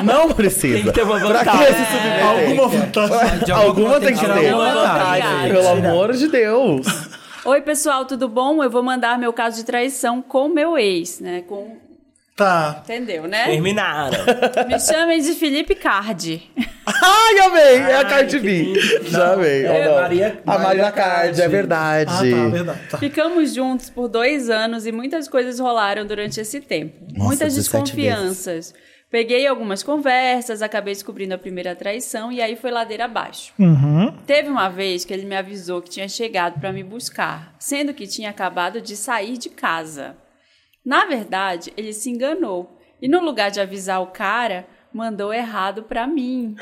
Speaker 6: não precisa.
Speaker 5: Tem que ter uma
Speaker 6: Pra que
Speaker 5: vantagem.
Speaker 6: se submeter?
Speaker 3: Alguma vantagem.
Speaker 1: De
Speaker 6: é Alguma tem que
Speaker 1: tirar
Speaker 6: ter. Tá,
Speaker 1: alguma vantagem.
Speaker 4: Obrigada.
Speaker 6: Pelo amor de Deus.
Speaker 4: Oi, pessoal, tudo bom? Eu vou mandar meu caso de traição com meu ex, né? Com...
Speaker 3: Tá.
Speaker 4: Entendeu,
Speaker 5: É?
Speaker 4: né?
Speaker 5: Terminaram.
Speaker 4: Me chamem de Felipe Cardi.
Speaker 6: Ai, amei. É a
Speaker 5: Ai,
Speaker 6: Cardi
Speaker 5: que
Speaker 6: B.
Speaker 5: lindo.
Speaker 6: Já amei.
Speaker 5: É,
Speaker 6: Adoro.
Speaker 5: Maria-
Speaker 6: a Maria
Speaker 5: Maria
Speaker 6: Cardi, é
Speaker 5: Cardi.
Speaker 6: verdade.
Speaker 3: Ah, tá, verdade. Tá.
Speaker 4: Ficamos juntos por dois anos e muitas coisas rolaram durante esse tempo. muitas
Speaker 6: 17
Speaker 4: desconfianças. Peguei algumas conversas, acabei descobrindo a primeira traição e aí foi ladeira abaixo. Teve uma vez que ele me avisou que tinha chegado para me buscar, sendo que tinha acabado de sair de casa. Na verdade, ele se enganou e no lugar de avisar o cara, mandou errado para mim.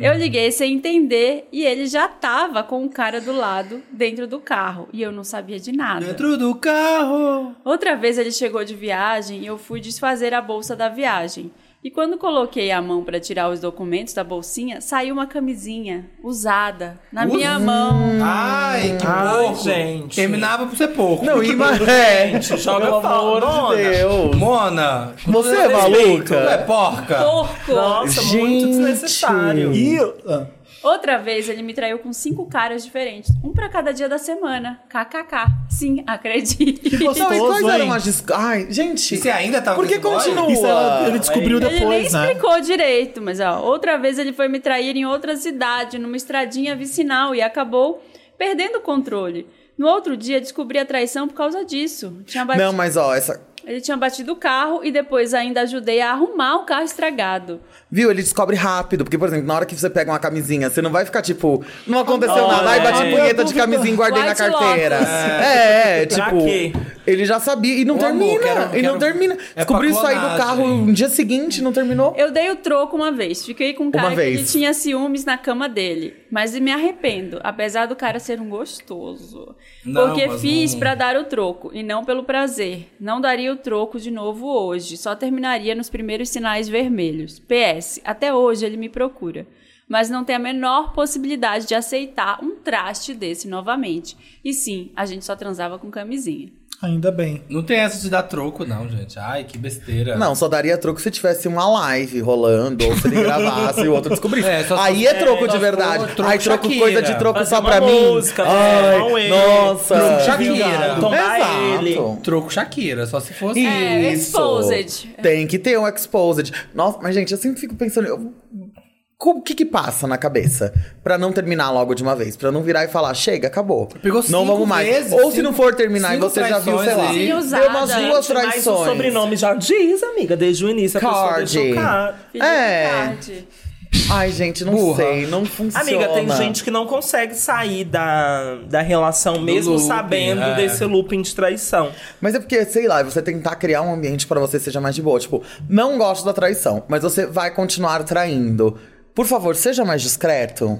Speaker 4: Eu liguei sem entender e ele já tava com o cara do lado dentro do carro e eu não sabia de nada.
Speaker 1: Dentro do carro.
Speaker 4: Outra vez ele chegou de viagem e eu fui desfazer a bolsa da viagem. E quando coloquei a mão para tirar os documentos da bolsinha, saiu uma camisinha usada na minha mão.
Speaker 1: Ai, que
Speaker 5: Ai,
Speaker 1: porco.
Speaker 5: gente.
Speaker 1: Terminava por ser porco.
Speaker 6: Não, imagina.
Speaker 5: Gente, joga
Speaker 6: Pelo amor
Speaker 5: fora. Mona.
Speaker 6: de Deus.
Speaker 1: Mona,
Speaker 6: Você é
Speaker 1: respeito,
Speaker 6: maluca?
Speaker 1: É porca.
Speaker 4: Porco!
Speaker 5: Nossa, é muito
Speaker 6: Gente.
Speaker 5: desnecessário.
Speaker 3: E. ah,
Speaker 4: Outra vez ele me traiu com cinco caras diferentes, um para cada dia da semana. KKK. Sim, acredite.
Speaker 3: Que
Speaker 6: Não, e quais
Speaker 3: gostoso,
Speaker 6: eram
Speaker 3: hein?
Speaker 6: as dis- Ai,
Speaker 1: E
Speaker 6: gente.
Speaker 1: você ainda tava
Speaker 6: Por que
Speaker 1: com esse boy?
Speaker 6: continua?
Speaker 3: Isso ela- ele descobriu
Speaker 5: Ele
Speaker 4: Ele nem
Speaker 3: depois, né?
Speaker 4: explicou direito, mas ó, outra vez ele foi me trair em outra cidade, numa estradinha vicinal, e acabou perdendo o controle. No outro dia, descobri a traição por causa disso. Tinha bati-
Speaker 6: Não, mas ó, essa.
Speaker 4: Ele tinha batido o carro e depois ainda ajudei a arrumar o carro estragado.
Speaker 6: Viu? Ele descobre rápido. Porque, por exemplo, na hora que você pega uma camisinha, você não vai ficar tipo, não aconteceu
Speaker 5: Olha,
Speaker 6: nada. Ai, bati
Speaker 5: é.
Speaker 6: punheta de camisinha e guardei na
Speaker 4: White
Speaker 6: carteira.
Speaker 4: Lotus.
Speaker 6: É, é,
Speaker 5: Pra
Speaker 6: tipo.
Speaker 5: quê? Um
Speaker 6: Ele já sabia. E não
Speaker 1: Ô, amor,
Speaker 6: termina.
Speaker 1: quero-
Speaker 6: e
Speaker 1: quero-
Speaker 6: não termina.
Speaker 1: É
Speaker 6: Descobriu
Speaker 1: pra
Speaker 6: isso aí do
Speaker 1: clonagem.
Speaker 6: carro no dia seguinte, não terminou.
Speaker 4: Eu dei o troco uma vez. Fiquei com um cara
Speaker 6: Uma
Speaker 4: que
Speaker 6: vez.
Speaker 4: ele tinha ciúmes na cama dele. Mas me arrependo, apesar do cara ser um gostoso.
Speaker 1: Não,
Speaker 4: porque
Speaker 1: mas
Speaker 4: fiz
Speaker 1: não-
Speaker 4: pra dar o troco e não pelo prazer. Não daria o troco de novo hoje. Só terminaria nos primeiros sinais vermelhos. PS, até hoje ele me procura. Mas não tem a menor possibilidade de aceitar um traste desse novamente. E sim, a gente só transava com camisinha.
Speaker 3: Ainda bem.
Speaker 1: Não tem essa de dar troco, não, gente. Ai, que
Speaker 5: É.
Speaker 1: besteira.
Speaker 6: Não, só daria troco se tivesse uma live rolando, ou se ele gravasse e o outro descobrisse.
Speaker 1: É, só-
Speaker 6: aí é
Speaker 5: um
Speaker 6: troco
Speaker 1: é,
Speaker 6: de
Speaker 1: só
Speaker 6: verdade.
Speaker 1: for troco
Speaker 6: Aí troco
Speaker 1: Shakira.
Speaker 6: coisa de troco
Speaker 5: Fazer
Speaker 6: só
Speaker 5: uma
Speaker 6: pra mim.
Speaker 5: música, né? Não
Speaker 6: Ai,
Speaker 5: ele.
Speaker 6: nossa.
Speaker 1: Troco Shakira.
Speaker 5: Tomar
Speaker 6: Exato.
Speaker 5: ele.
Speaker 1: Troco Shakira, só se fosse.
Speaker 4: É,
Speaker 6: Isso.
Speaker 4: exposed.
Speaker 6: Tem que ter um exposed. Nossa, mas gente, eu sempre fico pensando. eu- como- O que que passa na cabeça pra não terminar logo de uma vez? Pra não virar e falar, chega, acabou.
Speaker 1: Pegou
Speaker 6: não
Speaker 1: cinco
Speaker 6: vamos mais.
Speaker 1: vezes,
Speaker 6: Ou se
Speaker 1: cinco-
Speaker 6: não for terminar e
Speaker 1: cinco
Speaker 6: você já viu, sei
Speaker 1: traições
Speaker 6: lá.
Speaker 1: aí.
Speaker 6: Deu
Speaker 4: Usada,
Speaker 6: umas
Speaker 4: gente, um
Speaker 6: duas
Speaker 5: Mas o
Speaker 6: traições.
Speaker 5: sobrenome já diz, amiga, desde o início. A pessoa
Speaker 6: Cardi.
Speaker 5: deixou car-
Speaker 4: Felipe
Speaker 6: É.
Speaker 4: Cardi.
Speaker 6: Ai, gente, não
Speaker 1: Burra.
Speaker 6: sei. Não funciona.
Speaker 5: Amiga, tem gente que não consegue sair da, da relação, mesmo
Speaker 1: looping,
Speaker 5: sabendo
Speaker 1: é.
Speaker 5: desse looping de traição.
Speaker 6: Mas é porque, sei lá, você tentar criar um ambiente pra você seja mais de boa. Tipo, não gosto da traição, mas você vai continuar traindo. Por favor, seja mais discreto.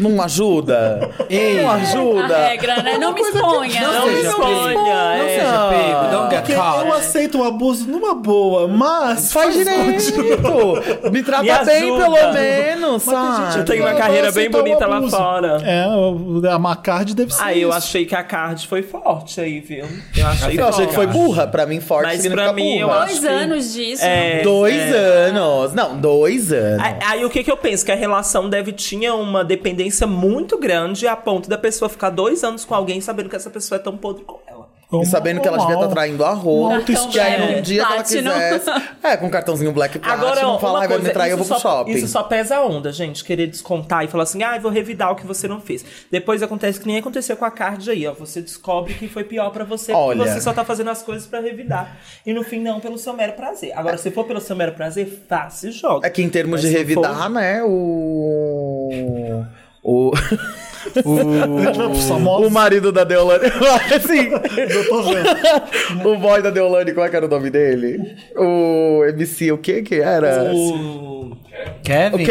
Speaker 6: Não ajuda?
Speaker 1: Ei.
Speaker 6: não ajuda?
Speaker 4: A regra, né? Não me exponha.
Speaker 1: não
Speaker 4: Não me
Speaker 1: seja
Speaker 4: exponha.
Speaker 1: Não
Speaker 5: é.
Speaker 1: seja pego, não
Speaker 3: Porque
Speaker 1: get
Speaker 3: eu
Speaker 1: caught.
Speaker 3: aceito o abuso numa boa, mas
Speaker 6: Faz direito! Me trata
Speaker 5: Me
Speaker 6: bem,
Speaker 5: ajuda.
Speaker 6: pelo menos, Ah, sabe?
Speaker 5: Eu tenho uma
Speaker 3: Eu
Speaker 5: carreira
Speaker 3: aceito
Speaker 5: bem
Speaker 3: o
Speaker 5: bonita lá
Speaker 3: abuso.
Speaker 5: fora.
Speaker 3: É, o- a Macard deve ser.
Speaker 5: Aí eu
Speaker 3: isso.
Speaker 5: achei que a card foi forte aí, viu? Eu achei,
Speaker 6: Eu achei que foi
Speaker 5: forte.
Speaker 6: burra. Pra mim, forte
Speaker 5: Mas
Speaker 6: significa
Speaker 5: pra mim, eu
Speaker 6: burra.
Speaker 5: acho
Speaker 4: Dois
Speaker 5: que-
Speaker 4: anos disso.
Speaker 5: É.
Speaker 6: Dois
Speaker 5: é.
Speaker 6: anos. Não, dois anos.
Speaker 5: Aí, aí o que, que eu penso? Que a relação deve tinha uma dependência muito grande a ponto da pessoa ficar dois anos com alguém sabendo que essa pessoa é tão podre com ela.
Speaker 3: Como-
Speaker 6: E sabendo que ela devia tá estar
Speaker 3: normal.
Speaker 6: traindo a roupa.
Speaker 3: Cartão
Speaker 6: Que aí
Speaker 4: black
Speaker 6: um dia que
Speaker 4: platinum.
Speaker 6: ela quisesse. É, com cartãozinho black
Speaker 5: Agora,
Speaker 6: platinum,
Speaker 5: ó,
Speaker 6: fala,
Speaker 5: uma
Speaker 6: ai, vai me
Speaker 5: coisa,
Speaker 6: trair, eu
Speaker 5: isso
Speaker 6: vou pro
Speaker 5: só,
Speaker 6: shopping.
Speaker 5: isso só pesa a onda, gente. Querer descontar e falar assim, ah, eu vou revidar o que você não fez. Depois acontece que nem aconteceu com a card aí, ó. Você descobre que foi pior pra você,
Speaker 6: Olha.
Speaker 5: porque você só tá fazendo as coisas pra revidar. E no fim, não, pelo seu mero prazer. Agora, se for pelo seu mero prazer, faça e joga.
Speaker 6: É que em termos
Speaker 5: Mas
Speaker 6: de
Speaker 5: se
Speaker 6: revidar,
Speaker 5: for-
Speaker 6: né, o... O, o
Speaker 3: Famosos,
Speaker 6: marido da Deolane. assim,
Speaker 3: eu tô vendo.
Speaker 6: o boy da Deolane, qual é que era o nome dele? O MC, o que que era?
Speaker 5: um O...
Speaker 6: O
Speaker 1: Kevin?
Speaker 6: Kevin.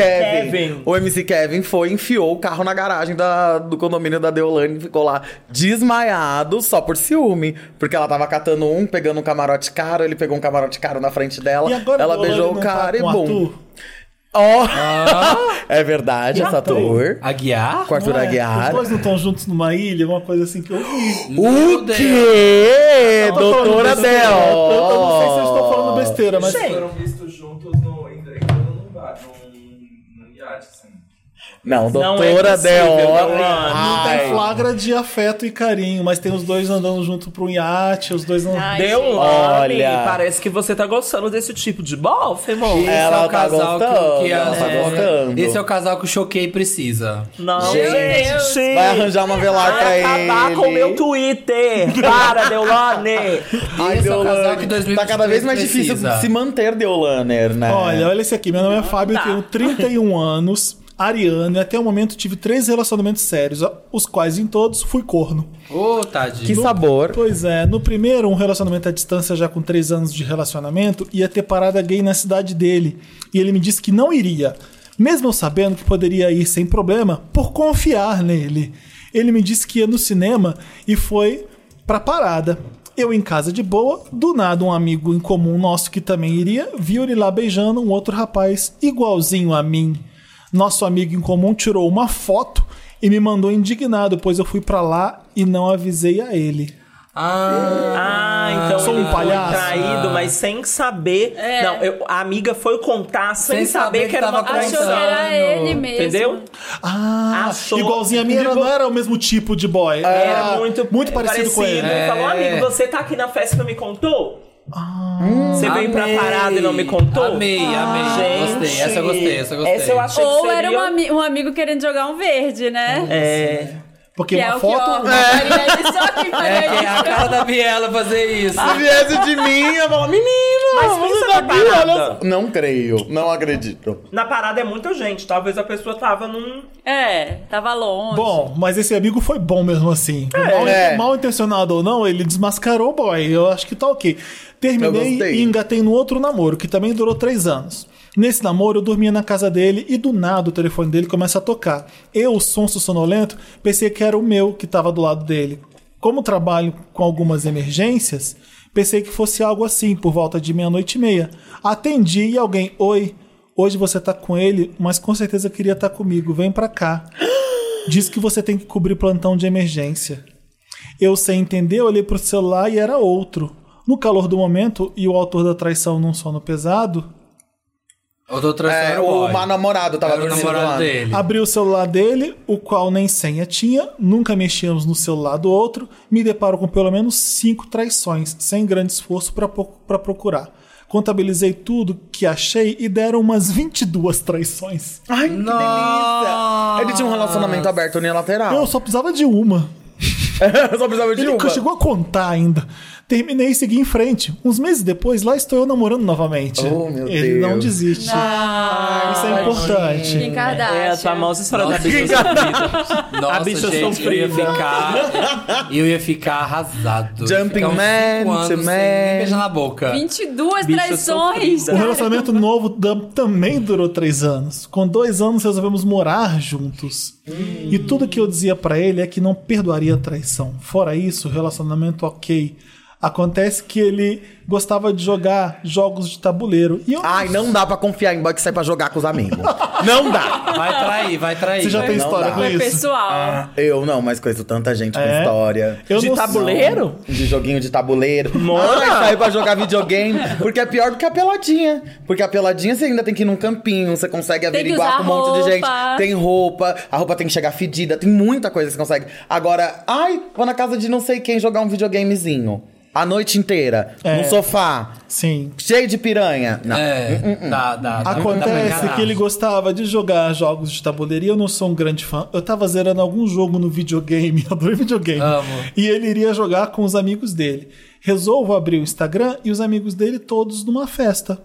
Speaker 5: Kevin.
Speaker 6: O MC Kevin foi, enfiou o carro na garagem da- do condomínio da Deolane e ficou lá desmaiado só por ciúme. Porque ela tava catando um, pegando um camarote caro, ele pegou um camarote caro na frente dela.
Speaker 3: E agora
Speaker 6: ela
Speaker 3: o Deolane
Speaker 6: beijou o
Speaker 3: não tá
Speaker 6: cara e
Speaker 3: com
Speaker 6: bum.
Speaker 3: Arthur? Ah!
Speaker 6: Ó! é verdade, essa tour.
Speaker 1: Aguiar?
Speaker 6: Com Arthur
Speaker 3: Não é?
Speaker 6: Aguiar.
Speaker 3: Os dois não estão juntos numa ilha, uma coisa assim que eu vi.
Speaker 1: Meu
Speaker 6: O
Speaker 1: Deus.
Speaker 6: quê? Doutora
Speaker 3: Eu tô falando besteira,
Speaker 6: Del!
Speaker 3: Eu eu não sei se eu estou falando besteira, mas.
Speaker 5: Gente,
Speaker 7: foram vistos juntos no, entrando num bar, num, num iate, assim.
Speaker 6: Não,
Speaker 5: Não é
Speaker 6: doutora
Speaker 5: possível,
Speaker 6: Del.
Speaker 5: Deolane.
Speaker 3: Não
Speaker 6: Ai.
Speaker 3: tem flagra de afeto e carinho, mas tem os dois andando junto pra um iate, os dois andando.
Speaker 4: Ai,
Speaker 5: Deu um
Speaker 6: Olha.
Speaker 5: Olha. Parece que você tá gostando desse tipo de bofe, irmão.
Speaker 1: Esse
Speaker 6: Ela
Speaker 1: é o
Speaker 6: tá
Speaker 1: casal que-
Speaker 6: gostando,
Speaker 1: que,
Speaker 6: ela tá
Speaker 1: é,
Speaker 6: gostando.
Speaker 1: Esse é o casal que o Choquei precisa.
Speaker 5: Não,
Speaker 6: Gente,
Speaker 5: gente.
Speaker 6: Vai arranjar uma velar pra
Speaker 5: Vai
Speaker 6: ele.
Speaker 5: acabar com o meu Twitter. Para, Deolane.
Speaker 6: Ai,
Speaker 1: Esse é o
Speaker 6: Deolane,
Speaker 1: casal que 2023
Speaker 6: tá cada vez mais difícil
Speaker 1: precisa.
Speaker 6: se manter Deolaner, né?
Speaker 3: Olha, olha esse aqui. Meu nome é Fábio, eu tenho 31 anos, ariano, e até o momento tive três relacionamentos sérios, os quais em todos fui corno.
Speaker 1: Ô, tadinho.
Speaker 6: que sabor.
Speaker 3: Pois é, no primeiro, um relacionamento à distância já com três anos de relacionamento, ia ter parada gay na cidade dele. E ele me disse que não iria, mesmo eu sabendo que poderia ir sem problema, por confiar nele. Ele me disse que ia no cinema e foi pra parada. Eu em casa de boa, do nada um amigo em comum nosso que também iria, viu ele lá beijando um outro rapaz igualzinho a mim. Nosso amigo em comum tirou uma foto e me mandou indignado, pois eu fui pra lá e não avisei a ele.
Speaker 1: Ah,
Speaker 5: Ah, então
Speaker 3: Sou um
Speaker 5: ele foi
Speaker 3: palhaço.
Speaker 5: traído, mas sem saber. Não, eu- a amiga foi contar sem,
Speaker 1: Sem
Speaker 5: saber,
Speaker 1: saber
Speaker 5: que era
Speaker 1: que
Speaker 5: uma
Speaker 1: tava
Speaker 4: Achou É. que
Speaker 5: traição.
Speaker 4: era ele mesmo.
Speaker 5: Entendeu?
Speaker 3: Ah,
Speaker 5: Achou-
Speaker 3: igualzinho a minha,
Speaker 5: Digo-
Speaker 3: não era o mesmo tipo de boy.
Speaker 5: Era muito,
Speaker 3: Ah,
Speaker 5: é, né?
Speaker 3: muito parecido, com ele.
Speaker 5: Ele Falou,
Speaker 1: É.
Speaker 5: amigo, você tá aqui na festa e não me contou? você veio pra
Speaker 1: amei.
Speaker 5: parada e não me contou?
Speaker 1: Amei, amei.
Speaker 5: Gente,
Speaker 1: Gostei, essa eu gostei, essa eu gostei.
Speaker 5: Essa eu achei que
Speaker 4: Ou
Speaker 5: seria...
Speaker 4: era um, ami- um amigo querendo jogar um verde, né?
Speaker 5: É,
Speaker 3: Porque
Speaker 4: Que
Speaker 3: uma
Speaker 4: é o que, ó,
Speaker 3: foto.
Speaker 4: a Maria disse, ó, que
Speaker 1: é,
Speaker 4: Maria
Speaker 1: que é a
Speaker 4: disse.
Speaker 1: cara da Biela fazer isso.
Speaker 6: Se viesse de mim, eu falo, menino,
Speaker 5: Mas
Speaker 6: você
Speaker 5: pensa
Speaker 6: tá
Speaker 5: na
Speaker 6: aqui,
Speaker 5: parada.
Speaker 6: olha só." Não creio, não acredito.
Speaker 5: Na parada é muita gente. Talvez a pessoa tava num.
Speaker 4: É, tava longe.
Speaker 3: Bom, mas esse amigo foi bom mesmo assim. mal,
Speaker 6: é.
Speaker 3: mal intencionado ou não, ele desmascarou o boy. Eu acho que tá ok.
Speaker 6: Eu
Speaker 3: Terminei
Speaker 6: gostei.
Speaker 3: e engatei no outro namoro, que também durou três anos. Nesse namoro, eu dormia na casa dele e do nada o telefone dele começa a tocar. Eu, sonso sonolento, pensei que era o meu que tava do lado dele. Como trabalho com algumas emergências, pensei que fosse algo assim, por volta de meia-noite e meia. Atendi e alguém, oi, hoje você tá com ele, mas com certeza queria estar comigo, vem pra cá. Diz que você tem que cobrir plantão de emergência. Eu, sem entender, olhei pro celular e era outro. No calor do momento, e o autor da traição num sono pesado,
Speaker 1: Eu tô
Speaker 6: É,
Speaker 1: transando
Speaker 6: o
Speaker 1: boy.
Speaker 6: má namorado tava
Speaker 1: Era o
Speaker 6: dormindo do
Speaker 1: namorado
Speaker 6: lado.
Speaker 1: dele.
Speaker 3: abri o celular dele, o qual nem senha tinha, nunca mexíamos no celular do outro, me deparo com pelo menos cinco traições, sem grande esforço para procurar. Contabilizei tudo que achei e deram umas 22 traições.
Speaker 6: Ai, que
Speaker 1: Nossa.
Speaker 6: delícia. Ele tinha um
Speaker 1: Ah.
Speaker 6: relacionamento aberto unilateral.
Speaker 3: Eu só precisava de uma.
Speaker 6: Eu só precisava de
Speaker 3: Ele
Speaker 6: uma.
Speaker 3: chegou a contar ainda. Terminei e segui em frente. Uns meses depois, lá estou eu namorando novamente.
Speaker 6: Oh, meu
Speaker 3: Ele não
Speaker 6: Deus.
Speaker 3: desiste. Isso é importante.
Speaker 4: Kim Ah, Kardashian.
Speaker 5: É a famosa história da
Speaker 1: Nossa,
Speaker 5: bicha sofrida.
Speaker 1: Nossa,
Speaker 5: A bicha
Speaker 1: gente, eu ia
Speaker 5: sofrida.
Speaker 1: ficar. Eu ia ficar arrasado.
Speaker 6: Jumping
Speaker 1: ficar uns cinco
Speaker 6: man,
Speaker 1: anos
Speaker 6: to
Speaker 1: sem
Speaker 6: man.
Speaker 1: nem beijar na boca.
Speaker 4: 22
Speaker 5: Bicha
Speaker 4: traições.
Speaker 5: sofrida.
Speaker 3: O
Speaker 4: cara.
Speaker 3: relacionamento novo tam- também durou três anos. Com dois anos resolvemos morar juntos. E tudo que eu dizia pra ele é que não perdoaria a traição. Fora isso, relacionamento ok. Acontece que ele gostava de jogar jogos de tabuleiro. E eu
Speaker 6: Ai, não dá pra confiar em boy que sai pra jogar com os amigos. não dá!
Speaker 1: Ah, Vai trair, vai trair.
Speaker 3: Você já tem
Speaker 6: Não Ah,
Speaker 3: história
Speaker 6: dá.
Speaker 3: com
Speaker 4: Foi
Speaker 3: isso?
Speaker 4: pessoal.
Speaker 6: Eu não, mas conheço tanta gente com
Speaker 3: É?
Speaker 6: história.
Speaker 3: Eu
Speaker 5: De
Speaker 3: não-
Speaker 5: tabuleiro?
Speaker 6: De joguinho de tabuleiro. Ai, saiu pra jogar videogame. Porque é pior do que a peladinha. Porque a peladinha você ainda tem que ir num campinho, você consegue
Speaker 4: que
Speaker 6: averiguar
Speaker 4: usar
Speaker 6: com um monte de gente.
Speaker 4: roupa.
Speaker 6: Tem roupa, a roupa tem que chegar fedida, tem muita coisa que você consegue. Agora, ai, vou na casa de não sei quem jogar um videogamezinho. A noite inteira,
Speaker 3: É.
Speaker 6: no sofá,
Speaker 3: Sim.
Speaker 6: cheio de piranha. Não. hum,
Speaker 1: É, dá, dá. dá- dá
Speaker 3: Acontece
Speaker 1: pra
Speaker 3: que ele gostava de jogar jogos de tabuleiro e eu não sou um grande fã. Eu tava zerando algum jogo no videogame, adorei videogame.
Speaker 1: Amo.
Speaker 3: E ele iria jogar com os amigos dele. Resolvo abrir o Instagram e os amigos dele todos numa festa.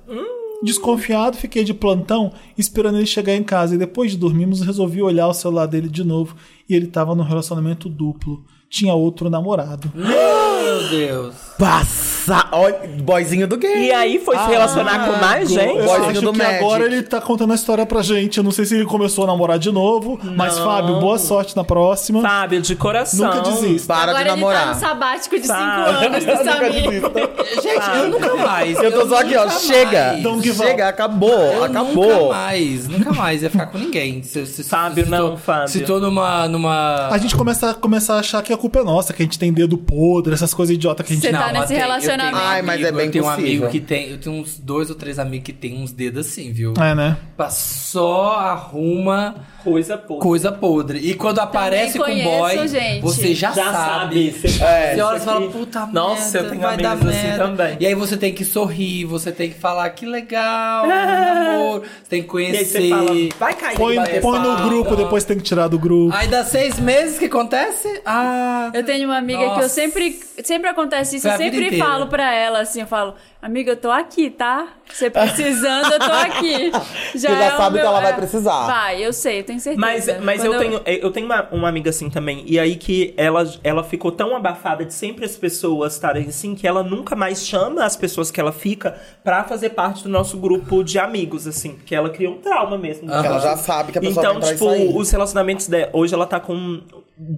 Speaker 3: Desconfiado, fiquei de plantão esperando ele chegar em casa. E depois de dormirmos, resolvi olhar o celular dele de novo. E ele tava num relacionamento duplo. Tinha outro namorado.
Speaker 1: Meu Deus.
Speaker 6: Passa! Olha, boyzinho do game.
Speaker 5: E aí foi se relacionar com mais gente?
Speaker 3: Eu
Speaker 6: Boyzinho
Speaker 3: acho
Speaker 6: do
Speaker 3: que
Speaker 6: Magic.
Speaker 3: agora ele tá contando a história pra gente. Eu não sei se ele começou a namorar de novo. Mas, Fábio, boa sorte na próxima.
Speaker 5: Fábio, de coração.
Speaker 3: Nunca desista.
Speaker 6: Para
Speaker 4: Agora
Speaker 6: de
Speaker 4: ele tá
Speaker 6: namorar.
Speaker 4: no sabático de 5
Speaker 5: Tá.
Speaker 4: anos do Samir.
Speaker 1: Gente, eu nunca mais.
Speaker 6: Eu tô só aqui, ó.
Speaker 1: nunca
Speaker 6: Chega!
Speaker 1: mais.
Speaker 3: Então que vá.
Speaker 6: Chega, acabou,
Speaker 1: Eu
Speaker 6: acabou.
Speaker 1: Nunca mais, nunca mais ia ficar com ninguém. Se, se,
Speaker 5: Fábio,
Speaker 1: se
Speaker 5: não,
Speaker 1: tô,
Speaker 5: Fábio.
Speaker 1: Se tô numa. numa...
Speaker 3: A gente começa, começa a achar que a culpa é nossa, que a gente tem dedo podre, essas coisas idiotas que a gente.
Speaker 4: Você tá
Speaker 1: mas
Speaker 4: nesse
Speaker 1: tem- eu tenho
Speaker 4: relacionamento.
Speaker 1: um
Speaker 6: Ai, mas é bem
Speaker 1: Eu tenho um
Speaker 6: possível.
Speaker 1: amigo que tem. Eu tenho uns dois ou três amigos que tem uns dedos assim, viu?
Speaker 6: Ah,
Speaker 3: É, né?
Speaker 1: Só arruma
Speaker 5: Coisa pouca.
Speaker 1: coisa podre. E quando aparece
Speaker 4: conheço,
Speaker 1: com boy,
Speaker 4: gente.
Speaker 1: você já,
Speaker 5: Já
Speaker 1: sabe.
Speaker 5: sabe. Você-
Speaker 6: É.
Speaker 1: Você olha e
Speaker 5: isso
Speaker 1: fala,
Speaker 5: aqui-
Speaker 1: puta
Speaker 5: Nossa,
Speaker 1: merda,
Speaker 5: eu tenho
Speaker 1: vai dar
Speaker 5: amigos assim
Speaker 1: merda.
Speaker 5: também.
Speaker 1: E aí você tem que sorrir, você tem que falar, que legal, amor. Você tem que
Speaker 5: E aí
Speaker 1: conhecer.
Speaker 5: você fala, vai cair.
Speaker 3: Põe,
Speaker 5: vai
Speaker 3: põe no
Speaker 1: fala.
Speaker 3: grupo, depois tem que tirar do grupo.
Speaker 1: Aí dá seis meses que acontece? Ah.
Speaker 4: Eu tenho uma amiga que eu
Speaker 1: Nossa.
Speaker 4: sempre. Sempre acontece isso,
Speaker 1: Foi
Speaker 4: eu
Speaker 1: a vida
Speaker 4: sempre
Speaker 1: inteira.
Speaker 4: falo pra ela assim, eu falo, amiga, eu tô aqui, tá? Você precisando, eu tô aqui.
Speaker 6: Você já
Speaker 4: é o
Speaker 6: sabe que
Speaker 4: meu-
Speaker 6: ela vai
Speaker 4: é.
Speaker 6: precisar.
Speaker 4: Vai, eu sei, eu tenho certeza.
Speaker 5: Mas, mas
Speaker 4: Quando
Speaker 5: eu tenho, é, eu tenho uma, uma amiga assim também. E aí que ela, ela ficou tão abafada de sempre as pessoas estarem assim que ela nunca mais chama as pessoas que ela fica pra fazer parte do nosso grupo de amigos, assim. Porque ela cria um trauma mesmo.
Speaker 6: Porque ela já sabe que a pessoa
Speaker 5: Então,
Speaker 6: vai entrar
Speaker 5: tipo,
Speaker 6: e sair.
Speaker 5: os relacionamentos. De, hoje ela tá com.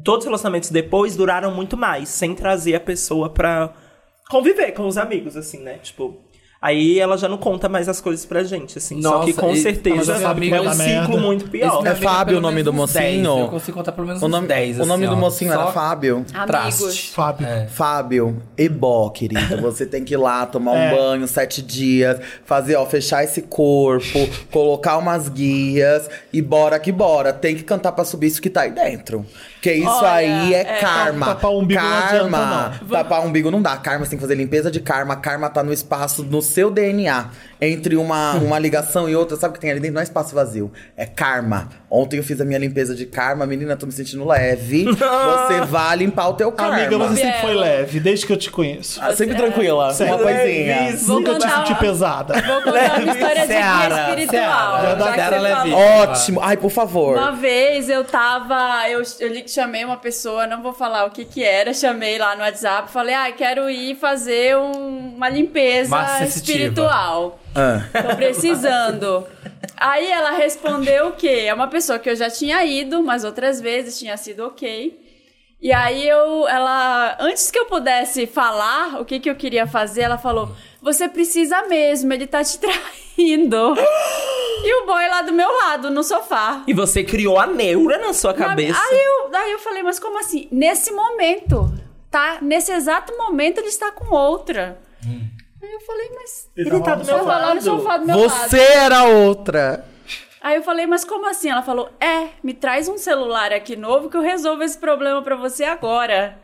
Speaker 5: Todos os relacionamentos depois duraram muito mais, sem trazer a pessoa pra conviver com os amigos, assim, né? Tipo. Aí ela já não conta mais as coisas pra gente, assim. Só que
Speaker 1: Nossa,
Speaker 5: com
Speaker 1: e-
Speaker 3: Ela já
Speaker 5: certeza
Speaker 3: sabe que
Speaker 5: é
Speaker 3: vai
Speaker 5: um
Speaker 3: dar
Speaker 5: ciclo
Speaker 3: merda.
Speaker 5: muito pior.
Speaker 1: Esse meu
Speaker 6: É
Speaker 1: amigo
Speaker 6: Fábio
Speaker 1: pelo
Speaker 6: o nome do
Speaker 1: menos uns 10,
Speaker 6: mocinho?
Speaker 1: Eu consigo contar pelo menos
Speaker 6: O nome,
Speaker 1: uns 10.
Speaker 6: o nome
Speaker 1: assim,
Speaker 6: do
Speaker 1: ó.
Speaker 6: mocinho era
Speaker 1: Só
Speaker 6: Fábio.
Speaker 4: Amigos.
Speaker 3: Fábio.
Speaker 6: Fábio, ebó, querido. Você tem que ir lá tomar
Speaker 3: É.
Speaker 6: um banho sete dias, fazer, ó, fechar esse corpo, colocar umas guias e bora que bora. Tem que cantar pra subir isso que tá aí dentro. Porque isso
Speaker 4: Olha,
Speaker 6: aí é,
Speaker 4: é.
Speaker 6: karma.
Speaker 3: Tapar o umbigo não
Speaker 6: karma.
Speaker 3: adianta,
Speaker 6: Tapar o umbigo não dá. Karma, você tem que fazer limpeza de karma. Karma tá no espaço, no seu DNA. Entre uma, uma ligação e outra, sabe o que tem ali dentro? Não é espaço vazio. É karma. Ontem eu fiz a minha limpeza de karma. Menina, tô me sentindo leve. Você vai limpar o teu karma.
Speaker 3: Amiga, você sempre
Speaker 4: Bela.
Speaker 3: foi leve, desde que eu te conheço.
Speaker 6: Ah, sempre tranquila,
Speaker 3: Sempre.
Speaker 6: uma
Speaker 5: é
Speaker 6: coisinha.
Speaker 5: Levíssimo.
Speaker 3: Nunca te
Speaker 4: contar
Speaker 3: senti
Speaker 4: uma-
Speaker 3: pesada.
Speaker 4: Vou
Speaker 5: Né?
Speaker 4: contar uma história de guia
Speaker 1: Seara,
Speaker 4: espiritual.
Speaker 1: Seara.
Speaker 4: já que
Speaker 1: Seara
Speaker 4: você falou.
Speaker 1: Levi.
Speaker 6: Ótimo. Ai, por favor.
Speaker 4: Uma vez eu tava, eu, eu li- chamei uma pessoa, não vou falar o que que era, chamei lá no WhatsApp, falei, ah, quero ir fazer um- uma limpeza
Speaker 1: Massa sensitiva.
Speaker 4: espiritual.
Speaker 6: Ah.
Speaker 4: Tô precisando. Aí ela respondeu o quê? É uma pessoa que eu já tinha ido, mas outras vezes tinha sido ok. E aí eu, ela, antes que eu pudesse falar o que que eu queria fazer, ela falou: "Você precisa mesmo, ele tá te traindo". E o boy lá do meu lado, no sofá.
Speaker 5: E você criou a neura na sua cabeça.
Speaker 4: Aí eu, daí eu falei, mas como assim? Nesse momento, tá? Nesse exato momento ele está com outra. Aí eu falei, mas
Speaker 5: Ele tá do
Speaker 4: eu
Speaker 5: meu
Speaker 4: vou lá no
Speaker 5: lado.
Speaker 4: sofá do meu lado.
Speaker 6: Você era outra.
Speaker 4: Aí eu falei, mas como assim? Ela falou, é, me traz um celular aqui novo que eu resolvo esse problema pra você agora.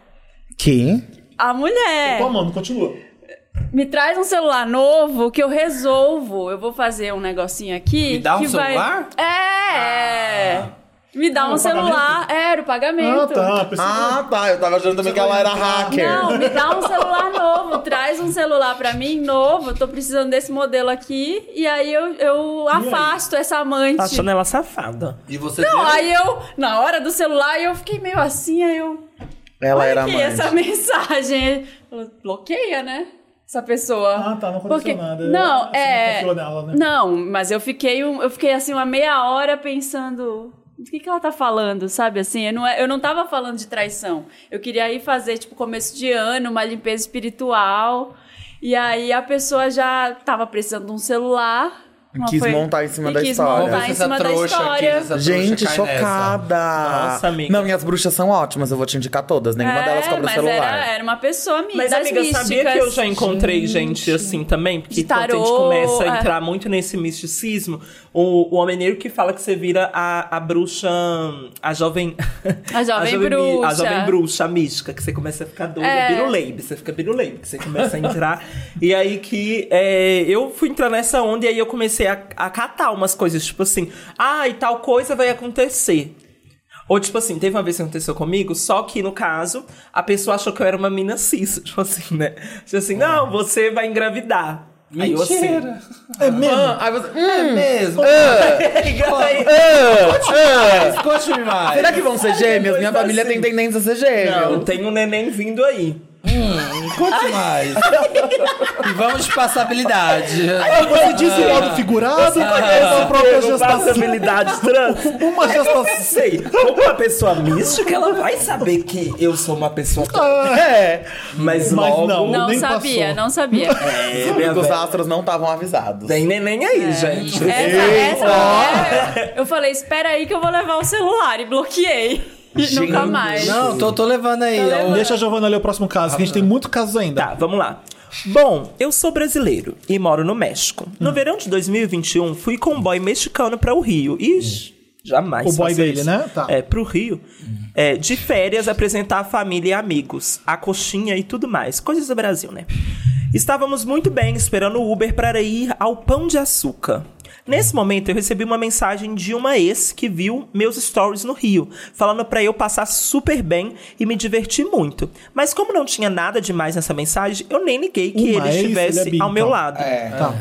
Speaker 6: Que?
Speaker 4: A mulher,
Speaker 3: Tô amando, continua.
Speaker 4: me traz um celular novo que eu resolvo. Eu vou fazer um negocinho aqui.
Speaker 1: Me dá um
Speaker 4: que vai-
Speaker 1: celular?
Speaker 4: É! Me dá um celular. Era o pagamento.
Speaker 3: Ah, tá. Pensei
Speaker 6: Ah, tá. Eu tava achando também que ela era hacker.
Speaker 4: Não, me dá um celular novo, traz um celular pra mim novo, tô precisando desse modelo aqui, e aí eu, eu afasto né? essa amante.
Speaker 5: Tá achando ela safada.
Speaker 1: E você
Speaker 4: Não,
Speaker 1: teve-
Speaker 4: aí eu, na hora do celular, eu fiquei meio assim, aí eu.
Speaker 6: Ela
Speaker 4: olha
Speaker 6: era
Speaker 4: aqui
Speaker 6: amante.
Speaker 4: essa mensagem. Falou, Bloqueia, né? Essa pessoa.
Speaker 3: Ah, tá, não aconteceu
Speaker 4: Porque...
Speaker 3: nada.
Speaker 4: Não,
Speaker 3: Você não
Speaker 4: é.
Speaker 3: confiou nela, né?
Speaker 4: Não, mas eu fiquei, um- eu fiquei assim uma meia hora pensando. O que, que ela tá falando, sabe? Assim, eu não, eu não tava falando de traição. Eu queria ir fazer, tipo, começo de ano, uma limpeza espiritual. E aí a pessoa já tava precisando de um celular. Ela
Speaker 6: Quis montar em cima
Speaker 4: e
Speaker 6: da
Speaker 4: quis
Speaker 6: história.
Speaker 4: Montar
Speaker 6: Vamos
Speaker 4: em
Speaker 1: essa
Speaker 4: cima da
Speaker 1: é trouxa aqui,
Speaker 4: história.
Speaker 1: essa trouxa
Speaker 6: Gente,
Speaker 1: cai
Speaker 6: chocada.
Speaker 5: Nossa, amiga.
Speaker 6: Não, minhas bruxas são ótimas, eu vou te indicar todas. Nenhuma
Speaker 4: É,
Speaker 6: delas cobra
Speaker 4: mas
Speaker 6: celular.
Speaker 4: Era, era uma pessoa amiga.
Speaker 5: Mas,
Speaker 4: das
Speaker 5: amiga, sabia que eu
Speaker 4: místicas.
Speaker 5: já encontrei gente, assim também? Porque
Speaker 4: De
Speaker 5: quando a gente
Speaker 4: tarô,
Speaker 5: começa
Speaker 4: é.
Speaker 5: a entrar muito nesse misticismo, o, o homem negro que fala que você vira a, a bruxa. A jovem.
Speaker 4: A jovem
Speaker 5: mi- A
Speaker 4: bruxa.
Speaker 5: jovem bruxa, a mística, que você começa a ficar doida.
Speaker 4: É.
Speaker 5: Biruleibe, você fica biruleibe, que você começa a entrar. e aí que é, eu fui entrar nessa onda e aí eu comecei a, a catar umas coisas, tipo assim, ah, e tal coisa vai acontecer. Ou, tipo assim, teve uma vez que aconteceu comigo, só que, no caso, a pessoa achou que eu era uma mina cis. Tipo assim, né? Tipo assim, não, você vai engravidar. Aí eu assim...
Speaker 1: Mentira.
Speaker 3: É mesmo?
Speaker 6: Ah, aí você- hum,
Speaker 1: É mesmo.
Speaker 5: Aí-
Speaker 6: ah, ah.
Speaker 1: Conte-me mais.
Speaker 6: Será que vão ser gêmeos? Minha
Speaker 5: Coisa
Speaker 6: família
Speaker 5: assim.
Speaker 6: tem tendência a ser gêmeo.
Speaker 5: Não, tem um neném vindo aí.
Speaker 1: Conte mais. e vamos de passabilidade.
Speaker 3: Você diz em modo figurado, essa é própria
Speaker 5: Pegou
Speaker 3: gestação.
Speaker 5: passabilidade trans.
Speaker 3: Uma
Speaker 5: Não
Speaker 3: gestação.
Speaker 5: É, sei, como uma pessoa mística, ela vai saber que eu sou uma pessoa trans.
Speaker 6: É.
Speaker 5: Mas,
Speaker 3: Ah, Mas
Speaker 5: logo...
Speaker 3: não.
Speaker 4: Não
Speaker 3: Nem
Speaker 4: sabia,
Speaker 3: passou.
Speaker 4: não sabia.
Speaker 5: É, minha
Speaker 6: Os
Speaker 5: velha,
Speaker 6: astros não estavam avisados.
Speaker 5: Tem neném aí, gente.
Speaker 4: É. Essa, essa, é, eu falei, espera aí que eu vou levar o celular e bloqueei. E nunca mais.
Speaker 1: Não, tô, tô levando aí. ó.
Speaker 3: Deixa a Giovana ler o próximo caso, que a gente tem muito casos ainda.
Speaker 5: Tá, vamos lá. Bom, eu sou brasileiro e moro no México.
Speaker 3: Hum.
Speaker 5: No verão de 2021, fui com um boy mexicano para o Rio. Ixi, jamais.
Speaker 3: O boy
Speaker 5: faço
Speaker 3: dele,
Speaker 5: isso.
Speaker 3: né? Tá.
Speaker 5: É, pro Rio. É, de férias, apresentar a família e amigos, a coxinha e tudo mais. Coisas do Brasil, né? Estávamos muito bem esperando o Uber para ir ao Pão de Açúcar. Nesse momento, eu recebi uma mensagem de uma ex que viu meus stories no Rio, falando para eu passar super bem e me divertir muito. Mas como não tinha nada demais nessa mensagem, eu nem liguei que
Speaker 3: Uma ex, ele
Speaker 5: ele
Speaker 3: é
Speaker 5: estivesse
Speaker 3: bi,
Speaker 5: ao meu
Speaker 3: então.
Speaker 5: lado. É,
Speaker 3: Tá.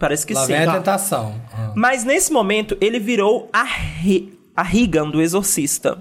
Speaker 5: parece que
Speaker 1: Lá
Speaker 5: sim.
Speaker 1: vem a
Speaker 5: Tá.
Speaker 1: tentação. Ah.
Speaker 5: Mas nesse momento, ele virou a, Ri- a Regan do Exorcista.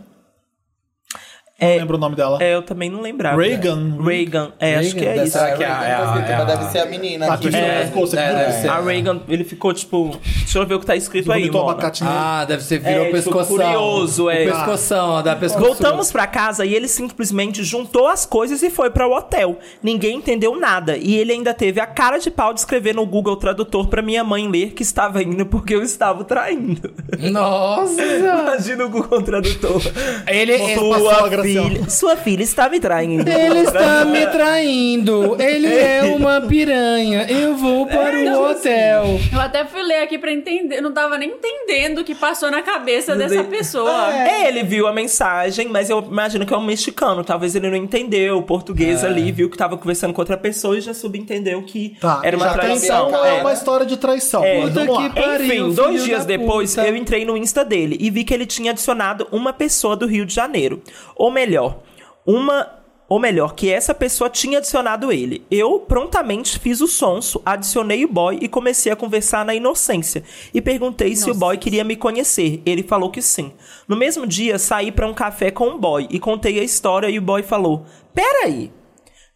Speaker 3: Não lembro o nome dela.
Speaker 5: É, eu também não lembrava.
Speaker 3: Reagan.
Speaker 5: Reagan, é, acho
Speaker 1: Reagan,
Speaker 5: que é
Speaker 1: deve
Speaker 5: isso.
Speaker 1: ser- Será que é a- é a- é a-
Speaker 6: Deve ser a menina
Speaker 3: Tá,
Speaker 6: aqui.
Speaker 3: tu
Speaker 6: É.
Speaker 3: ficou, você
Speaker 1: é,
Speaker 3: ficou.
Speaker 1: deve ser.
Speaker 5: A Reagan, ele ficou tipo. Deixa eu ver o que tá escrito aí,
Speaker 3: Vomitou
Speaker 5: mona.
Speaker 3: abacate nele.
Speaker 1: Ah, deve ser virou
Speaker 5: É, tipo,
Speaker 1: pescoção.
Speaker 5: curioso, é.
Speaker 1: Pescoção, ó, da pescoção.
Speaker 5: Voltamos pra casa e ele simplesmente juntou as coisas e foi para o hotel. Ninguém entendeu nada e ele ainda teve a cara de pau de escrever no Google Tradutor pra minha mãe ler que estava indo porque eu estava traindo.
Speaker 1: Ah. Nossa!
Speaker 5: Imagina o Google Tradutor.
Speaker 1: Ele, ele,
Speaker 3: passou a
Speaker 5: Sua
Speaker 3: gracinha.
Speaker 5: filha, sua filha está me traindo.
Speaker 1: ele está me traindo. Ele é uma piranha. Eu vou para o hotel.
Speaker 4: Eu até fui ler aqui pra entender, eu não tava nem entendendo o que passou na cabeça dessa pessoa.
Speaker 5: É, ele viu a mensagem, mas eu imagino que é um mexicano. Talvez ele não entendeu o
Speaker 3: É.
Speaker 5: português ali, viu que tava conversando com outra pessoa e já subentendeu que
Speaker 3: Tá.
Speaker 5: era uma
Speaker 3: Já tem,
Speaker 5: traição.
Speaker 3: Então,
Speaker 5: É.
Speaker 3: é uma história de traição.
Speaker 5: É.
Speaker 3: Mas
Speaker 1: Puta
Speaker 3: vamos lá.
Speaker 1: que pariu,
Speaker 5: Enfim, dois
Speaker 1: filho
Speaker 5: dias
Speaker 1: da
Speaker 5: depois,
Speaker 1: puta.
Speaker 5: eu entrei no Insta dele e vi que ele tinha adicionado uma pessoa do Rio de Janeiro. Ou melhor, uma. Ou melhor, que essa pessoa tinha adicionado ele. Eu prontamente fiz o sonso, adicionei o boy e comecei a conversar na inocência. E perguntei se o boy queria me conhecer. Ele falou que sim. No mesmo dia, saí pra um café com um boy e contei a história e o boy falou: Peraí,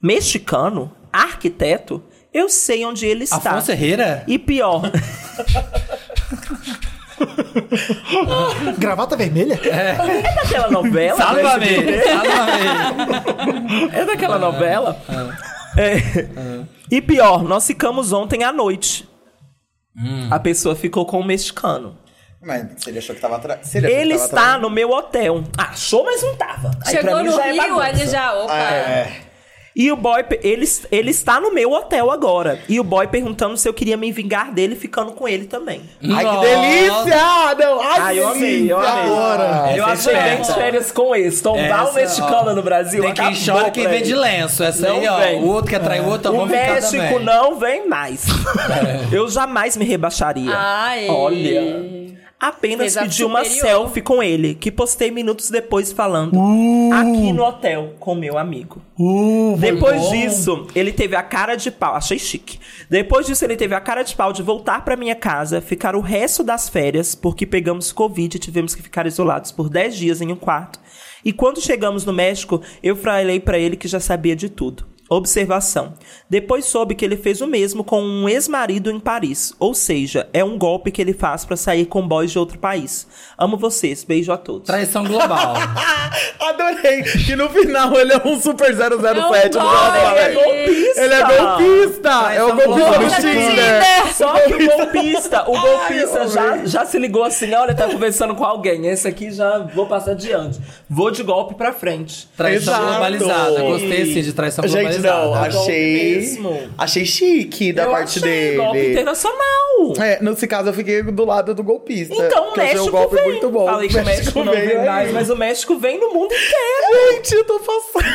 Speaker 5: mexicano? Arquiteto? Eu sei onde ele está.
Speaker 1: Afonso Herrera?
Speaker 5: E pior.
Speaker 3: Gravata vermelha?
Speaker 5: É daquela novela?
Speaker 1: Salva-me!
Speaker 5: né?
Speaker 1: Salva-me!
Speaker 5: É daquela novela? É. E pior, nós ficamos ontem à noite.
Speaker 1: Hum.
Speaker 5: A pessoa ficou com o mexicano.
Speaker 6: Mas se ele achou que tava atrás. Se ele achou
Speaker 5: Ele
Speaker 6: que tava
Speaker 5: está no meu hotel. Achou, mas não tava. Aí pra
Speaker 4: Chegou
Speaker 5: mim
Speaker 4: no
Speaker 5: já é
Speaker 4: Rio,
Speaker 5: bagunça.
Speaker 4: ele já, opa.
Speaker 6: Ah, é.
Speaker 5: E o boy, pe- ele, ele está no meu hotel agora. E o boy perguntando se eu queria me vingar dele ficando com ele também.
Speaker 6: Ai, que
Speaker 1: Nossa.
Speaker 6: delícia! Não, ai,
Speaker 5: Ah, eu amei, eu amei.
Speaker 6: Agora.
Speaker 5: eu
Speaker 1: Essa é
Speaker 5: achei bem
Speaker 1: esperta.
Speaker 5: de férias com esse. Tombar
Speaker 1: Essa,
Speaker 5: o mexicano
Speaker 1: ó,
Speaker 5: no Brasil.
Speaker 1: Tem quem
Speaker 5: acabou
Speaker 1: chora quem
Speaker 5: pra
Speaker 1: vem
Speaker 5: ele.
Speaker 1: de lenço. Essa
Speaker 5: Não
Speaker 1: aí, ó.
Speaker 5: vem.
Speaker 1: O outro quer trair É. o outro, um
Speaker 5: O
Speaker 1: vamos ficar
Speaker 5: México
Speaker 1: também. É.
Speaker 5: não vem mais. Eu jamais me rebaixaria.
Speaker 4: Ai.
Speaker 5: Olha. Apenas
Speaker 4: Exato,
Speaker 5: pedi uma
Speaker 4: Ah, superior.
Speaker 5: selfie com ele, que postei minutos depois falando aqui no hotel com meu amigo.
Speaker 1: Uh, foi
Speaker 5: Depois
Speaker 1: bom.
Speaker 5: disso, ele teve a cara de pau. Achei chique. Depois disso, ele teve a cara de pau de voltar pra minha casa, ficar o resto das férias, porque pegamos Covid e tivemos que ficar isolados por 10 dias em um quarto. E quando chegamos no México, eu falei pra ele que já sabia de tudo. Observação. Depois soube que ele fez o mesmo com um ex-marido em Paris. Ou seja, é um golpe que ele faz pra sair com boys de outro país. Amo vocês. Beijo a todos.
Speaker 1: Traição global.
Speaker 6: Ah, Adorei! Que no final ele é um super 007 no
Speaker 4: Ai,
Speaker 6: relacionamento.
Speaker 5: é golpista!
Speaker 6: Ele é golpista! É o
Speaker 1: Traição
Speaker 6: golpista
Speaker 1: global.
Speaker 6: do Tinder!
Speaker 5: Só que o golpista, o golpista já, já se ligou assim, olha, tá conversando com alguém. Esse aqui já vou passar adiante. Vou de golpe pra frente.
Speaker 1: Traição
Speaker 6: Exato.
Speaker 1: globalizada. Gostei sim de traição
Speaker 6: Gente, não,
Speaker 1: globalizada.
Speaker 6: achei.
Speaker 5: mesmo.
Speaker 6: Achei chique da
Speaker 5: Eu
Speaker 6: parte
Speaker 5: achei
Speaker 6: dele.
Speaker 5: golpe internacional.
Speaker 6: É, nesse caso eu fiquei do lado do golpista.
Speaker 5: Então o
Speaker 6: que eu achei
Speaker 5: México
Speaker 6: um golpe
Speaker 5: vem.
Speaker 6: muito bom.
Speaker 5: Falei que o México, não
Speaker 6: veio,
Speaker 5: vem mais,
Speaker 6: é.
Speaker 5: mas o México vem no mundo inteiro.
Speaker 6: Gente, eu tô passando.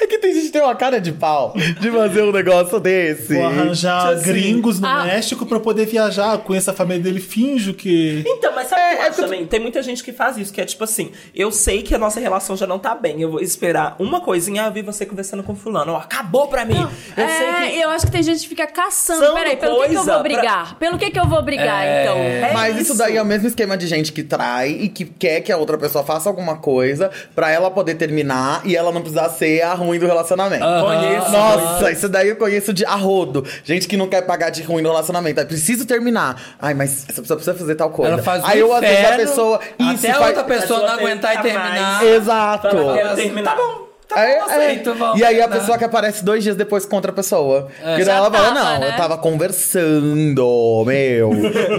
Speaker 6: É que tem gente que tem uma cara de pau de fazer um negócio desse.
Speaker 3: Vou arranjar
Speaker 6: Assim,
Speaker 3: gringos no
Speaker 4: Ah.
Speaker 3: México pra eu poder viajar. Conheço a família dele, finjo que.
Speaker 5: Então, mas sabe
Speaker 6: É,
Speaker 5: o que eu acho também? Tem muita gente que faz isso, que é tipo assim, eu sei que a nossa relação já não tá bem, eu vou esperar uma coisinha, eu vi você conversando com fulano, ó, acabou pra mim. Eu sei
Speaker 4: é,
Speaker 5: que...
Speaker 4: eu acho que tem gente que fica caçando.
Speaker 5: Caçando
Speaker 4: Peraí, pelo que que eu
Speaker 5: coisa
Speaker 4: vou brigar? Pelo que que eu vou brigar,
Speaker 1: É.
Speaker 4: então?
Speaker 5: É
Speaker 6: Mas isso.
Speaker 5: isso.
Speaker 6: daí é o mesmo esquema de gente que trai e que quer que a outra pessoa faça alguma coisa pra ela poder terminar e ela não precisar ser a ruim do relacionamento.
Speaker 5: Conheço.
Speaker 6: Nossa, isso daí eu conheço de arrodo. Gente que não quer pagar de ruim no relacionamento. É preciso terminar. Ai, mas você precisa precisa fazer tal coisa.
Speaker 1: Ela faz
Speaker 6: Aí
Speaker 1: um
Speaker 6: eu às vezes a
Speaker 1: inferno
Speaker 6: pessoa. Isso,
Speaker 1: até a
Speaker 6: faz-
Speaker 1: outra pessoa não
Speaker 5: pessoa tem
Speaker 1: aguentar e
Speaker 5: que amar.
Speaker 1: terminar.
Speaker 6: Exato.
Speaker 5: Eu quero terminar. Tá bom.
Speaker 6: É,
Speaker 1: aceito,
Speaker 6: é.
Speaker 1: vamos
Speaker 6: E aí a
Speaker 1: terminar.
Speaker 6: pessoa que aparece dois dias depois contra a pessoa. Que daí
Speaker 4: Já
Speaker 6: ela fala,
Speaker 4: tava,
Speaker 6: não,
Speaker 4: né?
Speaker 6: eu tava conversando, meu.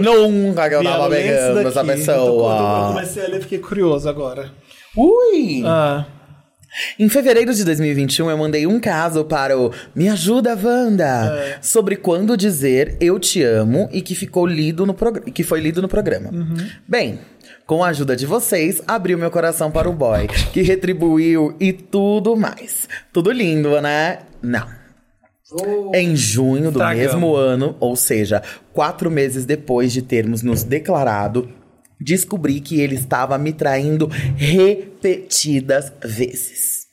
Speaker 6: Nunca que eu tava
Speaker 3: Viado, lê isso
Speaker 6: pegando essa
Speaker 3: daqui. Eu tô- quando eu
Speaker 6: pessoa.
Speaker 3: comecei a ler, fiquei curioso agora.
Speaker 6: Ui!
Speaker 3: Ah.
Speaker 6: Em fevereiro de 2021, eu mandei um caso para o Me Ajuda, Wanda! Sobre quando dizer eu te amo e que ficou lido no programa. Que foi lido no programa. Bem. Com a ajuda de vocês, abriu meu coração para o boy, que retribuiu e tudo mais. Tudo lindo, né? Não. Em junho do
Speaker 1: Estragamos.
Speaker 6: mesmo ano, ou seja, quatro meses depois de termos nos declarado, descobri que ele estava me traindo repetidas vezes.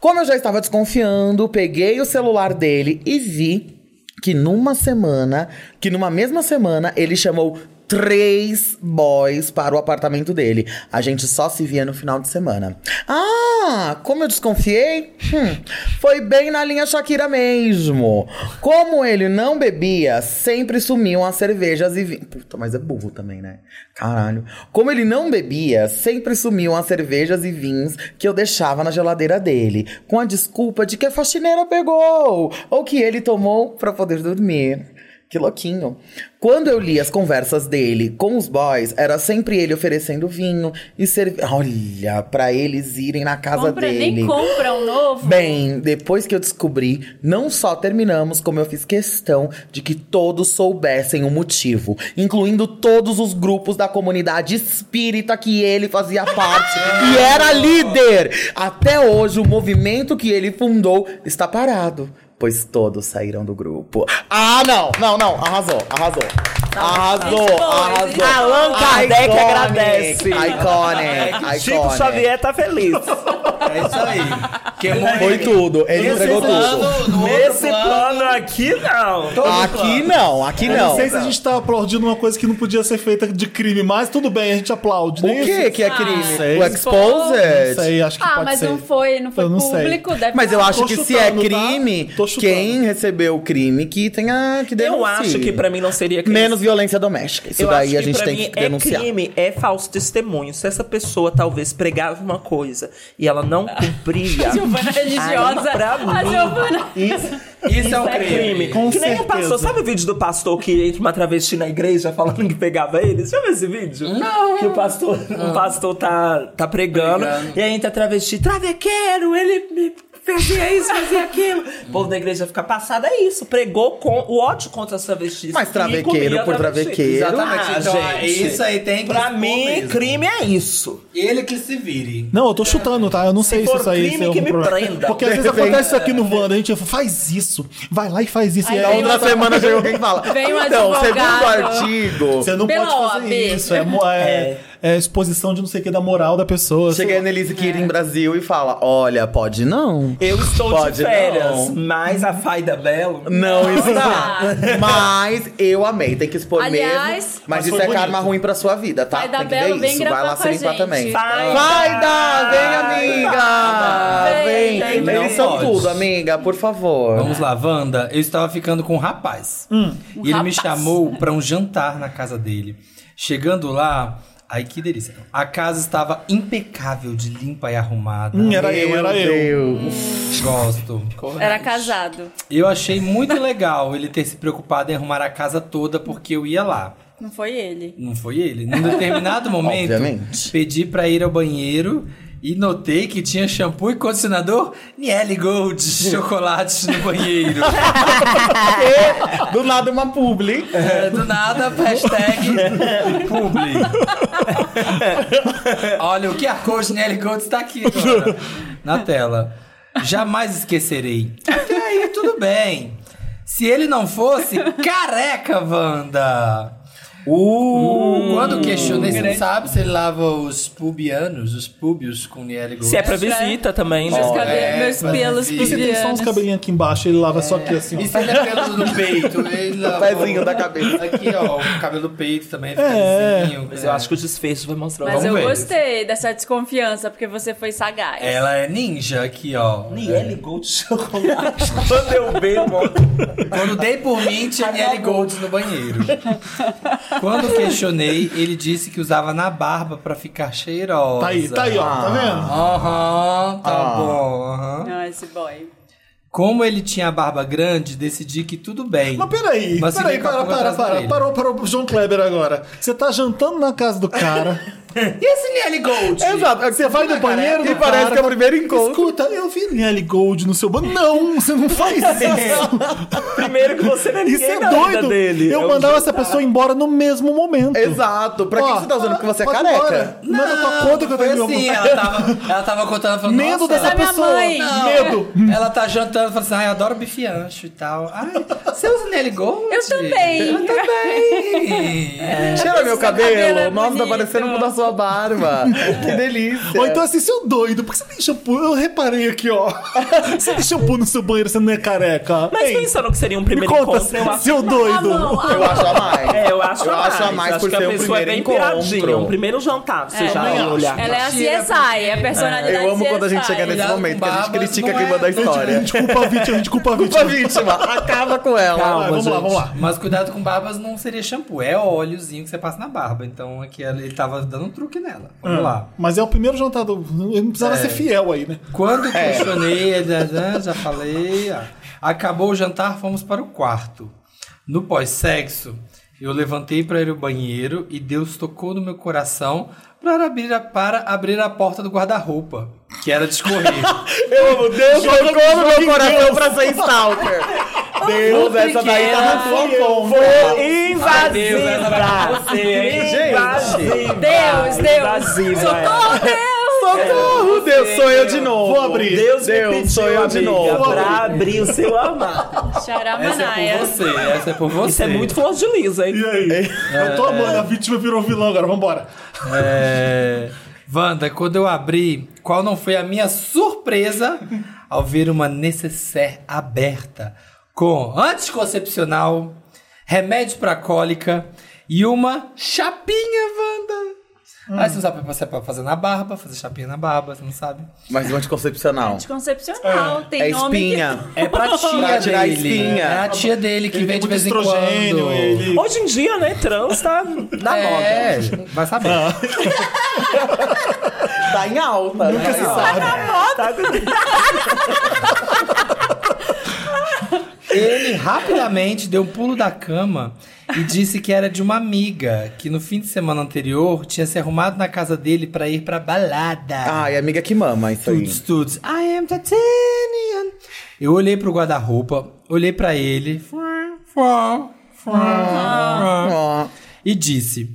Speaker 6: Como eu já estava desconfiando, peguei o celular dele e vi que numa semana, que numa mesma semana, ele chamou três boys para o apartamento dele. A gente só se via no final de semana. Ah, como eu desconfiei? Hum, foi bem na linha Shakira mesmo. Como ele não bebia, sempre sumiam as cervejas e vinhos. Puta, mas é burro também, né? Caralho. Como ele não bebia, sempre sumiam as cervejas e vinhos que eu deixava na geladeira dele, com a desculpa de que a faxineira pegou ou que ele tomou para poder dormir. Que louquinho. Quando eu li as conversas dele com os boys, era sempre ele oferecendo vinho e cerveja. Olha, pra eles irem na casa
Speaker 4: Compra,
Speaker 6: dele.
Speaker 4: nem compra um novo.
Speaker 6: Bem, depois que eu descobri, não só terminamos, como eu fiz questão de que todos soubessem o motivo, incluindo todos os grupos da comunidade espírita que ele fazia parte e era líder. Até hoje, o movimento que ele fundou está parado, pois todos saíram do grupo. Ah, não, não, não, arrasou, arrasou. Arrasou,
Speaker 4: Esse boy,
Speaker 6: arrasou.
Speaker 5: Allan Kardec
Speaker 6: Iconic,
Speaker 5: agradece.
Speaker 6: Iconic,
Speaker 5: É, Chico
Speaker 6: iconic.
Speaker 5: Xavier tá feliz.
Speaker 1: É isso aí. Queimou
Speaker 6: Foi tudo, ele entregou tudo.
Speaker 1: plano, no outro
Speaker 5: Nesse plano aqui, não.
Speaker 6: Aqui não, aqui
Speaker 3: Eu
Speaker 6: não.
Speaker 3: Não sei se a gente tá aplaudindo uma coisa que não podia ser feita de crime, mas tudo bem, a gente aplaude.
Speaker 6: O
Speaker 3: nem
Speaker 6: que
Speaker 3: isso.
Speaker 6: que é crime?
Speaker 3: sei.
Speaker 6: o é
Speaker 3: Não
Speaker 6: exposed?
Speaker 3: sei, acho que
Speaker 4: Ah,
Speaker 3: pode
Speaker 4: mas
Speaker 3: ser.
Speaker 4: não foi, não foi
Speaker 3: Eu não sei.
Speaker 4: público, deve
Speaker 6: Mas eu
Speaker 4: ser.
Speaker 6: acho
Speaker 3: Tô
Speaker 6: que se é
Speaker 3: chutando, tá?
Speaker 6: crime,
Speaker 3: Tô chutando.
Speaker 6: quem recebeu o crime que tenha que denunciar.
Speaker 5: Eu acho que pra mim não seria crime.
Speaker 6: Menos violência doméstica. Isso
Speaker 5: Eu acho
Speaker 6: daí
Speaker 5: que
Speaker 6: a gente
Speaker 5: pra
Speaker 6: tem
Speaker 5: mim
Speaker 6: que denunciar.
Speaker 5: É crime, é falso testemunho. Se essa pessoa talvez pregava uma coisa e ela não
Speaker 6: Ah.
Speaker 5: cumpria.
Speaker 4: Giovana é religiosa.
Speaker 5: Ai, pra
Speaker 4: A
Speaker 5: mim.
Speaker 4: Giovana.
Speaker 1: Isso é um
Speaker 5: É crime.
Speaker 1: crime.
Speaker 3: Com
Speaker 5: que nem o
Speaker 3: certeza.
Speaker 5: pastor. Sabe o vídeo do pastor que entra uma travesti na igreja falando que pegava ele? Você já viu esse vídeo? Não. Que o pastor, o pastor tá, tá pregando,
Speaker 1: Pregando.
Speaker 5: e aí entra a travesti, travequeiro, ele me fazia isso, fazia aquilo. O povo da igreja fica passada, é isso. Pregou com o ódio contra as travestis.
Speaker 6: Mas
Speaker 5: E
Speaker 6: travequeiro
Speaker 5: comia
Speaker 6: por
Speaker 5: travesti.
Speaker 6: travequeiro.
Speaker 5: Exatamente.
Speaker 1: Ah,
Speaker 5: então,
Speaker 1: gente, isso aí tem que
Speaker 5: Pra
Speaker 1: expor
Speaker 5: mim,
Speaker 1: mesmo.
Speaker 5: crime é isso.
Speaker 1: Ele que se vire.
Speaker 3: Não, eu tô chutando, tá? Eu não sei se
Speaker 5: for
Speaker 3: isso aí
Speaker 5: crime,
Speaker 3: é um
Speaker 5: que me
Speaker 3: problema.
Speaker 5: prenda.
Speaker 3: Porque às vezes acontece isso aqui no Wanda, a gente fala, faz isso, vai lá e faz isso.
Speaker 4: Aí
Speaker 3: e
Speaker 4: vem
Speaker 3: aí,
Speaker 6: Então, Outra
Speaker 4: uma-
Speaker 6: semana chega alguém e fala.
Speaker 4: Vem um
Speaker 6: então,
Speaker 4: advogado."
Speaker 6: segundo o
Speaker 3: você
Speaker 6: artigo.
Speaker 3: não
Speaker 4: Pela
Speaker 3: pode fazer
Speaker 4: OAB.
Speaker 3: isso. É, mo- é- é exposição de não sei o que da moral da pessoa.
Speaker 6: Chega a
Speaker 3: sei lá.
Speaker 6: Annelise Kirin em Brasil e fala: Olha, pode não.
Speaker 5: Eu estou
Speaker 6: Pode
Speaker 5: de férias,
Speaker 6: não.
Speaker 5: mas a Faida Belo.
Speaker 6: Não está. Mas eu amei, tem que expor
Speaker 4: Aliás,
Speaker 6: mesmo. Mas
Speaker 3: Mas
Speaker 6: isso
Speaker 3: foi
Speaker 6: é karma
Speaker 3: bonito.
Speaker 6: ruim pra sua vida, tá?
Speaker 4: Vai dar
Speaker 6: tem que
Speaker 4: belo,
Speaker 6: ver
Speaker 4: vem
Speaker 6: isso. Vai
Speaker 4: gravar
Speaker 6: lá
Speaker 4: com
Speaker 6: se
Speaker 4: a
Speaker 6: limpar
Speaker 4: gente.
Speaker 6: também.
Speaker 5: Vai,
Speaker 6: Vai dar, vem,
Speaker 5: Vai
Speaker 6: amiga! Vem!
Speaker 4: Vem,
Speaker 5: vem.
Speaker 6: Eles são
Speaker 1: Não pode.
Speaker 6: tudo, amiga, por favor.
Speaker 1: Vamos lá, Wanda. Eu estava ficando com um rapaz.
Speaker 6: Hum,
Speaker 1: e
Speaker 6: um
Speaker 1: ele me
Speaker 4: rapaz.
Speaker 1: chamou pra um jantar na casa dele. Chegando lá, ai que delícia. A casa estava impecável, de limpa e arrumada.
Speaker 3: Hum, era eu,
Speaker 6: Meu
Speaker 3: era eu.
Speaker 6: Deus.
Speaker 1: Gosto.
Speaker 4: Era casado.
Speaker 1: Eu achei muito legal ele ter se preocupado em arrumar a casa toda porque eu ia lá.
Speaker 4: Não foi ele.
Speaker 1: Não foi ele. Num determinado momento,
Speaker 6: Obviamente.
Speaker 1: pedi pra ir ao banheiro e notei que tinha shampoo e condicionador Niele Gold chocolate no banheiro.
Speaker 6: É, Do nada uma publi.
Speaker 1: É, do nada, hashtag publi. Olha, o QR Code Niele Gold está aqui agora, na tela. Jamais esquecerei. Até aí, tudo bem. Se ele não fosse, careca, Wanda!
Speaker 5: Hum,
Speaker 1: Uh, quando questionei, você não sabe se ele lava os pubianos, os púbios com Niele Gold.
Speaker 5: Se é pra visita também, né?
Speaker 4: Meus,
Speaker 6: Ó,
Speaker 4: cabe-
Speaker 1: é,
Speaker 4: meus
Speaker 1: mas
Speaker 4: pelos
Speaker 1: e-
Speaker 3: E você tem só uns
Speaker 4: pubianos.
Speaker 3: cabelinhos aqui embaixo, ele lava só aqui assim, ó.
Speaker 1: E se ele é pelo do peito? Ele lava-
Speaker 6: pezinho da cabeça.
Speaker 1: Aqui, ó, o cabelo do peito também fica
Speaker 3: É.
Speaker 1: lisinho.
Speaker 5: Mas eu acho que o desfecho vai mostrar.
Speaker 4: Mas
Speaker 1: Vamos
Speaker 4: eu
Speaker 1: ver.
Speaker 4: gostei dessa desconfiança, porque você foi sagaz.
Speaker 1: Ela é ninja aqui, ó.
Speaker 5: Niele Gold chocolate. Quando eu bebo.
Speaker 1: Quando dei por mim, tinha Nelly Gold no banheiro. Quando questionei, ele disse que usava na barba pra ficar cheirosa.
Speaker 3: Tá aí, tá aí, ó. Tá vendo?
Speaker 1: Aham, tá
Speaker 6: Ah.
Speaker 1: bom. aham.
Speaker 4: Não, esse boy.
Speaker 1: Como ele tinha a barba grande, decidi que tudo bem.
Speaker 3: Mas peraí,
Speaker 1: Mas
Speaker 3: peraí,
Speaker 1: fica com a
Speaker 3: para,
Speaker 1: pulga
Speaker 3: para,
Speaker 1: atrás da
Speaker 3: para.
Speaker 1: orelha.
Speaker 3: Parou, parou pro João Kleber agora. Você tá jantando na casa do cara.
Speaker 1: E esse Nelly Gold?
Speaker 6: Exato. é que
Speaker 3: Você vai no banheiro
Speaker 6: E
Speaker 3: do
Speaker 6: parece
Speaker 3: cara,
Speaker 6: que é o primeiro encontro.
Speaker 3: Escuta, eu vi Nelly Gold no seu banho. Não, você não faz
Speaker 6: É.
Speaker 3: isso.
Speaker 5: Primeiro que você não é
Speaker 3: Isso
Speaker 5: ninguém
Speaker 3: é
Speaker 5: na vida
Speaker 3: doido.
Speaker 5: dele. É
Speaker 3: Eu
Speaker 5: um
Speaker 3: mandava essa pessoa embora no mesmo
Speaker 6: É.
Speaker 3: momento.
Speaker 6: Exato. Pra que
Speaker 3: Ó,
Speaker 6: você tá usando? Porque você é
Speaker 3: pode ir
Speaker 6: careca.
Speaker 3: embora. Não, eu tô conta que eu
Speaker 1: Foi
Speaker 3: tenho
Speaker 1: assim,
Speaker 3: meu
Speaker 1: ela tava, ela tava contando, falando,
Speaker 3: Medo
Speaker 1: nossa,
Speaker 3: dessa
Speaker 4: é minha
Speaker 3: pessoa.
Speaker 4: mãe.
Speaker 1: Não.
Speaker 3: Medo.
Speaker 1: Ela tá jantando, falando assim, ai, eu adoro bife ancho e tal. Ai, você usa Nelly Gold?
Speaker 4: Eu também. É.
Speaker 1: Eu também. É.
Speaker 6: Cheira meu
Speaker 4: seu cabelo
Speaker 6: cabelo.
Speaker 4: é
Speaker 6: Nossa, tá
Speaker 4: bonito.
Speaker 6: parecendo com o da sua barba. que delícia.
Speaker 3: Ou então assim, seu doido, por que você tem shampoo? Eu reparei aqui, ó. Você tem shampoo no seu banheiro, você não é careca.
Speaker 5: Mas
Speaker 3: Ei,
Speaker 5: pensando que seria um
Speaker 3: me
Speaker 5: primeiro
Speaker 3: conta,
Speaker 5: encontro, eu acho.
Speaker 3: seu doido.
Speaker 6: Eu acho a mais.
Speaker 5: É, eu acho a mais. acho
Speaker 6: por
Speaker 5: que
Speaker 6: ser
Speaker 5: a
Speaker 6: o
Speaker 5: pessoa é
Speaker 6: primeiro
Speaker 5: bem piradinha.
Speaker 6: encontro.
Speaker 5: Um primeiro jantar, você
Speaker 4: É,
Speaker 5: já
Speaker 4: também
Speaker 5: vai
Speaker 3: acho.
Speaker 5: olhar.
Speaker 4: Ela é a
Speaker 1: Mentira,
Speaker 4: CSI, a personalidade
Speaker 6: Eu amo quando a gente
Speaker 4: CSI.
Speaker 6: chega nesse
Speaker 1: Cuidado com
Speaker 6: momento, que a gente
Speaker 1: babas,
Speaker 6: critica
Speaker 1: não
Speaker 6: quem
Speaker 1: é-
Speaker 6: manda a
Speaker 1: não é-
Speaker 3: A
Speaker 6: história.
Speaker 3: gente culpa a vítima, a gente culpa a vítima.
Speaker 6: Culpa a vítima, acaba com ela.
Speaker 5: Calma,
Speaker 3: Ah, vamos lá,
Speaker 5: gente.
Speaker 3: vamos lá.
Speaker 1: Mas cuidado com barbas não seria shampoo, é óleozinho que você passa na barba. Então aqui ela- ele tava dando um truque nela. Vamos lá.
Speaker 3: Mas é o primeiro jantar do. Ele não precisava ser fiel aí, né?
Speaker 1: Quando
Speaker 5: É.
Speaker 1: questionei, ele, né, já falei. ah. Acabou o jantar, fomos para o quarto. No pós-sexo, eu levantei para ir ao banheiro e Deus tocou no meu coração para abrir a, para abrir a porta do guarda-roupa, que era de escorrer.
Speaker 6: Eu amo Deus, colocou no meu coração pra ser stalker. Deus, essa daí tá na sua
Speaker 3: é
Speaker 6: conta.
Speaker 5: Invasiva! é Você é invasiva!
Speaker 4: Deus, Deus.
Speaker 5: Invasiva! é.
Speaker 4: Socorro, Oh, Deus.
Speaker 6: Socorro, Deus, sou eu de novo.
Speaker 3: Vou abrir.
Speaker 5: Deus,
Speaker 6: Deus,
Speaker 5: me pediu,
Speaker 6: sou eu de
Speaker 5: amiga,
Speaker 6: novo.
Speaker 5: Pra abrir o seu amar.
Speaker 1: Essa é por
Speaker 4: Xaramanaias.
Speaker 1: você, essa é por você.
Speaker 5: Isso é muito flor de lis, hein?
Speaker 3: E aí? Eu tô amando, a vítima virou vilão agora, vambora.
Speaker 1: É... Wanda, quando eu abri, qual não foi a minha surpresa ao ver uma necessaire aberta com anticoncepcional, remédio pra cólica e uma chapinha, Wanda. Aí você não sabe se é pra fazer na barba, fazer chapinha na barba, você não sabe.
Speaker 6: Mas um anticoncepcional.
Speaker 4: Anticoncepcional, tem
Speaker 6: É
Speaker 4: nome que-
Speaker 6: espinha.
Speaker 1: É pra tia
Speaker 6: Pra tirar a
Speaker 1: dele.
Speaker 6: espinha.
Speaker 1: É a tia dele que
Speaker 3: Ele
Speaker 1: vem de
Speaker 3: tem muito
Speaker 1: vez em quando.
Speaker 3: estrogênio, ele.
Speaker 5: Hoje em dia, né, trans tá na moda.
Speaker 1: É, vai saber.
Speaker 6: Tá em alta. Nunca se sabe.
Speaker 5: Tá
Speaker 1: Ele rapidamente deu um pulo da cama e disse que era de uma amiga que no fim de semana anterior tinha se arrumado na casa dele pra ir pra balada.
Speaker 6: Ah, é. Ai, amiga que mama isso aí.
Speaker 1: Tuts, tuts. I am Tatiane. Eu olhei pro guarda-roupa, olhei pra ele e disse: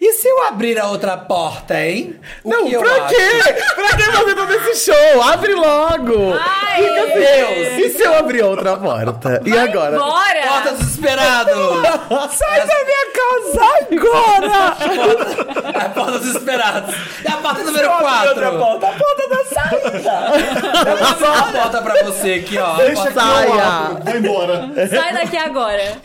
Speaker 1: E se eu abrir a outra porta, hein? O
Speaker 6: Não,
Speaker 1: que eu
Speaker 6: pra
Speaker 1: acho?"
Speaker 6: quê? Pra que você todo esse show? Abre logo!
Speaker 4: Ai,
Speaker 6: Fica assim,
Speaker 4: Deus.
Speaker 6: E se eu abrir outra porta? E agora?
Speaker 4: Bora!
Speaker 1: Porta desesperado!
Speaker 6: Sai da minha casa agora!
Speaker 1: a porta desesperado. É a porta número 4.
Speaker 5: Outra porta, a porta da saída.
Speaker 1: Eu vou abrir uma porta pra você aqui, ó.
Speaker 6: Deixa que eu abro.
Speaker 3: Vai embora.
Speaker 4: Sai daqui agora.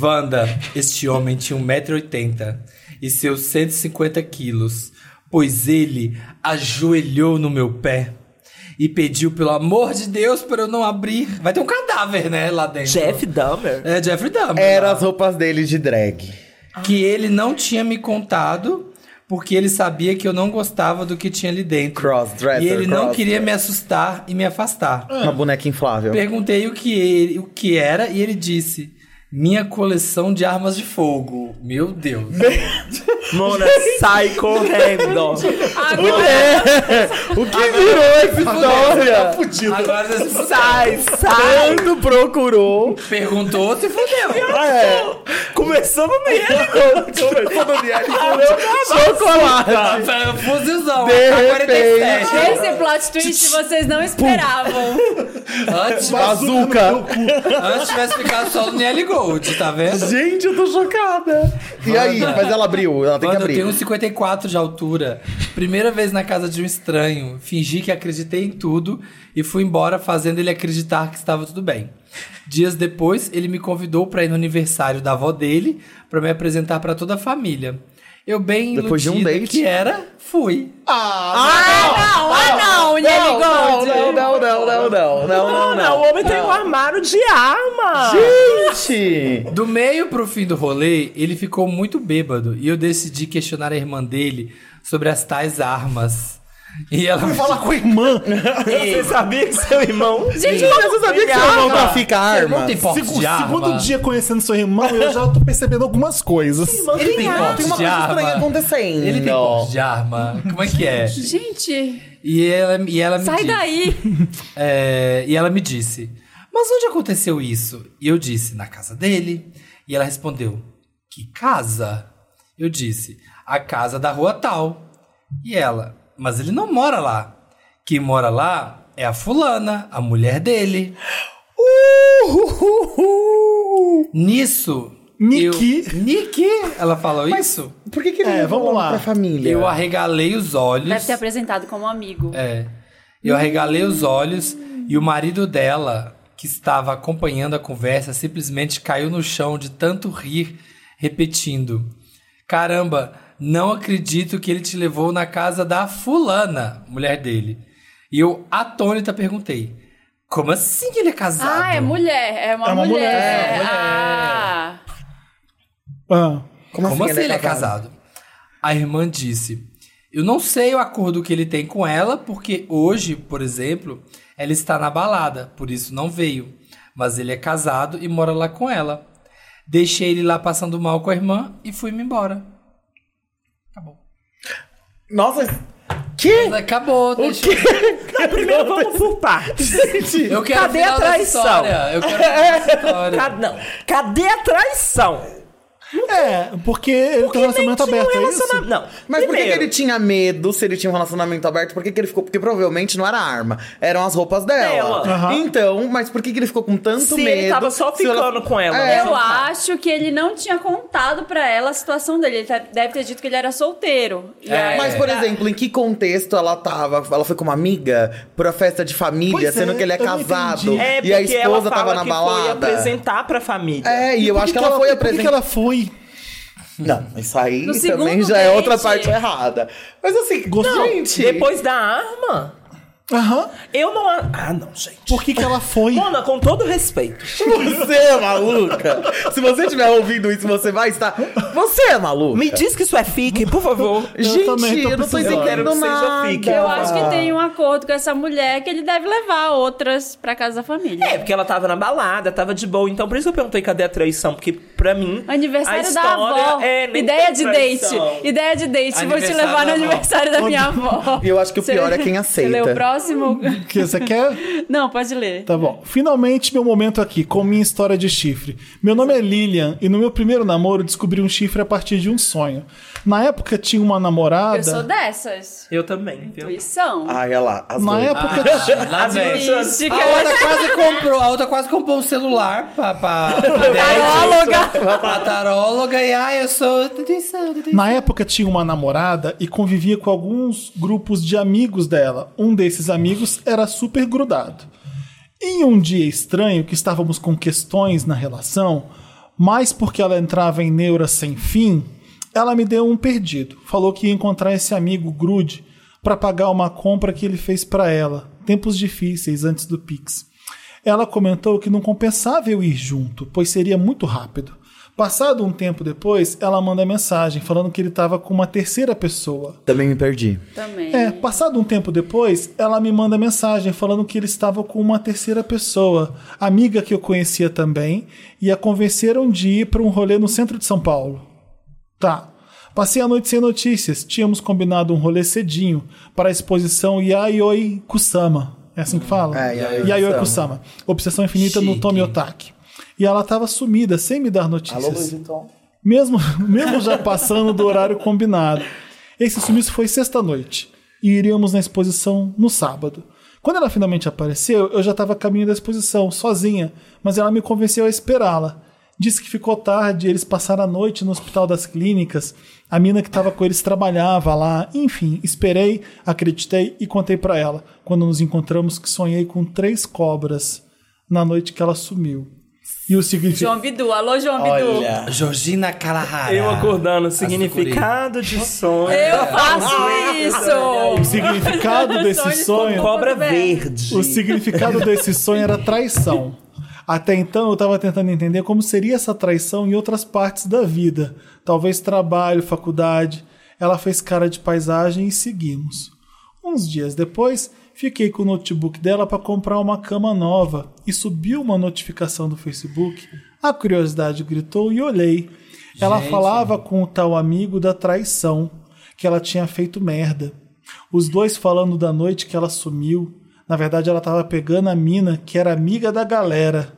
Speaker 1: Wanda, este homem tinha 1,80m e seus 150 quilos, pois ele ajoelhou no meu pé e pediu, pelo amor de Deus, para eu não abrir. Vai ter um cadáver, né, lá dentro.
Speaker 5: Jeff Dahmer.
Speaker 1: É, Jeffrey Dahmer.
Speaker 6: Era as roupas dele de drag.
Speaker 1: Que ele não tinha me contado, porque ele sabia que eu não gostava do que tinha ali dentro.
Speaker 6: Crossdresser,
Speaker 1: E ele não
Speaker 6: crossdresser.
Speaker 1: queria me assustar e me afastar.
Speaker 6: Uma boneca inflável.
Speaker 1: Perguntei o que, ele- o que era e ele disse: Minha coleção de armas de fogo. Meu Deus.
Speaker 5: Mona, sai correndo.
Speaker 4: Agora.
Speaker 6: O que virou essa história?
Speaker 3: Fudido.
Speaker 1: Agora você
Speaker 5: Sai, sai.
Speaker 6: Tanto procurou.
Speaker 1: perguntou, se fudeu.
Speaker 6: É.
Speaker 5: Começamos mesmo.
Speaker 6: Começou no diário chocolate.
Speaker 1: Fusizão.
Speaker 6: De
Speaker 1: A 47.
Speaker 4: Esse plot twist vocês não esperavam.
Speaker 1: Antes,
Speaker 6: Bazuca.
Speaker 1: antes tivesse ficado só no Nelly Gold, tá vendo?
Speaker 6: Gente, eu tô chocada. E aí? Mas ela abriu, ela tem que
Speaker 1: Quando eu
Speaker 6: abrir.
Speaker 1: tenho um 54 de altura, primeira vez na casa de um estranho, fingi que acreditei em tudo e fui embora fazendo ele acreditar que estava tudo bem. Dias depois, ele me convidou para ir no aniversário da avó dele para me apresentar para toda a família. Eu bem
Speaker 6: Depois de um
Speaker 1: iludida
Speaker 6: date?
Speaker 1: que era, fui.
Speaker 4: Não, ah não, Nelly
Speaker 6: Não,
Speaker 4: Gold.
Speaker 6: não, não, não, não, não, não, não,
Speaker 5: Não, não, o homem tem um armário de arma.
Speaker 6: Gente!
Speaker 1: Do meio pro fim do rolê, ele ficou muito bêbado e eu decidi questionar a irmã dele sobre as tais armas. E ela me
Speaker 3: Fala com a irmã.
Speaker 5: Você sabia que seu irmão...
Speaker 4: Gente,
Speaker 6: Você sabia que seu irmão trafica
Speaker 1: não
Speaker 6: arma?
Speaker 1: tem porte
Speaker 3: Segu-
Speaker 1: de arma.
Speaker 3: segundo dia conhecendo seu irmão, eu já tô percebendo algumas coisas.
Speaker 1: Ele tem porte
Speaker 6: Tem uma
Speaker 1: de
Speaker 6: coisa estranha
Speaker 1: arma.
Speaker 6: acontecendo.
Speaker 1: Ele tem porte de arma. Como é que é?
Speaker 4: Gente,
Speaker 1: E ela, e ela me
Speaker 4: sai
Speaker 1: disse,
Speaker 4: daí.
Speaker 1: é, e ela me disse, mas onde aconteceu isso? E eu disse, na casa dele. E ela respondeu, que casa? Eu disse, a casa da rua tal. E ela, mas ele não mora lá. Quem mora lá é a fulana, a mulher dele. Nisso...
Speaker 3: Niki.
Speaker 1: eu- Niki? Ela falou isso?
Speaker 6: Por que, que ele
Speaker 3: É,
Speaker 6: levou
Speaker 3: vamos lá.
Speaker 6: pra família?
Speaker 1: Eu arregalei os olhos.
Speaker 4: Deve ter apresentado como amigo.
Speaker 1: É. Eu arregalei os olhos e o marido dela, que estava acompanhando a conversa, simplesmente caiu no chão de tanto rir, repetindo: Caramba, não acredito que ele te levou na casa da fulana, mulher dele. E eu, atônita, perguntei: Como assim que ele é casado?
Speaker 4: Ah, é mulher. É uma,
Speaker 3: É uma mulher,
Speaker 4: mulher.
Speaker 3: é uma mulher.
Speaker 4: Ah.
Speaker 3: Ah,
Speaker 1: Como, assim ele é casado? A irmã disse: Eu não sei o acordo que ele tem com ela, porque hoje, por exemplo, ela está na balada, por isso não veio. Mas ele é casado e mora lá com ela. Deixei ele lá passando mal com a irmã e fui-me embora.
Speaker 6: Nossa, que?
Speaker 1: Mas acabou, deixa eu-
Speaker 5: Ah, Primeiro vamos por partes.
Speaker 1: Eu quero
Speaker 5: Cadê
Speaker 1: o final
Speaker 5: a
Speaker 1: dessa
Speaker 5: traição?
Speaker 1: história, Eu quero o final dessa história.
Speaker 5: Ca- não. Cadê a traição?
Speaker 3: É, porque ele tem um relacionamento
Speaker 5: Tinha
Speaker 3: aberto,
Speaker 5: um
Speaker 3: é
Speaker 5: relaciona-
Speaker 3: isso?
Speaker 5: Não.
Speaker 6: Mas por que que,
Speaker 5: Primeiro,
Speaker 6: ele tinha medo se ele tinha um relacionamento aberto? Por que, que ele ficou? Porque provavelmente não era arma, eram as roupas dela.
Speaker 5: Dela.
Speaker 3: Aham.
Speaker 6: Então, mas por que, que ele ficou com tanto
Speaker 5: Se
Speaker 6: medo?
Speaker 5: ele tava só
Speaker 6: se ela-
Speaker 5: ficando com ela. né?
Speaker 6: É.
Speaker 4: Eu acho que ele não tinha contado pra ela a situação dele. Ele tá- deve ter dito que ele era solteiro. E
Speaker 1: É.
Speaker 4: aí-
Speaker 6: Mas, por exemplo, em que contexto ela tava? Ela foi com uma amiga pra festa de família,
Speaker 3: Pois é,
Speaker 6: sendo que ele é
Speaker 3: eu não
Speaker 6: casado.
Speaker 3: entendi.
Speaker 5: É,
Speaker 6: e a
Speaker 5: porque ela
Speaker 6: esposa
Speaker 5: fala
Speaker 6: tava na
Speaker 5: que foi
Speaker 6: balada.
Speaker 5: apresentar pra família.
Speaker 6: É, e,
Speaker 3: E
Speaker 6: eu
Speaker 3: por
Speaker 6: acho que
Speaker 3: que
Speaker 6: ela
Speaker 3: Por
Speaker 6: foi
Speaker 3: que que
Speaker 6: apresentar.
Speaker 3: ela foi?
Speaker 6: Não, isso aí
Speaker 4: No
Speaker 6: também
Speaker 4: segundo
Speaker 6: já é outra
Speaker 4: date.
Speaker 6: parte errada. Mas assim,
Speaker 3: Não,
Speaker 6: gente.
Speaker 5: Depois da arma,
Speaker 3: Aham.
Speaker 5: eu não... a- Ah, não, gente.
Speaker 3: Por que que ela foi?
Speaker 5: Mona, com todo respeito.
Speaker 6: Você é maluca! Se você estiver ouvindo isso, você vai estar. Você é maluca!
Speaker 5: Me diz que isso é fique, por favor.
Speaker 6: Gente,
Speaker 3: também tô
Speaker 6: eu não tô
Speaker 3: precisando.
Speaker 5: Quero que
Speaker 6: entendendo
Speaker 5: seja
Speaker 6: nada.
Speaker 5: fique.
Speaker 4: Eu acho
Speaker 3: Ah.
Speaker 4: que tem um acordo com essa mulher que ele deve levar outras pra casa da família.
Speaker 5: É, porque ela tava na balada, tava de boa. Então, por isso que eu perguntei cadê a traição. Porque, pra mim. a
Speaker 4: Aniversário da
Speaker 5: história
Speaker 4: avó.
Speaker 5: É, nem
Speaker 4: Ideia
Speaker 5: tem
Speaker 4: de
Speaker 5: traição.
Speaker 4: date. Ideia de date. Vou te
Speaker 1: Aniversário
Speaker 4: levar no
Speaker 1: da avó.
Speaker 4: aniversário da minha avó.
Speaker 6: E eu acho que o
Speaker 4: Você-
Speaker 6: pior é quem
Speaker 4: Você leu
Speaker 6: aceita.
Speaker 4: o próximo.
Speaker 3: Que você quer?
Speaker 4: Não, pode ler.
Speaker 3: Tá bom. Finalmente, meu momento aqui, com minha história de chifre. Meu nome é Lilian e no meu primeiro namoro descobri um chifre a partir de um sonho. Na época tinha uma namorada.
Speaker 4: Eu sou dessas.
Speaker 5: Eu também, viu?
Speaker 4: Intuição.
Speaker 6: Ai, Ah, olha lá. as
Speaker 3: Na
Speaker 6: duas.
Speaker 3: época tinha.
Speaker 1: Lá vem.
Speaker 4: Mística.
Speaker 6: Ah,
Speaker 1: A outra quase comprou, a outra quase comprou um celular pra, pra, pra
Speaker 4: Taróloga.
Speaker 1: pra taróloga e ai, eu sou. Detenção, detenção.
Speaker 3: Na época tinha uma namorada e convivia com alguns grupos de amigos dela. Um desses amigos era super grudado. Em um dia estranho que estávamos com questões na relação, mas porque ela entrava em neuras sem fim, ela me deu um perdido. Falou que ia encontrar esse amigo grude para pagar uma compra que ele fez para ela. Tempos difíceis antes do Pix. Ela comentou que não compensava eu ir junto, pois seria muito rápido. Passado um tempo depois, ela manda mensagem falando que ele estava com uma terceira pessoa.
Speaker 6: Ah, Também me perdi.
Speaker 4: Também.
Speaker 3: É, passado um tempo depois, ela me manda mensagem falando que ele estava com uma terceira pessoa, amiga que eu conhecia também, e a convenceram de ir para um rolê no centro de São Paulo. Tá. Passei a noite sem notícias. Tínhamos combinado um rolê cedinho para a exposição Yayoi Kusama. É assim que fala?
Speaker 6: É, Yayoi
Speaker 3: Yayoi
Speaker 6: Kusama.
Speaker 3: Kusama. Obsessão Infinita no
Speaker 1: Chique.
Speaker 3: Tomi Otaki. E ela estava sumida, sem me dar notícias.
Speaker 6: Alô, Luiz Vuitton.
Speaker 3: Mesmo, mesmo já passando do horário combinado. Esse sumiço foi sexta-noite. E iríamos na exposição no sábado. Quando ela finalmente apareceu, eu já estava a caminho da exposição, sozinha, mas ela me convenceu a esperá-la. Disse que ficou tarde, eles passaram a noite no hospital das clínicas, a mina que estava com eles trabalhava lá, enfim, esperei, acreditei e contei para ela. Quando nos encontramos, que sonhei com três cobras na noite que ela sumiu. E o significado.
Speaker 4: João Bidu. Alô, João Bidu.
Speaker 1: Georgina Kalahara.
Speaker 5: Eu acordando, significado de sonho.
Speaker 4: Eu faço isso.
Speaker 3: O significado desse
Speaker 4: Sonhos com
Speaker 3: sonho.
Speaker 5: Cobra
Speaker 4: Tudo bem.
Speaker 5: verde.
Speaker 3: O significado desse sonho era traição. Até então eu estava tentando entender como seria essa traição em outras partes da vida. Talvez trabalho, faculdade. Ela fez cara de paisagem e seguimos. Uns dias depois, fiquei com o notebook dela para comprar uma cama nova e subiu uma notificação do Facebook. A curiosidade gritou e olhei. Ela falava com o tal amigo da traição, que ela tinha feito merda. Os dois falando da noite que ela sumiu. Na verdade, ela tava pegando a mina que era amiga da galera.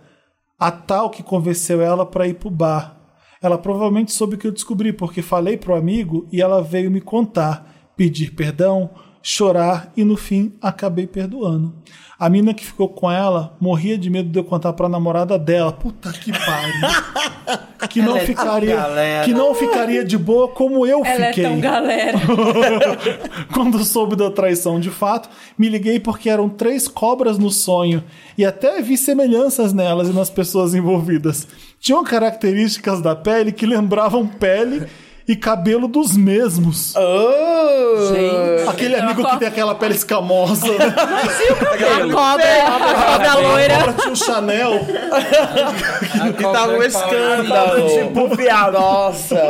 Speaker 3: A tal que convenceu ela pra ir pro bar. Ela provavelmente soube o que eu descobri, porque falei pro amigo e ela veio me contar, pedir perdão, chorar e no fim acabei perdoando. A mina que ficou com ela morria de medo de eu contar pra namorada dela. Puta que pariu. Que não
Speaker 1: Ela é tão
Speaker 3: ficaria,
Speaker 1: galera.
Speaker 3: que não ficaria de boa como eu
Speaker 4: Ela é
Speaker 3: fiquei.
Speaker 4: tão galera.
Speaker 3: Quando soube da traição de fato, me liguei porque eram três cobras no sonho e até vi semelhanças nelas e nas pessoas envolvidas. Tinham características da pele que lembravam pele e cabelo dos mesmos.
Speaker 4: Ah.
Speaker 5: Gente.
Speaker 3: Aquele amigo que tem aquela pele escamosa, né?
Speaker 4: A cobra, a cobra loira.
Speaker 3: Agora tinha o Chanel.
Speaker 1: A
Speaker 6: Que tava um
Speaker 1: cobra de pau- Tá
Speaker 6: escândalo. Tipo, piada. Nossa.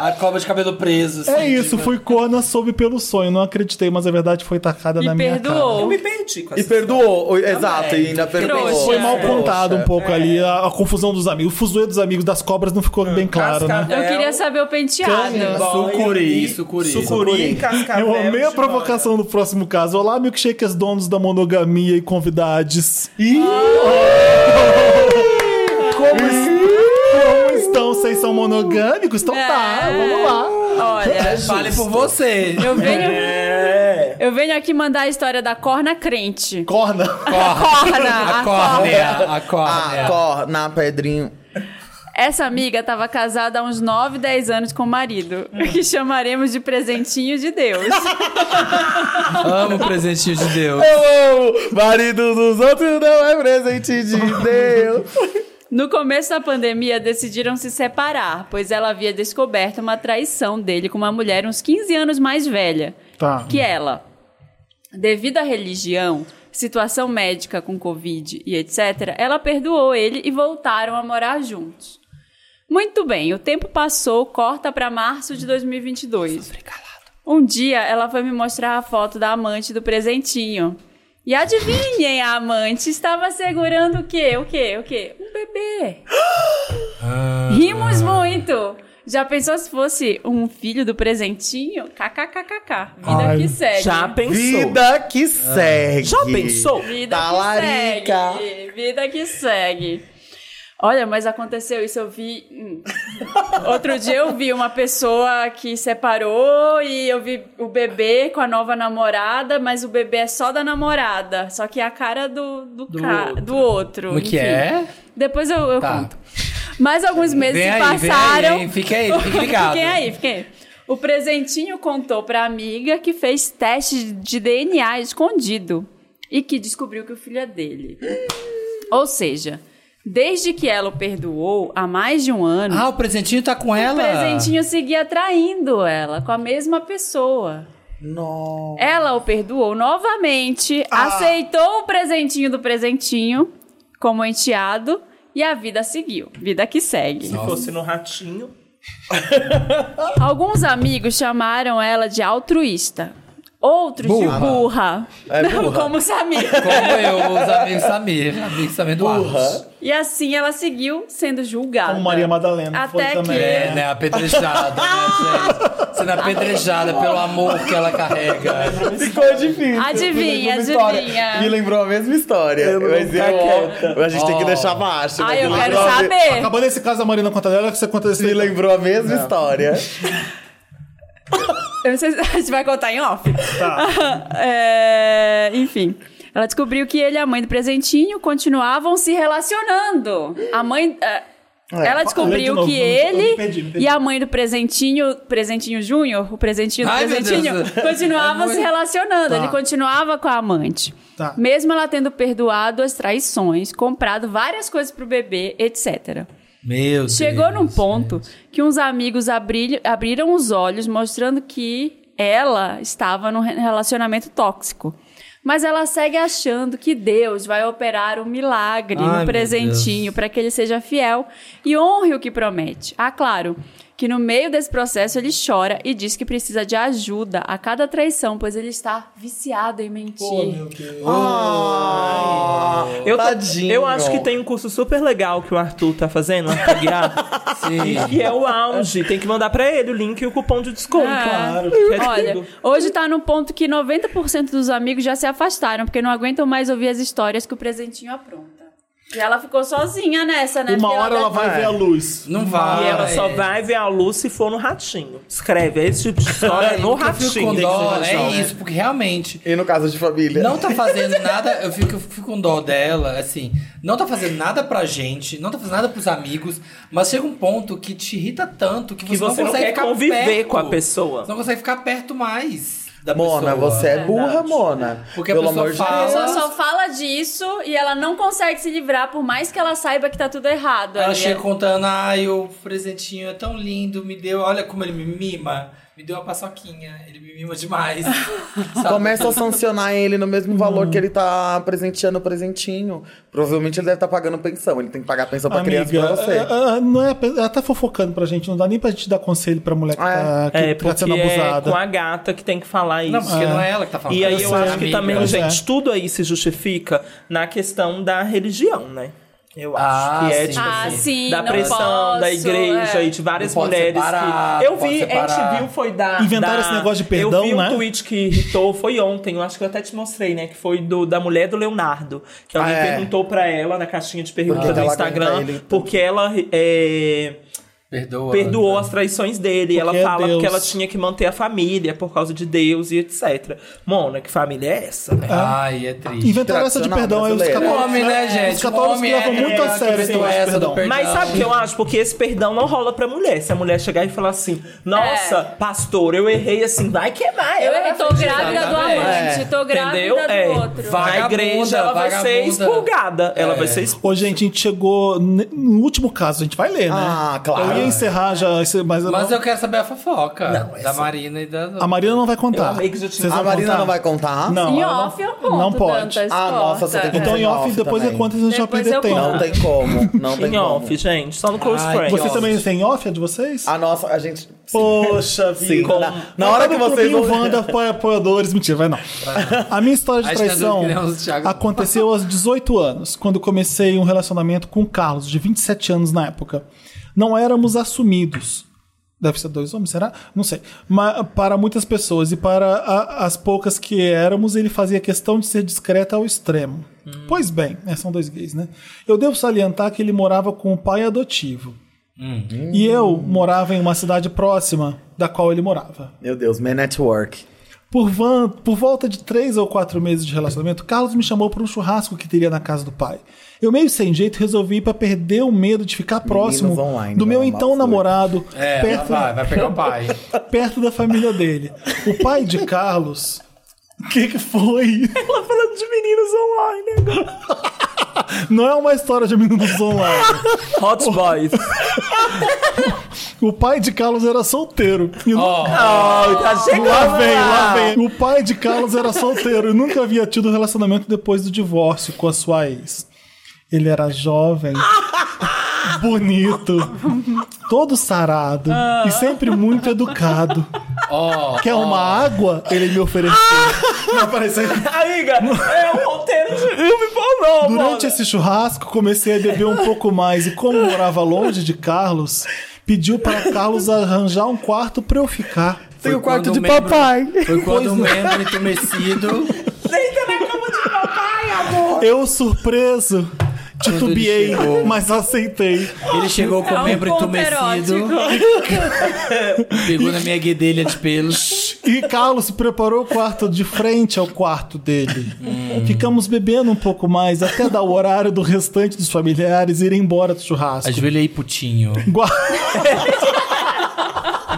Speaker 1: A cobra de cabelo preso.
Speaker 3: É
Speaker 1: assim,
Speaker 3: isso,
Speaker 1: de-
Speaker 3: fui corna, soube pelo sonho. Não acreditei, mas a verdade foi tacada na
Speaker 4: E
Speaker 3: minha cara.
Speaker 5: Eu
Speaker 4: perdoou.
Speaker 5: me perdi com
Speaker 6: E
Speaker 5: essa
Speaker 6: perdoou. Exato, e ainda perdoou.
Speaker 4: Trouxa.
Speaker 3: Foi mal
Speaker 6: Trouxa.
Speaker 3: contado um
Speaker 4: É.
Speaker 3: pouco ali, a, a confusão dos amigos. O fuzuê dos amigos das cobras não
Speaker 4: Ah,
Speaker 3: ficou bem claro, né? Então,
Speaker 5: Cascavel,
Speaker 4: Eu queria saber o penteado.
Speaker 1: Sucuri, sucuri.
Speaker 5: Sucuri, cascavel.
Speaker 3: Eu amei a
Speaker 5: chibata.
Speaker 3: provocação do próximo caso. Olá, milkshakers donos da monogamia e convidades. Como, es- como estão? Vocês são monogâmicos? Então tá,
Speaker 4: É.
Speaker 3: vamos lá.
Speaker 4: Olha,
Speaker 1: Fale por você.
Speaker 4: eu venho,
Speaker 5: É.
Speaker 4: eu venho aqui mandar a história da corna crente.
Speaker 3: Corna.
Speaker 4: Corna,
Speaker 1: A córnea, a
Speaker 6: Ah,
Speaker 1: córnea.
Speaker 6: cor, na pedrinho.
Speaker 4: Essa amiga estava casada há uns 9, 10 anos com o marido, que chamaremos de presentinho de Deus.
Speaker 1: Amo o presentinho de Deus.
Speaker 6: Eu amo. Marido dos outros não é presente de Deus.
Speaker 4: No começo da pandemia, decidiram se separar, pois ela havia descoberto uma traição dele com uma mulher uns 15 anos mais velha
Speaker 3: Tá.
Speaker 4: que ela. Devido à religião, situação médica com Covid e etc., ela perdoou ele e voltaram a morar juntos. Muito bem, o tempo passou, corta para março de 2022. Um dia ela foi me mostrar a foto da amante do presentinho. E adivinhem, a amante estava segurando o quê? O quê? O quê? Um bebê. Rimos muito. Já pensou se fosse um filho do presentinho? KKKKK. Vida
Speaker 3: Ai,
Speaker 4: que segue.
Speaker 5: Já pensou?
Speaker 6: Vida que segue.
Speaker 5: Já pensou?
Speaker 4: Vida
Speaker 6: Talarica.
Speaker 4: que segue. Vida que segue. Olha, mas aconteceu isso, eu vi. hum. Outro dia eu vi uma pessoa que separou e eu vi o bebê com a nova namorada, mas o bebê é só da namorada. Só que é a cara do, do, ca-
Speaker 1: outro.
Speaker 4: do outro.
Speaker 1: Como que
Speaker 4: enfim.
Speaker 1: é?
Speaker 4: Depois eu, eu
Speaker 1: Tá.
Speaker 4: conto. Mas alguns meses
Speaker 1: Vem aí,
Speaker 4: se passaram.
Speaker 1: vem aí, hein? Fica aí, fica ligado.
Speaker 4: fiquem aí, fiquem aí. O presentinho contou pra amiga que fez teste de DNA escondido e que descobriu que o filho é dele. Ou seja, desde que ela o perdoou há mais de um ano,
Speaker 1: Ah, o presentinho tá com ela?
Speaker 4: o presentinho seguia traindo ela com a mesma pessoa. Ela o perdoou novamente,
Speaker 1: Ah.
Speaker 4: aceitou o presentinho do presentinho como enteado e a vida seguiu. Vida que segue.
Speaker 5: Se fosse no ratinho.
Speaker 4: Alguns amigos chamaram ela de altruísta. Outros
Speaker 1: Burra.
Speaker 4: de burra.
Speaker 6: É
Speaker 4: Não,
Speaker 6: burra.
Speaker 4: como Samir.
Speaker 1: Como eu, os amigos Samir, amigos Samir do Arros.
Speaker 4: E assim ela seguiu sendo julgada.
Speaker 3: Como Maria Madalena.
Speaker 4: Até
Speaker 3: foi também.
Speaker 4: que-
Speaker 1: É, né? Apedrejada, né, gente? Sendo apedrejada pelo amor que ela carrega.
Speaker 6: Ficou difícil.
Speaker 4: Adivinha,
Speaker 6: Me lembrou uma
Speaker 4: adivinha.
Speaker 6: história. Me lembrou a mesma história.
Speaker 5: Eu não vou
Speaker 6: mas
Speaker 5: ficar
Speaker 6: eu,
Speaker 5: quieta.
Speaker 6: a gente tem que
Speaker 1: Ó.
Speaker 6: deixar baixo. mas
Speaker 4: Ai, eu
Speaker 6: me
Speaker 4: quero
Speaker 6: lembrou a me-
Speaker 4: saber.
Speaker 3: Acabando esse caso da Marina Contanella, que você conta esse
Speaker 6: Me lembrou a mesma história.
Speaker 4: Eu não sei se a gente vai contar em off.
Speaker 3: Tá.
Speaker 4: É, enfim. Ela descobriu que ele e a mãe do presentinho continuavam se relacionando. A mãe. é, ela
Speaker 3: lê de
Speaker 4: descobriu
Speaker 3: novo,
Speaker 4: que
Speaker 3: eu me- eu me
Speaker 4: ele
Speaker 3: perdi, me perdi.
Speaker 4: e a mãe do presentinho, presentinho Júnior, o presentinho do
Speaker 1: Ai, meu
Speaker 4: presentinho,
Speaker 1: Deus.
Speaker 4: continuavam
Speaker 1: É muito-
Speaker 4: se relacionando.
Speaker 3: Tá.
Speaker 4: Ele continuava com a amante.
Speaker 3: Tá.
Speaker 4: Mesmo ela tendo perdoado as traições, comprado várias coisas pro bebê, etc.
Speaker 1: Meu Deus.
Speaker 4: Chegou num ponto que uns amigos abrilho- abriram os olhos, mostrando que ela estava num re- relacionamento tóxico. Mas ela segue achando que Deus vai operar um milagre
Speaker 1: Ai, meu
Speaker 4: no presentinho para que ele seja fiel e honre o que promete. Ah, claro, que no meio desse processo ele chora e diz que precisa de ajuda a cada traição, pois ele está viciado em mentir.
Speaker 5: Eu,
Speaker 6: Tadinho.
Speaker 5: eu acho que tem um curso super legal que o Arthur tá fazendo, o Arthur Guiar,
Speaker 1: Sim.
Speaker 5: que é o auge. Tem que mandar pra ele o link e o cupom de desconto.
Speaker 1: Ah,
Speaker 4: É.
Speaker 5: Claro. é
Speaker 4: Olha, hoje tá no ponto que 90% dos amigos já se afastaram, porque não aguentam mais ouvir as histórias que o presentinho apronta. E ela ficou sozinha nessa, né?
Speaker 3: Uma
Speaker 4: Porque
Speaker 3: hora ela vai
Speaker 6: É.
Speaker 3: ver a luz.
Speaker 1: Não vai.
Speaker 5: E ela só
Speaker 1: é.
Speaker 5: vai ver a luz se for no ratinho. Escreve, é esse tipo de história
Speaker 1: Olha,
Speaker 5: é no
Speaker 1: Ah, eu fico com
Speaker 5: ratinho.
Speaker 1: dó,
Speaker 5: Tem que ser no
Speaker 1: é
Speaker 5: ratinho.
Speaker 1: isso, porque realmente
Speaker 6: E no caso de família?
Speaker 1: não tá fazendo nada, eu fico, eu fico com dó dela, assim, não tá fazendo nada pra gente, não tá fazendo nada pros amigos, mas chega um ponto que te irrita tanto que,
Speaker 5: Que você não
Speaker 1: consegue
Speaker 5: quer
Speaker 1: ficar
Speaker 5: conviver
Speaker 1: perto.
Speaker 5: com a pessoa.
Speaker 1: Você não consegue ficar perto mais da
Speaker 6: Mona,
Speaker 1: pessoa.
Speaker 6: você é burra, Mona.
Speaker 1: Porque a
Speaker 6: Pelo
Speaker 1: pessoa
Speaker 6: amor de
Speaker 1: fala-
Speaker 4: A
Speaker 6: Deus.
Speaker 4: pessoa só fala disso e ela não consegue se livrar, por mais que ela saiba que tá tudo errado.
Speaker 1: Ela
Speaker 4: ali.
Speaker 1: chega contando, ai, o presentinho é tão lindo, me deu, olha como ele me mima, me deu uma paçoquinha, ele me mima demais. Sabe?
Speaker 6: Começa a sancionar ele no mesmo valor que ele tá presenteando o presentinho. Provavelmente ele deve estar pagando pensão. Ele tem que pagar pensão pra criança pra você.
Speaker 3: é- é- não é, ela tá fofocando pra gente, não dá nem pra gente dar conselho pra mulher que,
Speaker 6: Ah,
Speaker 3: tá, que
Speaker 5: É,
Speaker 3: tá
Speaker 5: porque
Speaker 3: sendo
Speaker 5: é
Speaker 3: abusada.
Speaker 5: com a gata que tem que falar isso.
Speaker 1: Não, porque não é ela que tá falando.
Speaker 5: E aí eu
Speaker 3: sei,
Speaker 5: acho que
Speaker 1: amiga.
Speaker 5: também,
Speaker 3: Pois
Speaker 5: gente,
Speaker 3: é.
Speaker 5: tudo aí se justifica na questão da religião, né? Eu acho
Speaker 1: Ah,
Speaker 5: que
Speaker 1: sim.
Speaker 5: é, tipo
Speaker 4: Ah,
Speaker 5: assim,
Speaker 4: sim,
Speaker 5: da
Speaker 4: não
Speaker 5: pressão
Speaker 4: posso,
Speaker 5: da igreja
Speaker 4: é.
Speaker 5: e de várias
Speaker 1: Não pode
Speaker 5: mulheres
Speaker 1: separar,
Speaker 5: que... Eu
Speaker 1: não pode
Speaker 5: vi, a
Speaker 1: separar.
Speaker 5: gente viu, foi da...
Speaker 3: Inventaram
Speaker 5: da-
Speaker 3: esse negócio de perdão,
Speaker 5: Eu vi um
Speaker 3: né?
Speaker 5: tweet que irritou, foi ontem, eu acho que eu até te mostrei, né? Que foi do, da mulher do Leonardo, que alguém
Speaker 6: Ah, é.
Speaker 5: perguntou pra ela na caixinha de perguntas
Speaker 6: que
Speaker 5: do
Speaker 6: ela
Speaker 5: Instagram,
Speaker 6: aguenta ele?
Speaker 5: porque ela... é,
Speaker 1: Perdoa.
Speaker 5: perdoou as traições dele. Ela
Speaker 3: Porque é
Speaker 5: fala
Speaker 3: Deus.
Speaker 5: que ela tinha que manter a família por causa de Deus e etc. Mona, que família é essa? né?
Speaker 1: Ai, é triste.
Speaker 3: Inventaram essa de
Speaker 6: Tradicional
Speaker 3: perdão aí, os
Speaker 6: brasileira.
Speaker 3: católicos.
Speaker 1: Homem, né, gente?
Speaker 3: Os católicos
Speaker 1: Homem
Speaker 3: levam
Speaker 1: é
Speaker 3: muito a
Speaker 1: que
Speaker 3: sério esse
Speaker 1: inventou
Speaker 3: negócio de
Speaker 1: essa do
Speaker 3: perdão.
Speaker 1: perdão.
Speaker 5: Mas sabe o que eu acho? Porque esse perdão não rola pra mulher. Se a mulher chegar e falar assim, nossa, pastor, eu errei assim, vai quebrar.
Speaker 4: É. Eu
Speaker 5: ela
Speaker 4: errei,
Speaker 5: na
Speaker 4: tô
Speaker 5: frente
Speaker 4: grávida
Speaker 5: dela.
Speaker 4: do amante,
Speaker 1: É.
Speaker 4: tô grávida
Speaker 5: Entendeu?
Speaker 4: do
Speaker 5: É.
Speaker 4: outro.
Speaker 1: Vai.
Speaker 5: Na
Speaker 1: Vagabunda,
Speaker 5: igreja ela vai ser
Speaker 1: vagabunda.
Speaker 5: expulgada. Ela
Speaker 1: É.
Speaker 5: vai ser expulgada.
Speaker 3: Ô, gente, a gente chegou ne- no último caso, a gente vai ler, né?
Speaker 6: Ah, claro.
Speaker 3: Eu ia encerrar já, esse- mas, eu
Speaker 1: Mas
Speaker 3: não-
Speaker 1: eu quero saber a fofoca da Marina e da...
Speaker 3: a Marina não vai
Speaker 5: Eu
Speaker 3: contar.
Speaker 5: amei que já tinha-
Speaker 3: Vocês
Speaker 6: A
Speaker 3: vão
Speaker 6: Marina
Speaker 3: contar?
Speaker 6: não vai contar?
Speaker 3: Não.
Speaker 4: Em
Speaker 3: ela não-
Speaker 4: off eu conto,
Speaker 3: não pode.
Speaker 4: Dantas,
Speaker 6: Ah, nossa,
Speaker 4: corta.
Speaker 6: você tem que
Speaker 3: Então, em off,
Speaker 6: Off
Speaker 3: depois eu
Speaker 6: também.
Speaker 3: conto, a gente vai
Speaker 4: Depois
Speaker 3: perder
Speaker 4: eu
Speaker 3: tempo.
Speaker 6: Não tem como. Não tem
Speaker 5: Em
Speaker 6: como.
Speaker 5: off, gente. Só no Close
Speaker 1: Ai,
Speaker 5: Friends.
Speaker 1: que
Speaker 3: Vocês
Speaker 1: off.
Speaker 3: também têm off, a de vocês?
Speaker 6: A nossa, a gente.
Speaker 3: Poxa
Speaker 6: Sim,
Speaker 3: vida.
Speaker 6: na, na hora que vocês
Speaker 3: vão...
Speaker 6: vão.
Speaker 3: Wanda apoia- apoiadores, mentira, vai não. A minha história de
Speaker 1: Acho que nós
Speaker 3: traição
Speaker 1: queremos o Thiago.
Speaker 3: aconteceu aos 18 anos, quando comecei um relacionamento com o Carlos, de 27 anos na época. Não éramos assumidos. Deve ser dois homens, será? Não sei. Mas para muitas pessoas e para a- as poucas que éramos, ele fazia questão de ser discreto ao extremo.
Speaker 6: Hum.
Speaker 3: Pois bem, é, são dois gays, né? Eu devo salientar que ele morava com o pai adotivo.
Speaker 6: Uhum.
Speaker 3: E eu morava em uma cidade próxima da qual ele morava.
Speaker 6: Meu Deus, Man Network.
Speaker 3: Por, van- por volta de três ou quatro meses de relacionamento, Carlos me chamou para um churrasco que teria na casa do pai. Eu, meio sem jeito, resolvi ir para perder o medo de ficar próximo
Speaker 6: online,
Speaker 3: do meu
Speaker 6: vai amar
Speaker 3: então
Speaker 6: os dois.
Speaker 3: namorado,
Speaker 1: É,
Speaker 3: perto,
Speaker 1: vai, vai pegar o pai.
Speaker 3: perto da família dele. O pai de Carlos. O que, que foi?
Speaker 5: Ela falando de meninos online agora.
Speaker 3: Não é uma história de meninos online.
Speaker 5: Hot boys.
Speaker 3: O pai de Carlos era solteiro. E nu-
Speaker 1: Ó,
Speaker 5: oh, tá chegando
Speaker 3: Lá vem, lá vem. O pai de Carlos era solteiro e nunca havia tido relacionamento depois do divórcio com a sua ex. Ele era jovem, bonito, todo sarado e sempre muito educado.
Speaker 1: Ah. ó, Ah!
Speaker 3: Quer uma água? Ele me ofereceu. Não apareceu.
Speaker 5: Amiga, é um roteiro de filme pornô,
Speaker 3: Durante
Speaker 5: mano.
Speaker 3: esse churrasco, comecei a beber um pouco mais e, como morava longe de Carlos, pediu para Carlos arranjar um quarto para eu ficar.
Speaker 6: Tem o quarto
Speaker 1: quando
Speaker 6: de
Speaker 1: o membro-
Speaker 6: papai.
Speaker 1: Foi quando o membro entumecido.
Speaker 5: Deita tá na cama de papai, amor.
Speaker 3: Eu, surpreso, titubeei,
Speaker 1: ele chegou.
Speaker 3: mas aceitei.
Speaker 1: Ele chegou com
Speaker 4: É
Speaker 1: o
Speaker 4: um
Speaker 1: membro
Speaker 4: ponto
Speaker 1: entumecido. Pegou na minha guedelha de pelos.
Speaker 3: E Carlos preparou o quarto de frente ao quarto dele.
Speaker 1: Hum.
Speaker 3: Ficamos bebendo um pouco mais até dar o horário do restante dos familiares irem embora do churrasco.
Speaker 1: Ajoelhei, putinho.
Speaker 3: Gua-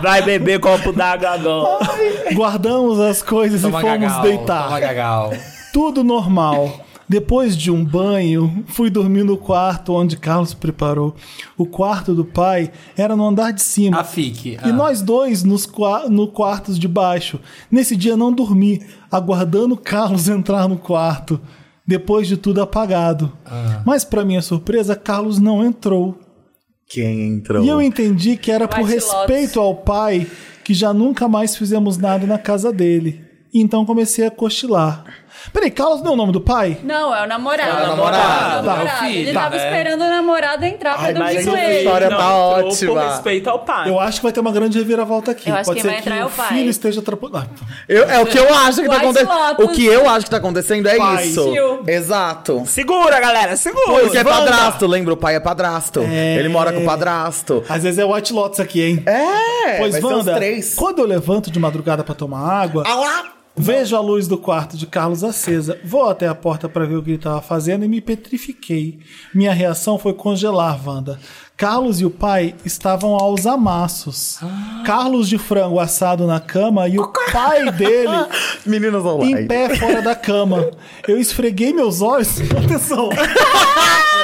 Speaker 5: Vai beber copo d'água agora.
Speaker 3: Guardamos as coisas
Speaker 1: Toma
Speaker 3: e fomos
Speaker 1: gagal,
Speaker 3: deitar.
Speaker 1: Toma gagal.
Speaker 3: Tudo normal. Depois de um banho, fui dormir no quarto onde Carlos preparou. O quarto do pai era no andar de cima.
Speaker 1: A fique.
Speaker 3: E
Speaker 1: ah.
Speaker 3: nós dois nos qua- no quartos de baixo. Nesse dia não dormi, aguardando Carlos entrar no quarto. Depois de tudo apagado. Mas para minha surpresa, Carlos não entrou.
Speaker 6: Quem entrou?
Speaker 3: E eu entendi que era por
Speaker 4: White
Speaker 3: respeito ao pai que já nunca mais fizemos nada na casa dele. E Então comecei a cochilar. Peraí, Carlos não é o nome do pai?
Speaker 4: Não, é o namorado.
Speaker 1: É o
Speaker 4: É o
Speaker 1: namorado,
Speaker 4: namorado.
Speaker 1: é o filho,
Speaker 4: Ele tava
Speaker 1: né?
Speaker 4: esperando o namorado entrar pra
Speaker 6: Ai,
Speaker 4: dar um
Speaker 6: mas
Speaker 4: jeito
Speaker 6: essa
Speaker 4: nele.
Speaker 6: história-
Speaker 5: Não,
Speaker 6: tá
Speaker 5: entrou
Speaker 6: ótima.
Speaker 5: Por respeito ao pai.
Speaker 3: Eu acho que vai ter uma grande reviravolta aqui.
Speaker 4: Ah. Eu acho
Speaker 3: Pode
Speaker 4: que
Speaker 3: ser
Speaker 4: vai
Speaker 3: que
Speaker 4: entrar é
Speaker 3: o
Speaker 4: o pai.
Speaker 3: filho esteja atrapalhando.
Speaker 6: Eu- é o que eu acho que tá
Speaker 4: White
Speaker 6: acontecendo.
Speaker 4: Lotus.
Speaker 6: O que eu acho que tá acontecendo é
Speaker 3: Pai.
Speaker 6: isso.
Speaker 4: Tio.
Speaker 6: Exato.
Speaker 5: Segura, galera, segura.
Speaker 6: Porque é
Speaker 5: Wanda.
Speaker 6: padrasto, lembra? O pai é padrasto. Ele mora com o padrasto.
Speaker 3: Às vezes é White Lotus aqui, hein?
Speaker 6: É!
Speaker 3: Pois,
Speaker 6: vai ser
Speaker 3: Wanda,
Speaker 6: os três. Ah,
Speaker 3: quando eu levanto de madrugada pra tomar água,
Speaker 6: Alá!
Speaker 3: vejo a luz do quarto de Carlos acesa. Vou até a porta pra ver o que ele tava fazendo e me petrifiquei. Minha reação foi congelar, Wanda. Carlos e o pai estavam aos amassos.
Speaker 6: Ah.
Speaker 3: Carlos de frango assado na cama e o pai dele
Speaker 6: Meninas online.
Speaker 3: em pé fora da cama. Eu esfreguei meus olhos. Atenção!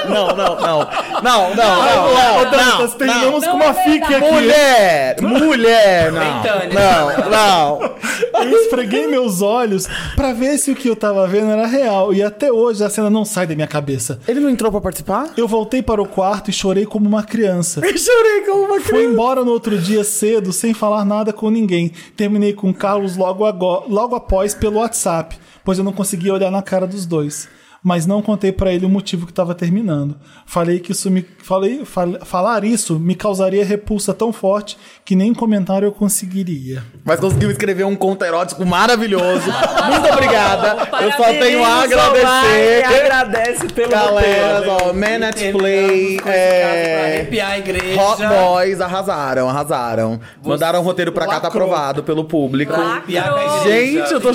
Speaker 6: Não, não, não. Não, não, não.
Speaker 3: Ô, Dantas,
Speaker 6: não,
Speaker 3: terminamos
Speaker 4: não.
Speaker 3: com uma
Speaker 4: Não é
Speaker 3: fique aqui.
Speaker 6: Mulher! Mulher! Não,
Speaker 1: Ventane.
Speaker 6: não, não.
Speaker 3: Eu esfreguei meus olhos pra ver se o que eu tava vendo era real. E até hoje a cena não sai da minha cabeça.
Speaker 6: Ele não entrou pra participar?
Speaker 3: Eu voltei para o quarto e chorei como uma criança.
Speaker 6: Eu chorei como uma
Speaker 3: Fui embora no outro dia cedo, sem falar nada com ninguém. Terminei com o Carlos logo, ago- logo após pelo WhatsApp, pois eu não conseguia olhar na cara dos dois. Mas não contei pra ele o motivo que estava terminando. Falei que isso me. Falei, fal- falar isso me causaria repulsa tão forte que nem comentário eu conseguiria.
Speaker 6: Mas conseguiu escrever um conto erótico maravilhoso. Muito obrigada. Eu só
Speaker 4: Parabéns,
Speaker 6: tenho a
Speaker 5: Vai,
Speaker 6: agradecer.
Speaker 5: agradece pelo
Speaker 6: Galera,
Speaker 5: roteiro. né?
Speaker 6: ó, Man at
Speaker 1: Terminamos
Speaker 6: Play.
Speaker 1: com esse caso pra
Speaker 6: É...
Speaker 1: Arrepiar a igreja.
Speaker 6: Hot Boys arrasaram, arrasaram. Mandaram o roteiro pra cá, tá
Speaker 3: Lacrou.
Speaker 6: aprovado pelo público.
Speaker 1: Arrepiar com a igreja.
Speaker 6: Gente, eu tô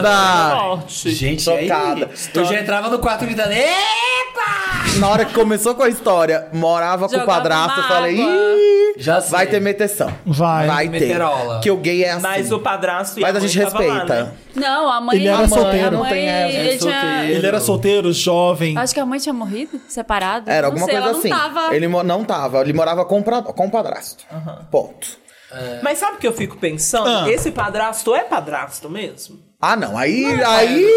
Speaker 6: chocada.
Speaker 5: Forte.
Speaker 1: Gente,
Speaker 6: Chocada.
Speaker 1: aí, eu já entrava no quarto gritando, epa!
Speaker 6: Na hora que começou com a história, morava com o
Speaker 4: Jogava
Speaker 6: padrasto, eu
Speaker 4: uma
Speaker 6: falei,
Speaker 4: água.
Speaker 6: Ih,
Speaker 1: Já sei.
Speaker 6: vai ter meteção.
Speaker 3: Vai.
Speaker 6: Vai ter.
Speaker 1: Meterola.
Speaker 6: Que o gay é assim.
Speaker 5: Mas o padrasto e
Speaker 6: Mas a gente
Speaker 5: mãe tava lá,
Speaker 6: respeita.
Speaker 5: né?
Speaker 4: Não, a mãe...
Speaker 3: Ele era
Speaker 4: a mãe-
Speaker 3: solteiro.
Speaker 4: a mãe-
Speaker 6: Não tem essa,
Speaker 4: ele
Speaker 1: é
Speaker 4: tinha-
Speaker 1: solteiro.
Speaker 3: Ele era solteiro, jovem.
Speaker 4: Acho que a mãe tinha morrido, separado.
Speaker 6: Era
Speaker 4: Não
Speaker 6: alguma
Speaker 4: sei,
Speaker 6: coisa
Speaker 4: ela
Speaker 6: assim.
Speaker 4: Não tava...
Speaker 6: Ele mo- não tava, ele morava com, pra- com o padrasto. Ponto.
Speaker 5: Mas sabe o que eu fico pensando?
Speaker 3: Ah.
Speaker 5: Esse padrasto é padrasto mesmo?
Speaker 6: Ah, não. Aí, aí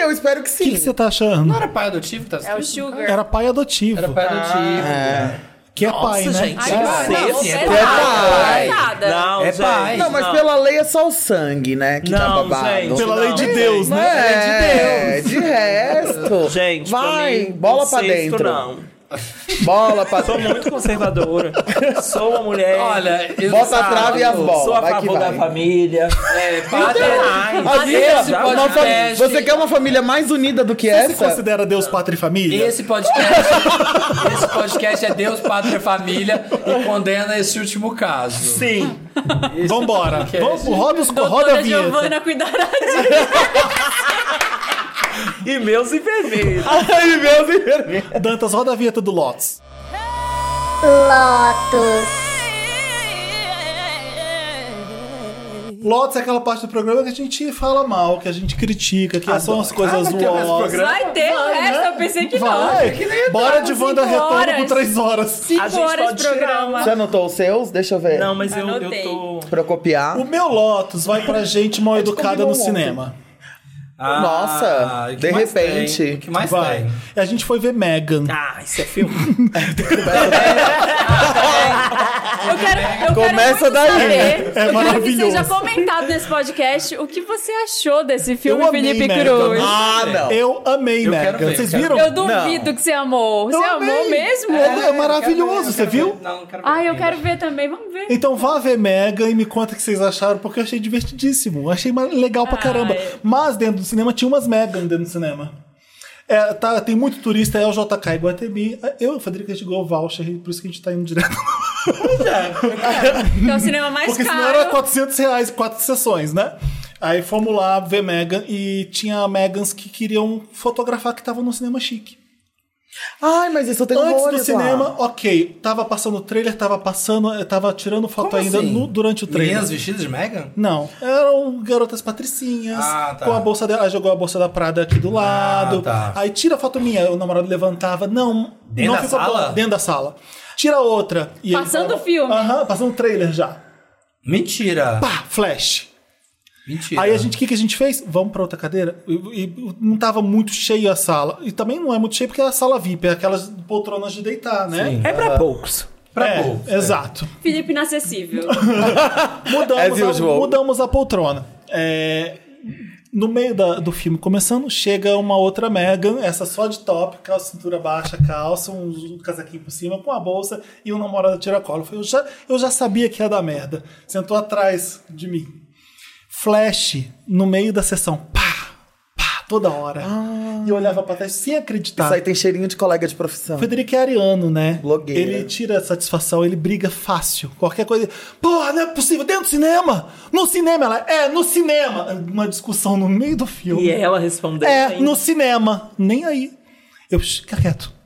Speaker 6: eu espero que
Speaker 3: O
Speaker 6: sim.
Speaker 3: que que você tá achando?
Speaker 1: Não era pai adotivo? Tá
Speaker 4: É o Sugar.
Speaker 3: Era pai adotivo.
Speaker 1: Era pai adotivo.
Speaker 3: Que é pai, né?
Speaker 4: Ai,
Speaker 5: É
Speaker 4: não,
Speaker 5: pai,
Speaker 4: não,
Speaker 5: sim, é
Speaker 4: você
Speaker 6: pai.
Speaker 4: tá- você tá errada.
Speaker 5: Não,
Speaker 1: É
Speaker 5: gente,
Speaker 1: pai.
Speaker 6: Não, mas pela lei é só o sangue, né? Que tá
Speaker 5: Não,
Speaker 6: babado.
Speaker 5: gente,
Speaker 3: Pela
Speaker 5: não,
Speaker 3: lei de
Speaker 5: gente.
Speaker 3: Deus, né?
Speaker 6: É, de resto.
Speaker 5: Gente, pra
Speaker 6: vai,
Speaker 5: mim,
Speaker 6: bola pra
Speaker 5: incesto,
Speaker 6: dentro.
Speaker 5: Não.
Speaker 6: Bola pra
Speaker 5: Sou muito conservadora. Sou uma mulher.
Speaker 1: Olha, eu
Speaker 6: Bota a
Speaker 1: sabe,
Speaker 6: trave e as bolas.
Speaker 5: Sou a
Speaker 6: vai
Speaker 5: favor
Speaker 6: que
Speaker 5: da
Speaker 6: vai.
Speaker 5: família.
Speaker 1: É, padre,
Speaker 5: um
Speaker 6: Assim,
Speaker 1: esse
Speaker 6: ó, uma fam-
Speaker 1: podcast,
Speaker 6: Você quer uma família mais unida do que
Speaker 3: Você se
Speaker 6: essa?
Speaker 3: considera Deus, pátria e família?
Speaker 1: esse podcast, esse podcast é Deus, Pátria e Família e condena esse último caso.
Speaker 5: Sim.
Speaker 3: Vambora.
Speaker 1: podcast.
Speaker 3: Vamos, roda, os- roda a
Speaker 4: Doutora
Speaker 3: vinheta.
Speaker 4: Giovana cuidará de
Speaker 5: E meus enfermeiros.
Speaker 6: Ai, meu Deus.
Speaker 3: Dantas, roda a vinheta do Lotus. Lotus é aquela parte do programa que a gente fala mal, que a gente critica, que são as
Speaker 1: Ah,
Speaker 3: coisas zoosas.
Speaker 4: Vai ter o
Speaker 1: né?
Speaker 4: resto, eu pensei que não.
Speaker 3: né? Vai! Bora de
Speaker 4: Cinco
Speaker 3: Wanda Retorno por
Speaker 4: horas.
Speaker 3: três horas.
Speaker 5: A gente
Speaker 4: Cinco horas
Speaker 5: pode
Speaker 4: de
Speaker 5: tirar
Speaker 4: programa.
Speaker 6: Você anotou os seus? Deixa eu ver.
Speaker 5: Não, mas eu, eu
Speaker 4: Anotei.
Speaker 5: tô.
Speaker 6: Pra eu copiar.
Speaker 3: O meu Lotus vai pra gente mal educada no
Speaker 6: ontem.
Speaker 3: cinema.
Speaker 1: Ah,
Speaker 6: Nossa,
Speaker 1: o que
Speaker 6: de
Speaker 1: mais
Speaker 6: repente.
Speaker 1: tem? O que mais
Speaker 3: Vai.
Speaker 1: tem?
Speaker 3: A gente foi ver Megan.
Speaker 5: Ah, isso é filme.
Speaker 4: Eu quero, eu
Speaker 6: Começa
Speaker 4: quero muito
Speaker 6: daí.
Speaker 4: Saber,
Speaker 3: É
Speaker 4: eu quero que
Speaker 3: maravilhoso.
Speaker 4: seja comentado nesse podcast o que você achou desse filme,
Speaker 3: Eu amei,
Speaker 4: Felipe
Speaker 3: Megan.
Speaker 4: Cruz.
Speaker 6: Ah, não.
Speaker 3: Eu amei
Speaker 1: Eu quero
Speaker 3: Megan.
Speaker 1: ver,
Speaker 3: Vocês
Speaker 1: eu quero
Speaker 3: viram?
Speaker 4: Eu duvido que você amou. Você
Speaker 3: Eu amei.
Speaker 4: amou mesmo?
Speaker 3: É, é maravilhoso, você viu?
Speaker 1: Não, não quero ver.
Speaker 4: Ai, Ah, eu quero ver também. Vamos ver.
Speaker 3: Então vá ver Mega e me conta o que vocês acharam, porque eu achei divertidíssimo. Achei ma- legal pra caramba. Mas dentro do cinema tinha umas Megan dentro do cinema. É, tá, tem muito turista, é o JK Iguatemi. Eu, Frederico, a gente ganhou o voucher, por isso que a gente tá indo direto.
Speaker 4: Que é o cinema mais
Speaker 3: Porque senão
Speaker 4: caro.
Speaker 3: era 400 reais, quatro sessões, né? Aí fomos lá ver Megan e tinha Megans que queriam fotografar que estavam no cinema chique.
Speaker 6: Ai, mas isso eu tenho
Speaker 3: Antes do
Speaker 6: horrores lá.
Speaker 3: cinema, ok. Tava passando o trailer, tava passando, eh, tava tirando foto
Speaker 1: Como
Speaker 3: ainda
Speaker 1: assim?
Speaker 3: no- durante o trailer.
Speaker 1: Meninas vestidas de Megan?
Speaker 3: Não, eram garotas patricinhas,
Speaker 1: Ah, tá.
Speaker 3: com a bolsa dela, ela jogou a bolsa da Prada aqui do lado.
Speaker 1: tá.
Speaker 3: Aí tira a foto minha, o namorado levantava, não,
Speaker 1: Dentro
Speaker 3: não
Speaker 1: da
Speaker 3: ficou
Speaker 1: sala?
Speaker 3: bom, dentro da sala. Tira outra. e ele
Speaker 4: Passando
Speaker 3: falava-
Speaker 4: o filme.
Speaker 3: Aham, passando o trailer já.
Speaker 1: Mentira.
Speaker 3: Pá, flash.
Speaker 1: Mentira.
Speaker 3: Aí a gente, o que, que a gente fez? Vamos pra outra cadeira? E, e não tava muito cheio a sala. E também não é muito cheio porque é a sala VIP, é aquelas poltronas de deitar, né?
Speaker 5: É pra poucos.
Speaker 1: Pra
Speaker 3: é,
Speaker 1: pouco.
Speaker 3: Exato.
Speaker 4: Felipe inacessível.
Speaker 6: As
Speaker 3: mudamos, a,
Speaker 6: usual.
Speaker 3: mudamos a poltrona. É, no meio da- do filme começando, chega uma outra Megan, essa só de top, calça, cintura baixa, calça, um, um casaquinho por cima, com a bolsa e um namorado tiracolo. Eu, falei, eu, já, eu já sabia que ia dar merda. Sentou atrás de mim. Flash no meio da sessão. Pá! Pá! Toda hora. E eu olhava pra trás sem acreditar.
Speaker 6: Ah. Isso aí tem cheirinho de colega de profissão.
Speaker 3: Frederico é ariano, né?
Speaker 6: Blogueira.
Speaker 3: Ele tira a satisfação, ele briga fácil. Qualquer coisa. Porra, não é possível. Dentro do cinema? No cinema, ela. É, no cinema. Uma discussão no meio do filme.
Speaker 5: E ela respondeu.
Speaker 3: É,
Speaker 5: assim.
Speaker 3: no cinema. Nem aí. Eu, "Shh, fica quieto.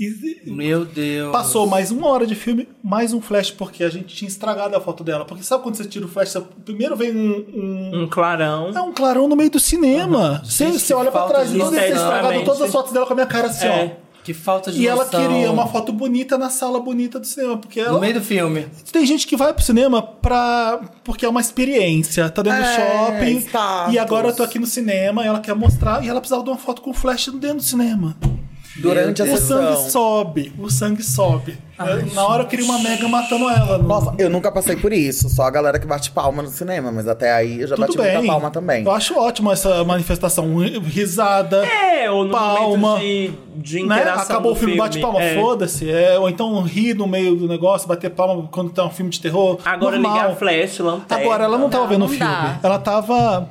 Speaker 3: E- e-
Speaker 1: Meu Deus.
Speaker 3: Passou mais uma hora de filme, mais um flash, porque a gente tinha estragado a foto dela. Porque sabe quando você tira o flash, você- primeiro vem um- um
Speaker 5: Um clarão.
Speaker 3: é um clarão no meio do cinema. Você,
Speaker 1: Gente,
Speaker 3: você olha pra
Speaker 1: falta
Speaker 3: trás,
Speaker 1: de
Speaker 3: todo esse
Speaker 5: noção,
Speaker 3: estragado,
Speaker 5: realmente.
Speaker 3: todas as fotos dela com a minha cara assim,
Speaker 5: É.
Speaker 3: ó.
Speaker 1: Que falta de
Speaker 3: E ela
Speaker 1: noção.
Speaker 3: queria uma foto bonita na sala bonita do cinema, porque ela...
Speaker 1: No meio do
Speaker 6: Tá
Speaker 1: filme.
Speaker 3: Tem gente que vai pro cinema pra... porque é uma experiência. Tá dentro
Speaker 6: É,
Speaker 3: do shopping.
Speaker 6: status.
Speaker 3: E agora eu tô aqui no cinema, ela quer mostrar, e ela precisava de uma foto com flash dentro do cinema.
Speaker 6: Durante a
Speaker 3: O sangue
Speaker 6: sessão.
Speaker 3: sobe, o sangue sobe. Eu- na hora eu queria uma mega matando ela. no-
Speaker 6: Nossa, eu nunca passei por isso. Só a galera que bate palma no cinema. Mas até aí eu já
Speaker 3: Tudo
Speaker 6: bati
Speaker 3: bem.
Speaker 6: muita palma também.
Speaker 3: Eu acho ótimo essa manifestação. Risada.
Speaker 5: É, ou no
Speaker 3: palma.
Speaker 5: momento de, de
Speaker 3: né?
Speaker 5: interação
Speaker 3: Acabou o
Speaker 5: do
Speaker 3: filme, bate palma,
Speaker 5: é.
Speaker 3: foda-se. É, ou então ri no meio do negócio, bater palma quando tá um filme de terror.
Speaker 5: Agora
Speaker 3: normal.
Speaker 5: ligar flash, lanterna.
Speaker 3: Agora ela não tava vendo o
Speaker 4: não
Speaker 3: filme.
Speaker 4: dá.
Speaker 3: Ela tava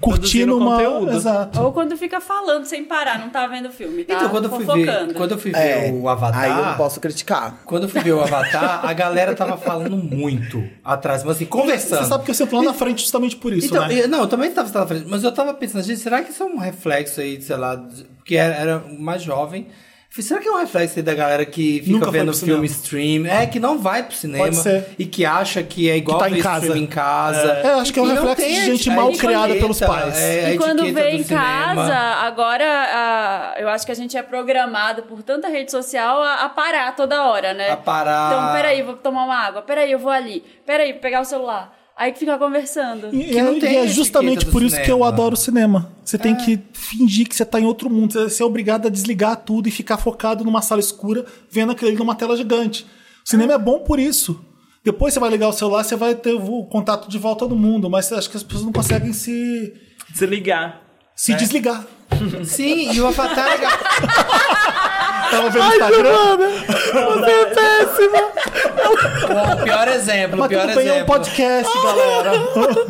Speaker 3: curtindo
Speaker 5: Produzindo
Speaker 3: uma.
Speaker 5: conteúdo.
Speaker 3: Exato.
Speaker 4: Ou quando fica falando sem parar, não tá vendo o filme, tá?
Speaker 1: Então, quando eu fui ver,
Speaker 4: fofocando.
Speaker 1: quando eu fui ver
Speaker 6: É,
Speaker 1: o Avatar.
Speaker 6: Aí eu não posso criticar.
Speaker 1: Quando eu fui ver o Avatar, a galera tava falando muito atrás, mas assim, conversando.
Speaker 3: Você sabe que eu sento lá na frente justamente por isso,
Speaker 1: então,
Speaker 3: né?
Speaker 1: eu- não, eu também tava na frente, mas eu tava pensando, gente, será que isso é um reflexo aí, sei lá, de- porque era, era mais jovem. Falei, Será que é um reflexo aí da galera que fica
Speaker 3: Nunca foi
Speaker 1: vendo
Speaker 3: pro
Speaker 1: filme
Speaker 3: cinema.
Speaker 1: stream? É, que não vai pro cinema
Speaker 3: ser.
Speaker 1: e que acha que é igual
Speaker 3: Que tá
Speaker 1: ver
Speaker 3: em casa.
Speaker 1: stream em casa.
Speaker 3: É, acho que é um
Speaker 1: E não
Speaker 3: reflexo de
Speaker 1: tem
Speaker 3: gente
Speaker 1: a
Speaker 3: mal
Speaker 1: etiqueta,
Speaker 3: criada pelos pais.
Speaker 1: é, a
Speaker 4: E quando
Speaker 1: etiqueta
Speaker 4: vem
Speaker 1: do
Speaker 4: em
Speaker 1: cinema.
Speaker 4: casa, agora ah, eu acho que a gente é programado por tanta rede social a, a parar toda hora, né?
Speaker 1: A parar.
Speaker 4: Então, peraí, vou tomar uma água. Peraí, eu vou ali. Peraí, pegar o celular. Aí que fica conversando.
Speaker 3: E,
Speaker 1: que não
Speaker 3: e
Speaker 1: tem
Speaker 3: é
Speaker 1: etiqueta
Speaker 3: justamente
Speaker 1: do
Speaker 3: por isso que eu
Speaker 1: cinema. É.
Speaker 3: adoro o cinema. Você tem que fingir que você tá em outro mundo. Você- Você é obrigado a desligar tudo e ficar focado numa sala escura, vendo aquele numa tela gigante. O cinema é bom por isso. Depois você vai ligar o celular, você vai ter o contato de volta do mundo, mas acho que as pessoas não conseguem se,
Speaker 5: Desligar.
Speaker 3: se desligar.
Speaker 1: é Sim, e o Avatar.
Speaker 3: Tava vendo o Instagram.
Speaker 6: Você é péssima!
Speaker 1: O pior exemplo, o
Speaker 3: Mas
Speaker 1: pior
Speaker 3: tudo bem, é um
Speaker 1: exemplo. Ah,
Speaker 3: podcast, galera.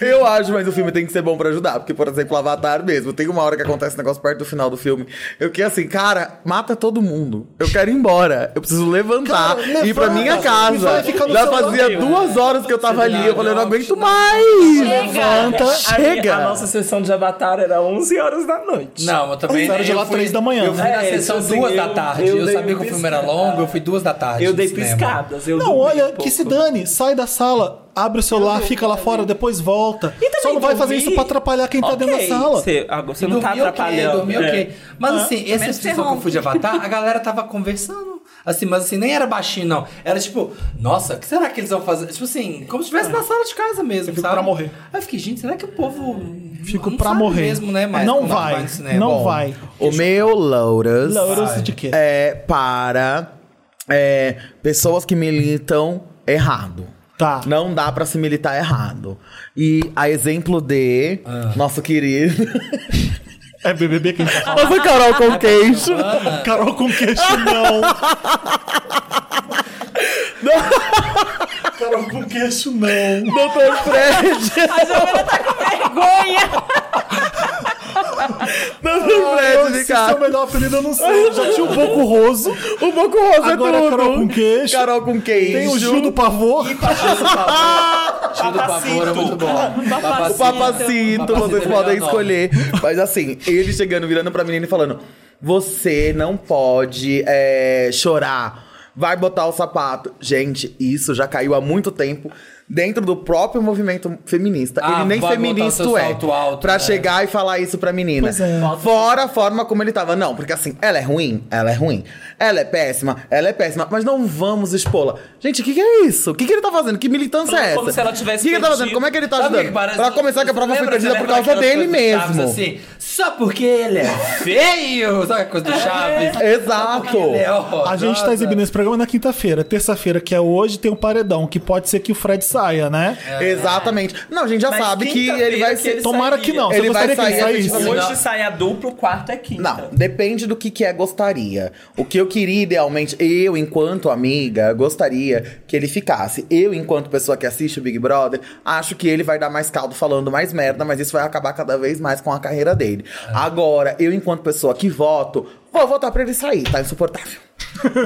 Speaker 6: Eu acho, mas o filme tem que ser bom pra ajudar. Porque, por exemplo, Avatar mesmo. Tem uma hora que acontece um negócio perto do final do filme. Eu que assim, cara, mata todo mundo. Eu quero ir embora. Eu preciso levantar,
Speaker 3: Cara,
Speaker 6: ir pra
Speaker 3: levanta,
Speaker 6: minha
Speaker 3: e
Speaker 6: casa.
Speaker 3: vai ficar no
Speaker 6: Já
Speaker 3: seu
Speaker 6: fazia
Speaker 3: banheiro.
Speaker 6: duas horas que eu tava ali. Eu falei, eu não aguento mais.
Speaker 3: É. Então,
Speaker 6: Levanta,
Speaker 5: A,
Speaker 6: chega.
Speaker 5: nossa sessão de Avatar era 11 horas da noite.
Speaker 1: Não, eu também.
Speaker 3: Era de
Speaker 1: eu
Speaker 3: lá
Speaker 1: fui-
Speaker 3: três da manhã.
Speaker 1: Eu fui na
Speaker 5: É,
Speaker 1: sessão
Speaker 5: tipo assim,
Speaker 1: duas da
Speaker 5: eu-
Speaker 1: tarde.
Speaker 5: eu
Speaker 1: Eu,
Speaker 5: dei
Speaker 1: sabia que o
Speaker 5: piscada.
Speaker 1: filme era longo, eu fui duas da tarde.
Speaker 5: Eu
Speaker 1: no
Speaker 5: dei
Speaker 1: cinema.
Speaker 5: piscadas. Eu
Speaker 3: Não,
Speaker 5: dormi
Speaker 3: olha,
Speaker 5: um
Speaker 3: que se
Speaker 5: pouco.
Speaker 3: dane. Sai da sala, abre o celular, fica lá fora, depois volta.
Speaker 5: E também
Speaker 3: Só não vai fazer
Speaker 5: dormir.
Speaker 3: isso pra atrapalhar quem tá
Speaker 5: Ok,
Speaker 3: dentro da sala.
Speaker 5: Você, ah, você
Speaker 1: Eu
Speaker 5: não tá
Speaker 1: dormi ok,
Speaker 5: atrapalhando.
Speaker 1: dormi
Speaker 5: É.
Speaker 1: ok. Mas assim, essa
Speaker 8: menos que você
Speaker 1: pessoa que eu
Speaker 8: ronque.
Speaker 1: fui de Avatar, a galera tava conversando. Assim, mas assim, nem era baixinho, não. Era tipo, nossa, o que será que eles vão fazer? Tipo assim, como se estivesse na sala de casa mesmo,
Speaker 3: É. fico
Speaker 1: sabe?
Speaker 3: pra morrer.
Speaker 1: Aí eu fiquei, gente, será que o povo.
Speaker 3: Fico
Speaker 1: não
Speaker 3: pra
Speaker 1: sabe
Speaker 3: morrer.
Speaker 1: mesmo, né? Mas
Speaker 3: não
Speaker 1: como
Speaker 3: vai,
Speaker 1: no cinema?
Speaker 3: não
Speaker 1: Bom,
Speaker 3: vai.
Speaker 6: O meu Lourdes.
Speaker 3: Louros de quê?
Speaker 6: É para é, pessoas que militam errado.
Speaker 3: Tá.
Speaker 6: Não dá pra se militar errado. E a exemplo de nosso querido.
Speaker 3: Ah. É BBB quem tá falando.
Speaker 6: Nossa Carol com queixo.
Speaker 3: Carol com queixo, não. Carol com queixo, não.
Speaker 6: Doutor Fred.
Speaker 8: A Giovana tá com vergonha.
Speaker 6: Doutor Fred de
Speaker 3: Se é o
Speaker 6: casa.
Speaker 3: melhor apelido, eu não sei. Eu já tinha um pouco roso.
Speaker 6: O Boco Rosa
Speaker 3: Agora
Speaker 6: é tudo.
Speaker 3: Carol com queixo.
Speaker 6: Carol com queixo.
Speaker 3: Tem o Gil do Pavor.
Speaker 1: Tiro do pavor é muito bom.
Speaker 6: O papacito, vocês
Speaker 1: é
Speaker 6: podem
Speaker 1: melhor nome.
Speaker 6: escolher. Mas assim, ele chegando, virando pra menina e falando: Você não pode é, chorar. Vai botar o sapato. Gente, isso já caiu há muito tempo dentro do próprio movimento feminista.
Speaker 1: Ah,
Speaker 6: ele nem
Speaker 1: vai
Speaker 6: feminista
Speaker 1: botar seu
Speaker 6: é.
Speaker 1: salto alto,
Speaker 6: pra
Speaker 1: né?
Speaker 6: chegar e falar isso pra menina.
Speaker 3: Pois é.
Speaker 6: Fora a forma como ele tava. Não, porque assim, ela é ruim, ela é ruim. Ela é péssima, ela é péssima. Mas não vamos expô-la. Gente, o que, que é isso? O que, que ele tá fazendo? Que militância é essa?
Speaker 5: Como se ela
Speaker 6: O
Speaker 5: tivesse
Speaker 6: que, que ele tá fazendo?
Speaker 5: perdido.
Speaker 6: Como é que ele tá
Speaker 1: Sabe o que
Speaker 6: ajudando?
Speaker 1: que parece?
Speaker 6: Pra começar que a prova foi
Speaker 1: Lembra-
Speaker 6: perdida
Speaker 1: você
Speaker 6: por
Speaker 1: lembra
Speaker 6: causa
Speaker 1: daquelas
Speaker 6: dele
Speaker 1: coisas do Chaves,
Speaker 6: mesmo.
Speaker 1: assim, só porque ele é feio. Sabe a coisa do
Speaker 6: É.
Speaker 1: Chaves?
Speaker 6: Exato.
Speaker 1: Ele é horrorosa.
Speaker 3: A gente tá exibindo esse programa na quinta-feira. Terça-feira, que é hoje, tem um paredão, que pode ser que o Fred saia, né?
Speaker 6: Exatamente. Não, a gente já
Speaker 5: Mas
Speaker 6: sabe que
Speaker 1: tá
Speaker 6: ele
Speaker 5: quinta-feira
Speaker 6: vai
Speaker 5: que
Speaker 6: ser.
Speaker 5: ele
Speaker 3: Tomara
Speaker 5: sairia.
Speaker 3: que não.
Speaker 6: Ele
Speaker 3: Você
Speaker 6: vai
Speaker 3: gostaria que ele
Speaker 6: sair
Speaker 3: saísse?
Speaker 6: efetivamente.
Speaker 5: Hoje sai a dupla, o quarto é quinta.
Speaker 6: Não, depende do que que é gostaria. O que eu queria idealmente, eu enquanto amiga, gostaria que ele ficasse. Eu enquanto pessoa que assiste o Big Brother, acho que ele vai dar mais caldo falando mais merda, mas isso vai acabar cada vez mais com a carreira dele.
Speaker 3: É.
Speaker 6: Agora, eu enquanto pessoa que voto, vou votar pra ele sair, tá insuportável.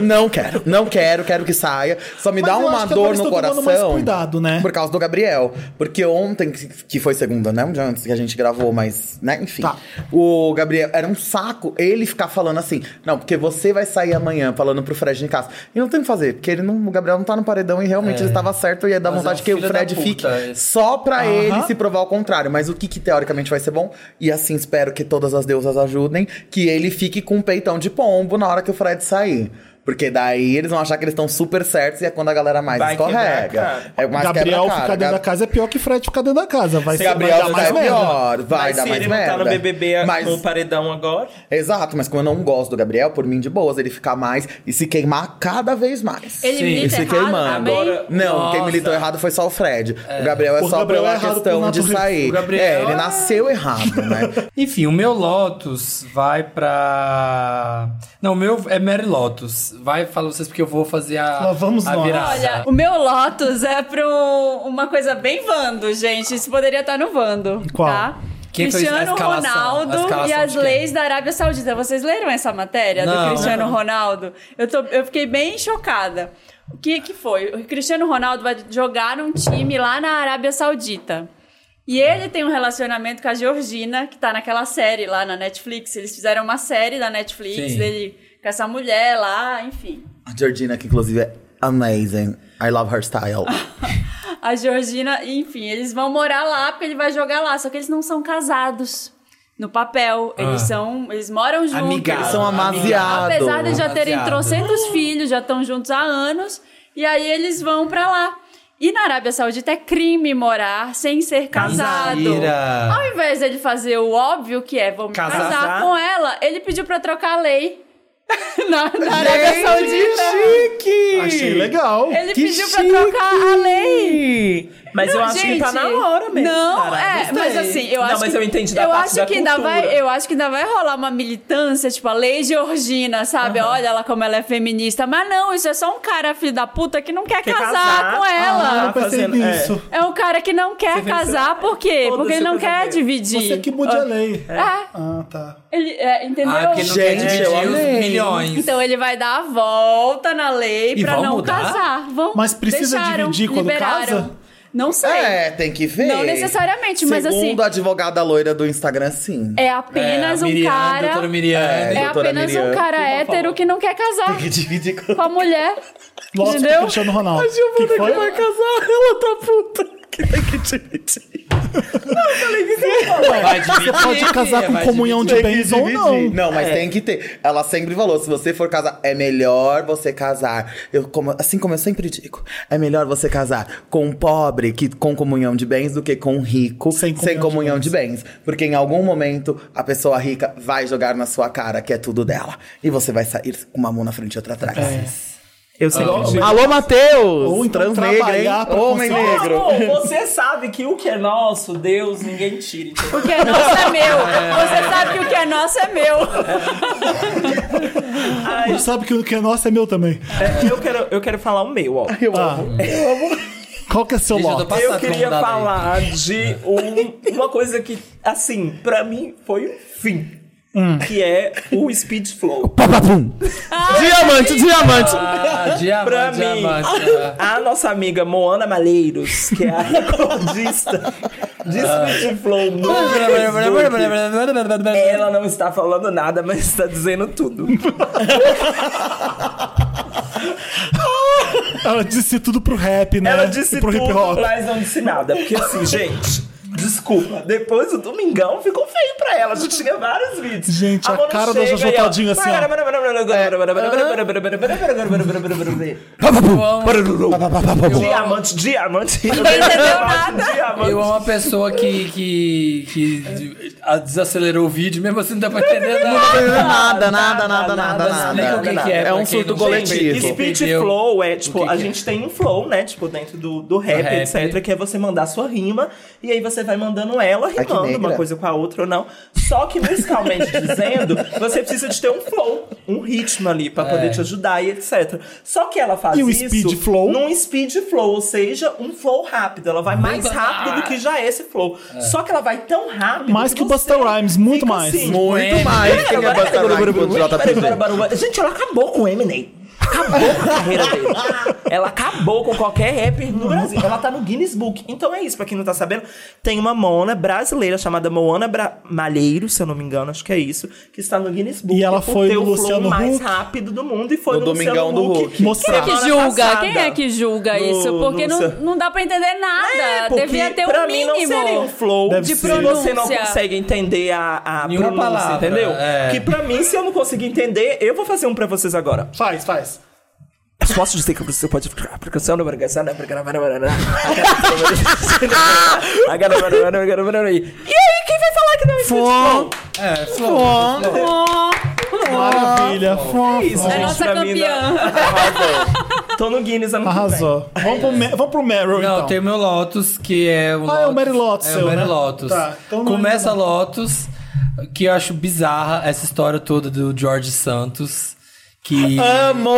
Speaker 6: não quero, não quero, quero que saia. Só me
Speaker 3: Mas
Speaker 6: dá
Speaker 3: eu
Speaker 6: uma
Speaker 3: acho que agora
Speaker 6: dor no
Speaker 3: eles tão
Speaker 6: coração.
Speaker 3: tomando mais cuidado, né?
Speaker 6: Por causa do Gabriel. Porque ontem, que que foi segunda, né? Um dia antes que a gente gravou, mas, né? Enfim.
Speaker 3: Tá.
Speaker 6: O Gabriel, era um saco ele ficar falando assim, não, porque você vai sair amanhã, falando pro Fred em casa. E não tem o que fazer, porque ele não, o Gabriel não tá no paredão e realmente ele tava certo e ia dar
Speaker 1: Mas é
Speaker 6: vontade
Speaker 1: um
Speaker 6: que o
Speaker 1: filho
Speaker 6: Fred
Speaker 1: da
Speaker 6: fique
Speaker 1: puta esse.
Speaker 6: só pra
Speaker 3: Aham.
Speaker 6: ele se provar o contrário. Mas o que, que teoricamente vai ser bom, e assim espero que todas as deusas ajudem, que ele fique com um peitão de pombo na hora que o Fred sair. Porque daí eles vão achar que eles estão super certos e é quando a galera mais
Speaker 5: Vai quebrar a cara.
Speaker 6: escorrega. É mais
Speaker 3: Gabriel
Speaker 6: quebra-cara.
Speaker 3: ficar dentro da casa é pior que Fred ficar dentro da casa. Vai
Speaker 6: Se
Speaker 3: ser
Speaker 6: Gabriel
Speaker 3: vai dar mais
Speaker 6: ficar
Speaker 3: merda.
Speaker 6: pior, vai
Speaker 5: Mas
Speaker 6: dar
Speaker 5: se
Speaker 6: mais
Speaker 5: ele não
Speaker 6: merda.
Speaker 5: tá no BBB
Speaker 6: Mas-
Speaker 5: no paredão agora,
Speaker 6: Exato, mas como eu não gosto do Gabriel, por mim de boas, ele ficar mais e se queimar cada vez mais.
Speaker 4: Ele
Speaker 1: Sim,
Speaker 4: milita
Speaker 6: se
Speaker 4: errado
Speaker 6: queimando.
Speaker 4: também?
Speaker 5: Agora-
Speaker 6: Não, quem
Speaker 1: Nossa.
Speaker 6: militou errado foi só o Fred. O Gabriel é
Speaker 3: O
Speaker 6: só
Speaker 3: Gabriel é
Speaker 6: pela
Speaker 3: errado
Speaker 6: questão
Speaker 3: por
Speaker 6: de
Speaker 3: natureza.
Speaker 6: sair.
Speaker 1: O Gabriel-
Speaker 6: É, ele nasceu errado, né?
Speaker 1: Enfim, o meu Lotus vai pra. Não, o meu é Mary Lotus. Vai, fala vocês, porque eu vou fazer a.
Speaker 3: Lá vamos
Speaker 1: a
Speaker 3: nós.
Speaker 1: virada.
Speaker 4: Olha, o meu Lotus é pra um- uma coisa bem Vando, gente. Isso poderia estar no Vando.
Speaker 3: Qual?
Speaker 4: Tá?
Speaker 1: Quem fez a
Speaker 4: Cristiano
Speaker 1: escalação? A
Speaker 4: Ronaldo
Speaker 1: escalação
Speaker 4: e as
Speaker 1: de quem?
Speaker 4: leis da Arábia Saudita. Vocês leram essa matéria
Speaker 1: Não.
Speaker 4: do Cristiano Ronaldo? Eu, tô- eu fiquei bem chocada. O que, que foi? O Cristiano Ronaldo vai jogar num time lá na Arábia Saudita. E ele tem um relacionamento com a Georgina, que tá naquela série lá na Netflix. Eles fizeram uma série da Netflix
Speaker 1: Sim.
Speaker 4: dele com essa mulher lá, enfim.
Speaker 6: A Georgina, que inclusive é amazing. I love her style.
Speaker 4: A Georgina, enfim, eles vão morar lá porque ele vai jogar lá. Só que eles não são casados no papel. Eles são. Eles moram juntos.
Speaker 1: Amigados.
Speaker 6: Eles são amaziados.
Speaker 4: Apesar de já terem
Speaker 1: Baseado.
Speaker 4: trocentos filhos, já estão juntos há anos. E aí eles vão pra lá. E na Arábia Saudita é crime morar sem ser casado.
Speaker 1: Mentira.
Speaker 4: Ao invés dele fazer o óbvio que é, vou me
Speaker 1: Casar.
Speaker 4: casar, com ela, ele pediu pra trocar a lei. na, na
Speaker 5: É
Speaker 4: Arábia Saudita.
Speaker 6: chique!
Speaker 3: Achei legal.
Speaker 4: Ele
Speaker 6: Que
Speaker 4: pediu pra
Speaker 6: chique!
Speaker 4: trocar a lei.
Speaker 5: Mas eu acho que tá na hora mesmo.
Speaker 4: Não,
Speaker 5: cara.
Speaker 4: é,
Speaker 5: Gostei.
Speaker 4: mas assim, eu acho.
Speaker 5: Não, mas
Speaker 4: que-
Speaker 5: eu entendi da
Speaker 4: eu
Speaker 5: parte
Speaker 4: acho
Speaker 5: da
Speaker 4: que ainda
Speaker 5: cultura.
Speaker 4: vai, Eu acho que ainda vai rolar uma militância, tipo a Lei Georgina, sabe? Olha lá como ela é feminista. Mas não, isso é só um cara, filho da puta, que não quer,
Speaker 5: Quer
Speaker 4: casar,
Speaker 5: casar?
Speaker 4: com
Speaker 5: Ah,
Speaker 4: ela.
Speaker 5: tá fazendo- é.
Speaker 3: isso.
Speaker 4: É um cara que não quer
Speaker 5: pensou-
Speaker 4: casar, por quê?
Speaker 5: Foda-se,
Speaker 4: Porque ele não
Speaker 5: eu
Speaker 4: quer
Speaker 5: casei.
Speaker 4: dividir.
Speaker 3: Você que mude a lei.
Speaker 4: É,
Speaker 3: Ah, tá.
Speaker 4: ele, é, entendeu?
Speaker 1: Ah, porque ele não quer
Speaker 6: Gente,
Speaker 1: dividir
Speaker 6: eu
Speaker 1: os
Speaker 6: amei.
Speaker 1: milhões.
Speaker 4: Então ele vai dar a volta na lei
Speaker 1: E
Speaker 4: pra
Speaker 1: vão
Speaker 4: não
Speaker 1: mudar?
Speaker 4: casar. Vão,
Speaker 3: Mas precisa
Speaker 4: deixaram,
Speaker 3: dividir quando
Speaker 4: liberaram.
Speaker 3: casa?
Speaker 4: Não sei.
Speaker 6: É, tem que ver.
Speaker 4: Não necessariamente, mas assim-
Speaker 6: Segundo a advogada loira do Instagram, sim.
Speaker 4: É apenas
Speaker 1: É, a
Speaker 4: um
Speaker 1: Miriam,
Speaker 4: cara.
Speaker 1: doutora Miriam.
Speaker 4: É
Speaker 6: doutora
Speaker 4: apenas um
Speaker 6: Miriam.
Speaker 4: cara hétero que não quer casar
Speaker 6: Tem que dividir com...
Speaker 4: com a mulher.
Speaker 3: Lógico que
Speaker 4: Entendeu?
Speaker 3: Cristiano Ronaldo.
Speaker 6: A Giovana
Speaker 3: Que
Speaker 6: que,
Speaker 3: foi?
Speaker 6: vai casar, ela tá puta. Que tem que dividir.
Speaker 1: Vai dividir,
Speaker 3: Você pode casar com
Speaker 1: vai
Speaker 3: comunhão de
Speaker 6: Tem que
Speaker 3: bens ou
Speaker 6: É, dividir. né? É.
Speaker 3: não.
Speaker 6: Não, mas tem que ter. Ela sempre falou: se você for casar, é melhor você casar. Eu, como- assim como eu sempre digo, é melhor você casar com um pobre que com comunhão de bens do que com um rico
Speaker 3: Sem
Speaker 6: sem
Speaker 3: comunhão
Speaker 6: comunhão,
Speaker 3: de
Speaker 6: de, bens. Porque em algum momento a pessoa rica vai jogar na sua cara que é tudo dela. E você vai sair com uma mão na frente e outra atrás.
Speaker 5: Eu sei que-
Speaker 6: Alô, Matheus!
Speaker 3: Ou então trabalhar pra
Speaker 6: Homem
Speaker 3: conseguir-
Speaker 6: negro.
Speaker 5: Não, amor, você sabe que o que é nosso, Deus, ninguém tira. entendeu?
Speaker 4: O que é nosso é meu. Você sabe que o que é nosso é meu.
Speaker 5: Ai,
Speaker 3: Você sabe que o que é nosso é meu também.
Speaker 5: é, eu, quero, eu quero falar o meu, ó.
Speaker 6: Eu
Speaker 3: Ah.
Speaker 6: amo.
Speaker 3: Qual que é seu
Speaker 1: Gente, eu tô
Speaker 3: lote?
Speaker 1: passada,
Speaker 5: Eu
Speaker 1: vamos
Speaker 5: queria
Speaker 1: dar daí.
Speaker 5: falar de um- uma coisa que, assim, pra mim foi o fim. Que é o Speed Flow.
Speaker 6: Diamante, diamante!
Speaker 1: Ah, diamante,
Speaker 5: Pra mim,
Speaker 1: diamante. ah.
Speaker 5: a nossa amiga Moana Malheiros, que é a recordista de Speed Flow no Facebook, Ela não está falando nada, mas está dizendo tudo.
Speaker 3: Ela disse tudo pro rap, né?
Speaker 5: Ela disse
Speaker 3: E pro
Speaker 5: tudo,
Speaker 3: hip hop.
Speaker 5: mas não disse nada. Porque assim, gente, desculpa. Depois o Domingão ficou feio pra ela. A gente tinha vários vídeos.
Speaker 3: Gente, a
Speaker 5: Mona
Speaker 3: cara da
Speaker 5: chega É,
Speaker 3: Jojo
Speaker 5: e ela-
Speaker 3: Todinho, assim, ó.
Speaker 1: Eu amo-
Speaker 5: Diamante, diamante.
Speaker 4: Ninguém entendeu nada.
Speaker 5: Diamante.
Speaker 1: Eu amo a pessoa que, que, que de- a- desacelerou o vídeo, mesmo assim não dá pra entender nada.
Speaker 6: Nada, nada, nada, nada,
Speaker 1: Explica
Speaker 6: nada.
Speaker 1: o que, que é.
Speaker 6: É
Speaker 1: pra
Speaker 6: um
Speaker 1: quem
Speaker 6: surto
Speaker 1: não sabe.
Speaker 6: coletivo.
Speaker 1: Quem
Speaker 5: Speed
Speaker 1: perdeu.
Speaker 5: flow é, tipo,
Speaker 1: O que
Speaker 5: a
Speaker 1: que é?
Speaker 5: gente tem um flow, né? Tipo, dentro do, do, rap,
Speaker 1: rap.
Speaker 5: etc. Que é você mandar sua rima e aí você vai mandando ela
Speaker 6: que
Speaker 5: rimando uma
Speaker 6: negra.
Speaker 5: coisa com a outra ou não. Só que musicalmente dizendo, você precisa de ter um flow, um ritmo ali pra poder te ajudar e etc. Só que ela faz
Speaker 3: E o
Speaker 5: isso
Speaker 3: speed flow?
Speaker 5: num speed flow, ou seja, um flow rápido. Ela vai mais rápido do que já é esse flow. Só que ela vai tão rápido.
Speaker 3: Mais que o
Speaker 5: você
Speaker 3: Busta Rhymes, muito
Speaker 5: fica
Speaker 3: mais.
Speaker 5: assim,
Speaker 6: Muito mais. Quem é Busta Rhymes quanto JPG?
Speaker 5: Gente, ela acabou com o Eminem. Acabou com a carreira dele. Ela acabou com qualquer rapper no Brasil. Ela tá no Guinness Book. Então é isso, pra quem não tá sabendo. Tem uma mona brasileira chamada Moana Bra- Malheiro, se eu não me engano, acho que é isso, que está no Guinness Book.
Speaker 3: E ela
Speaker 5: por
Speaker 3: foi
Speaker 5: ter
Speaker 3: no
Speaker 5: o flow
Speaker 3: Luciano
Speaker 5: mais
Speaker 3: Huck.
Speaker 5: rápido do mundo e foi no,
Speaker 6: No Domingão
Speaker 5: Luciano
Speaker 6: do
Speaker 5: Huck.
Speaker 6: Huck.
Speaker 3: Mostrar.
Speaker 4: Quem é que
Speaker 5: Semana
Speaker 4: julga?
Speaker 5: passada.
Speaker 4: Quem é que julga
Speaker 5: No-
Speaker 4: isso? Porque
Speaker 5: no
Speaker 4: não,
Speaker 5: seu-
Speaker 4: não dá pra entender nada.
Speaker 5: É, porque
Speaker 4: Devia ter
Speaker 5: pra
Speaker 4: um
Speaker 5: mim não
Speaker 4: mínimo.
Speaker 5: seria um flow
Speaker 3: Deve
Speaker 5: de
Speaker 3: ser.
Speaker 5: pronúncia. Você não
Speaker 4: Pronúncia.
Speaker 5: consegue entender a, a
Speaker 1: Nenhuma
Speaker 5: pronúncia,
Speaker 1: palavra,
Speaker 5: entendeu?
Speaker 1: é.
Speaker 5: Que pra mim, se eu não conseguir entender, eu vou fazer um pra vocês agora.
Speaker 3: Faz, faz.
Speaker 5: Posso dizer que você pode ficar aplicação na obrigação na obrigação na obrigação E aí, quem vai falar que não é
Speaker 6: Fom.
Speaker 1: É, flow.
Speaker 3: Maravilha. fofo.
Speaker 5: isso,
Speaker 4: É
Speaker 5: gente,
Speaker 4: nossa
Speaker 5: pra mim,
Speaker 4: campeã.
Speaker 5: não- Arrasou. Tô no Guinness ano que vem.
Speaker 3: Arrasou. Vamos pro, Ma- vamos pro Meryl,
Speaker 1: Não,
Speaker 3: então.
Speaker 1: tem o meu Lotus, que é o
Speaker 3: Ah, é o Mary Lotus
Speaker 1: É
Speaker 3: seu,
Speaker 1: o Mary
Speaker 3: né?
Speaker 1: Lotus.
Speaker 3: Tá, então não
Speaker 1: Começa
Speaker 3: é nada.
Speaker 1: Lotus, que eu acho bizarra essa história toda do George Santos. Que
Speaker 3: Ah,
Speaker 6: Amo,